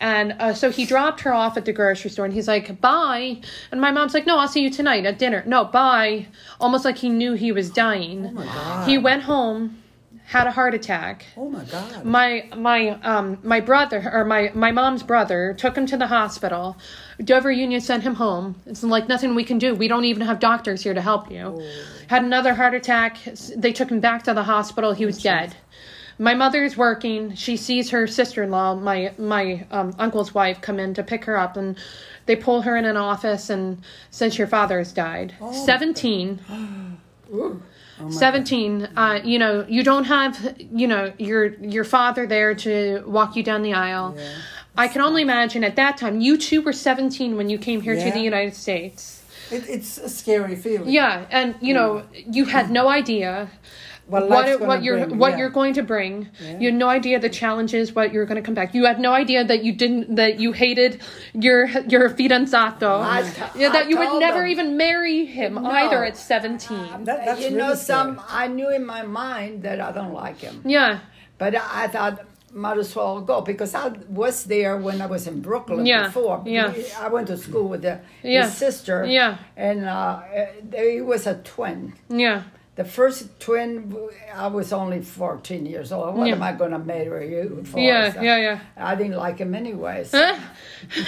A: and uh, so he dropped her off at the grocery store, and he's like, "Bye," and my mom's like, "No, I'll see you tonight at dinner." No, bye. Almost like he knew he was
C: Oh
A: dying. He went home, had a heart attack
C: oh my God.
A: my my um my brother or my my mom's brother took him to the hospital. Dover Union sent him home. It's like nothing we can do. We don't even have doctors here to help you. Had another heart attack. S- They took him back to the hospital. He was dead. My mother is working. She sees her sister-in-law, my my um, uncle's wife, come in to pick her up, and they pull her in an office and says your father has died. Seventeen.
C: Oh
A: 17 uh, you know you don't have you know your your father there to walk you down the aisle i can only imagine at that time you two were 17 when you came here to
C: Yeah.
A: the united states
C: It, it's a scary feeling.
A: yeah and you know you had no idea
C: Hmm. What
A: what
C: life's
A: it- what
C: gonna
A: you're
C: bring,
A: what
C: yeah.
A: you're going to bring you had no idea the challenges what you're going to come back you had no idea that you didn't that you hated your your fidanzato
B: I t-
A: yeah, that
B: I
A: you would
B: told
A: never
B: them.
A: even marry him either at 17
C: That, that's
B: you
C: really
B: know,
C: scary.
B: some I knew in my mind that I don't like him,
A: yeah
B: but I thought might as well go because I was there when I was in Brooklyn
A: Yeah,
B: before.
A: yeah.
B: I went to school with the,
A: Yeah,
B: his sister.
A: yeah.
B: and uh, he was a twin.
A: yeah
B: The first twin, I was only 14 years old. What
A: Yeah.
B: am I going to marry you for?
A: Yeah, yeah, yeah.
B: I didn't like him anyways.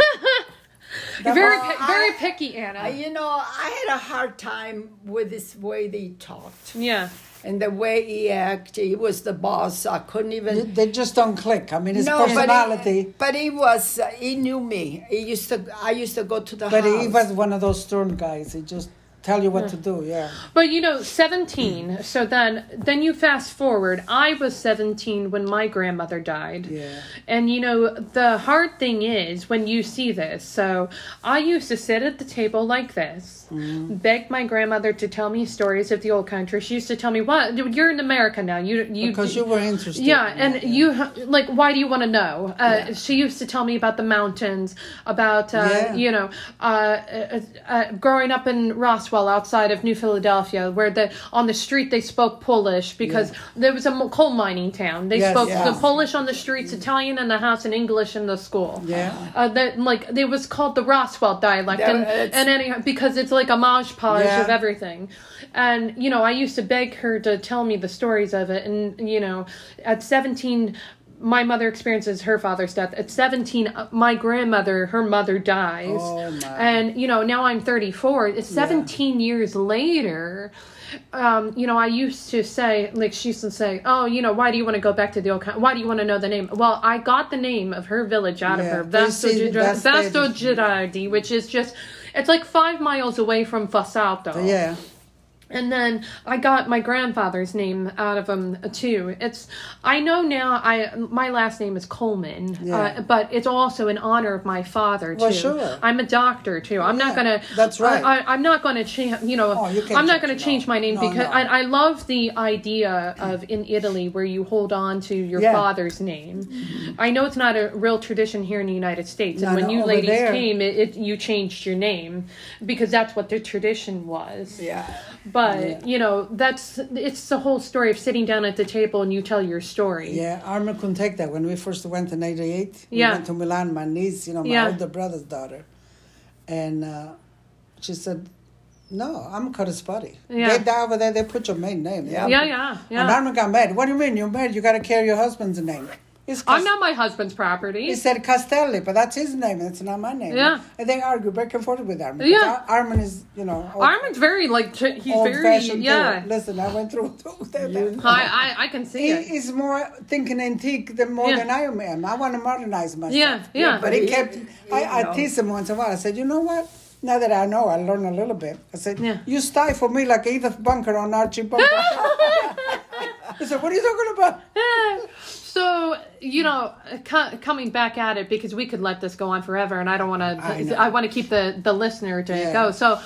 A: very
B: Well,
A: pi-
B: I-
A: very picky, Anna.
B: You know, I had a hard time with this way they talked
A: yeah,
B: and the way he acted. He was the boss. I couldn't even.
C: They- They just don't click. I mean, his
B: no,
C: personality.
B: But he, but he was. Uh, he knew me. He used to. I used to go to the
C: But,
B: house.
C: he was one of those stern guys. He just tell you what to do. Yeah.
A: but you know, seventeen. So then, then you fast forward. I was seventeen when my grandmother died.
C: Yeah.
A: And you know, the hard thing is when you see this. So I used to sit at the table like this, beg my grandmother to tell me stories of the old country. She used to tell me, "What? You're in America now. You you
C: Because you were interested.
A: Yeah, and you ha- like why do you want to know? Uh, She used to tell me about the mountains, about uh,
C: Yeah.
A: you know, uh, uh, uh, growing up in Roswell outside of New Philadelphia, where the on the street they spoke Polish because there was a mo- coal mining town. They
C: Yes,
A: spoke
C: yes.
A: the Polish on the streets, Italian in the house, and English in the school.
C: Yeah.
A: uh, that like it was called the Roswell dialect,
B: Yeah,
A: and
B: it's-
A: and anyhow because it's like a mosh-podge
C: Yeah.
A: of everything. And, you know, I used to beg her to tell me the stories of it. And, you know, at 17, my mother experiences her father's death. At 17, uh, my grandmother, her mother dies.
C: Oh, my.
A: And, you know, now I'm 34. It's 17 years later. Um, you know, I used to say, like, she used to say, oh, you know, why do you want to go back to the old country? Why do you want to know the name? Well, I got the name of her village out
C: Yeah.
A: of her,
C: They see
A: Vasto Gir-
C: that's the-
A: Vasto Girardi, which is just, it's like five miles away from Fasalto.
C: Yeah.
A: And then I got my grandfather's name out of them uh, too. It's I know now. I my last name is Coleman,
C: Yeah.
A: uh, but it's also in honor of my father too.
C: Well, sure.
A: I'm a doctor too. I'm not
C: Yeah,
A: gonna.
C: that's right.
A: I, I, am not gonna change. You know,
C: Oh, you can't
A: I'm not
C: change-
A: gonna
C: no,
A: change my name
C: no,
A: because
C: no.
A: I, I love the idea of in Italy where you hold on to your
C: Yeah.
A: father's name. I know it's not a real tradition here in the United States, and
C: No,
A: when
C: no,
A: you
C: over
A: ladies
C: there.
A: came, it, it you changed your name because that's what the tradition was.
B: Yeah.
A: But you know, that's it's the whole story of sitting down at the table and you tell your story.
C: Yeah, Armin couldn't take that. When we first went in '88, we
A: Yeah.
C: went to Milan. My niece, you know, my
A: Yeah.
C: older brother's daughter, and uh, she said, "No, I'm Karaspati.
A: Yeah.
C: They die over there. They put your main name.
B: Yeah.
A: Yeah, yeah,
C: And
A: yeah.
C: Armin got mad. What do you mean you're mad? You got to carry your husband's name. It's
A: I'm
C: Cas-
A: not my husband's property.
C: He said Castelli, but that's his name. That's not my name.
A: Yeah.
C: And they argue back and forth with Armin.
A: Yeah.
C: But Ar- Armin is, you know, old,
A: Armin's very like tr- he's very
C: fashioned.
A: yeah.
C: Listen, I went through that.
A: I, I I can see
C: He
A: it.
C: is more thinking antique than more
A: Yeah.
C: than I am. I want to modernize myself.
A: Yeah, yeah.
C: But he kept. I, I tease him once in a while. I said, you know what? Now that I know, I learned a little bit. I said,
A: Yeah.
C: you stifle me like Edith Bunker on Archie Bunker. he said, what are you talking about?
A: Yeah. So you know, co- coming back at it because we could let this go on forever, and I don't want
C: I
A: to.
C: know.
A: I, want to keep the the listener to
C: Yeah.
A: go. So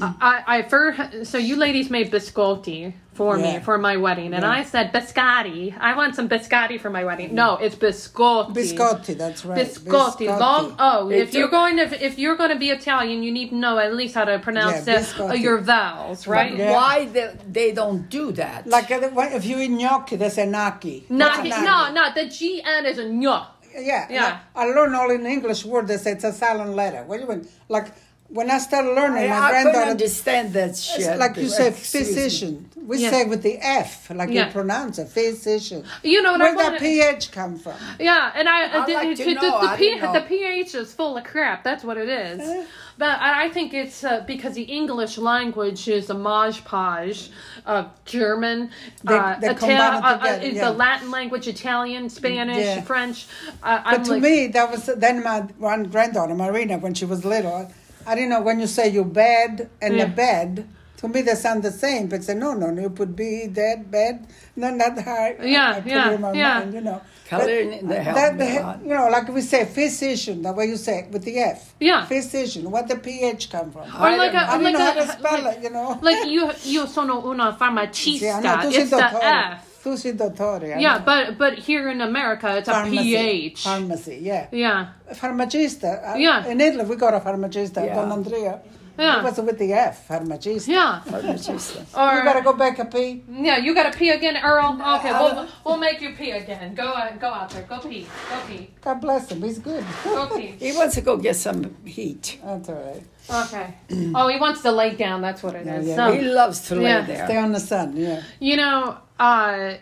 A: I, I for so you ladies made biscotti for
C: Yeah.
A: me for my wedding, and I said biscotti. I want some biscotti for my wedding. No, it's biscotti.
C: Biscotti, that's right.
A: Biscotti, long O. If
B: It's
A: you're
B: a-
A: going to if you're going to be Italian, you need to know at least how to pronounce
C: Yeah,
A: the, uh,
C: biscotti.
A: your vowels, right?
C: Yeah.
B: Why they, they don't do that?
C: Like uh, when- if you eat gnocchi, they say gnocchi.
A: Not
C: What's
A: no, no. The G N is a no.
C: Yeah,
A: Yeah.
C: like, I learned all in English word. They say it's a silent letter. What do you mean? Like when I started learning,
B: I,
C: my
B: I couldn't
C: granddaughter
B: understand that shit.
C: It's like you say,
B: Excuse me.
C: physician. We
A: Yeah.
C: say with the F, like
A: Yeah.
C: you pronounce it, physician.
A: You know what I
C: Where that
A: wanna-
C: pH come from?
A: Yeah, and I,
B: I'd
A: the,
B: like to
A: the- the-
B: know.
A: the
B: I
A: P,
B: don't know.
A: the pH is full of crap. That's what it is. But I I think it's uh, because the English language is a mosh podge of German, uh,
C: they
A: Italian,
C: combine it
A: uh, uh,
C: together,
A: is
C: yeah.
A: the Latin language, Italian, Spanish,
C: Yeah.
A: French. Uh,
C: But
A: I'm
C: to
A: like,
C: me, that was then my one granddaughter, Marina, when she was little. I didn't know when you say your bed and
A: Yeah.
C: the bed. To me, they sound the same, but say no, no, no. You put be dead bed. No, not how I-
A: Yeah,
C: I, put
A: yeah,
C: it in my
A: yeah.
C: mind, you know.
B: Color
C: But
B: in the hell,
C: that,
B: man.
C: you know, like we say, physician. The way you say it with the F.
A: Yeah.
C: physician. Where the ph come from?
A: or like
B: I
A: a,
C: I
A: like
C: didn't know
A: a,
C: how to spell
A: like,
C: it, you know.
A: like you, you sono una
C: Sì,
A: farmacista.
C: ah, no, tu sei
A: it's the
C: dottore.
A: F.
C: Tu sei dottore. ah,
A: eh. Yeah,
C: no.
A: but but here in America, it's a
C: Pharmacy.
A: pH.
C: Pharmacy, yeah.
A: yeah,
C: Farmacista. uh,
A: Yeah.
C: In Italy, we got a farmacista,
B: Yeah.
C: Don Andrea.
A: Yeah.
C: It was with the F, farmacista.
A: yeah. Or
C: You gotta go back a P.
A: Yeah, you gotta pee again, Earl. Okay, we'll, we'll make you pee again. Go uh, go out there. Go pee. Go pee.
C: God bless him, he's good.
A: Go pee.
B: He wants to go get some heat.
C: That's all right.
A: Okay. Oh, he wants to lay down. That's what it is.
C: yeah.
A: So,
B: He loves to lay
A: Oh. Yeah.
C: Stay
B: there.
C: on the sun, yeah.
A: you know, uh,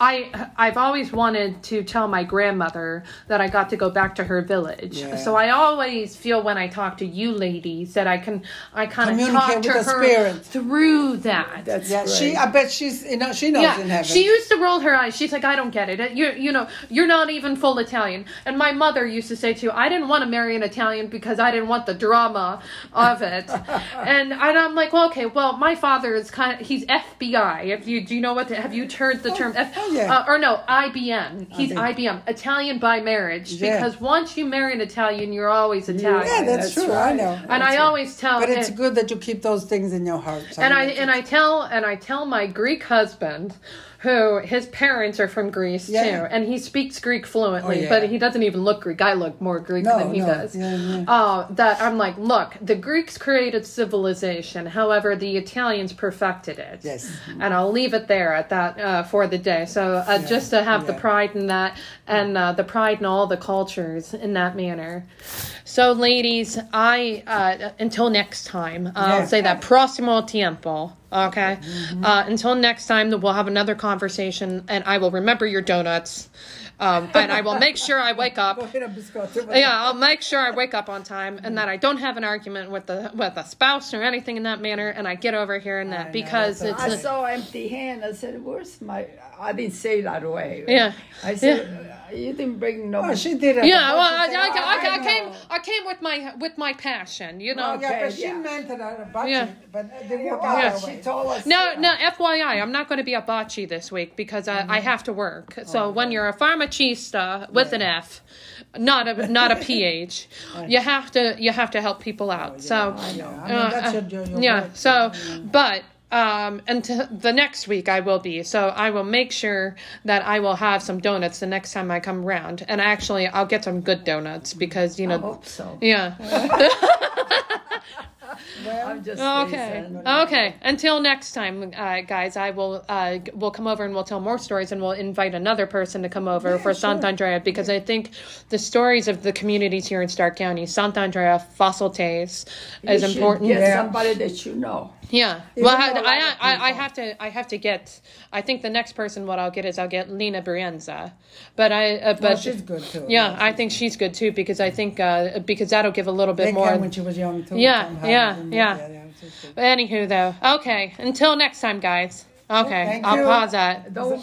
A: I I've always wanted to tell my grandmother that I got to go back to her village.
C: Yeah.
A: So I always feel when I talk to you ladies that I can I kind of talk
C: Communicate
A: to
C: with
A: her
C: the spirit.
A: through that.
B: That's
C: Yeah,
B: great.
C: she. I bet she's. You know, she knows in
A: Yeah,
C: heaven.
A: she used to roll her eyes. She's like, I don't get it. You you know, you're not even full Italian. And my mother used to say too, I didn't want to marry an Italian because I didn't want the drama of it. and and I'm like, well, okay, well, my father is kind of he's FBI. If you do you know what? the- have you heard the term F?
C: oh, yeah.
A: uh, or no, IBM. He's
C: IBM.
A: IBM, Italian by marriage.
C: Yeah.
A: Because once you marry an Italian, you're always Italian.
C: yeah, that's,
B: That's
C: true. I
B: right.
C: know.
A: and I always tell
C: but it's
A: it-
C: good that you keep those things in your heart.
A: and I and I tell and I tell my Greek husband, who his parents are from Greece
C: Yeah.
A: too, and he speaks Greek fluently,
C: Oh, yeah.
A: but he doesn't even look Greek. I look more Greek
C: No,
A: than he
C: no.
A: does.
C: Yeah, yeah.
A: Uh, that I'm like, look, the Greeks created civilization, however, the Italians perfected it. Mm-hmm.
C: Yes.
A: and I'll leave it there at that uh, for the day. So uh, just to have the
C: yeah.
A: pride in that and uh, the pride in all the cultures in that manner. So, ladies, I uh, until next time, I'll
C: Yeah.
A: say that prossimo tiempo. Okay. Uh, until next time, we'll have another conversation, and I will remember your donuts, um, and I will make sure I wake up. Yeah, I'll make sure I wake up on time, and that I don't have an argument with the with a spouse or anything in that manner, and I get over here in that because
C: that's
A: it's
B: I
A: a-
B: saw empty hand. I said, "Where's my?" I didn't say it right away.
A: Yeah.
B: I said, "Uh, "You didn't bring no."
C: Oh, she did it.
A: Yeah, well,
C: What you
A: I,
C: say?
A: I, I, I
C: know.
A: came, I came with my with my passion, you know.
C: Oh, Yeah, but she
B: yeah.
C: meant it out of budget,
A: Yeah.
C: but they
B: Yeah,
C: work
B: well,
C: out that
B: she
C: way.
B: told us.
A: No, no, FYI, I'm not going to be a bocce this week because I, I have to work. So when you're a pharmacista with an F, not a not a PH, you have to you have to help people out. so
C: I mean, that's your- your- your
A: uh, yeah.
C: work.
A: So, but um, until the next week, I will be. So I will make sure that I will have some donuts the next time I come around. And actually, I'll get some good donuts because you know.
B: hope so.
A: Yeah.
B: I'm just
A: Okay.
B: saying.
A: Okay. Until next time, uh, guys, I will uh, g- we'll come over and we'll tell more stories, and we'll invite another person to come over for Santa Andrea because I think the stories of the communities here in Stark County, Santa Andrea, Fossil Tays, is
B: You should
A: important.
B: Get
C: Yeah.
B: somebody that you know.
A: Yeah. Well, I,
C: though a lot
A: I,
C: of
A: I, I have to. I have to get. I think the next person what I'll get is I'll get Lena Brienza, but I. Uh, but
C: Well, Oh, she's good too.
A: Yeah, I think she's good too because I think uh, because that'll give a little bit
C: They
A: more.
C: came when she was young too.
A: Yeah,
C: from Hollywood,
A: yeah,
C: and
A: yeah.
C: she's good.
A: Anywho, though. Okay. Until next time, guys. Okay.
C: Thank
A: I'll
C: you.
A: pause that.
B: Don't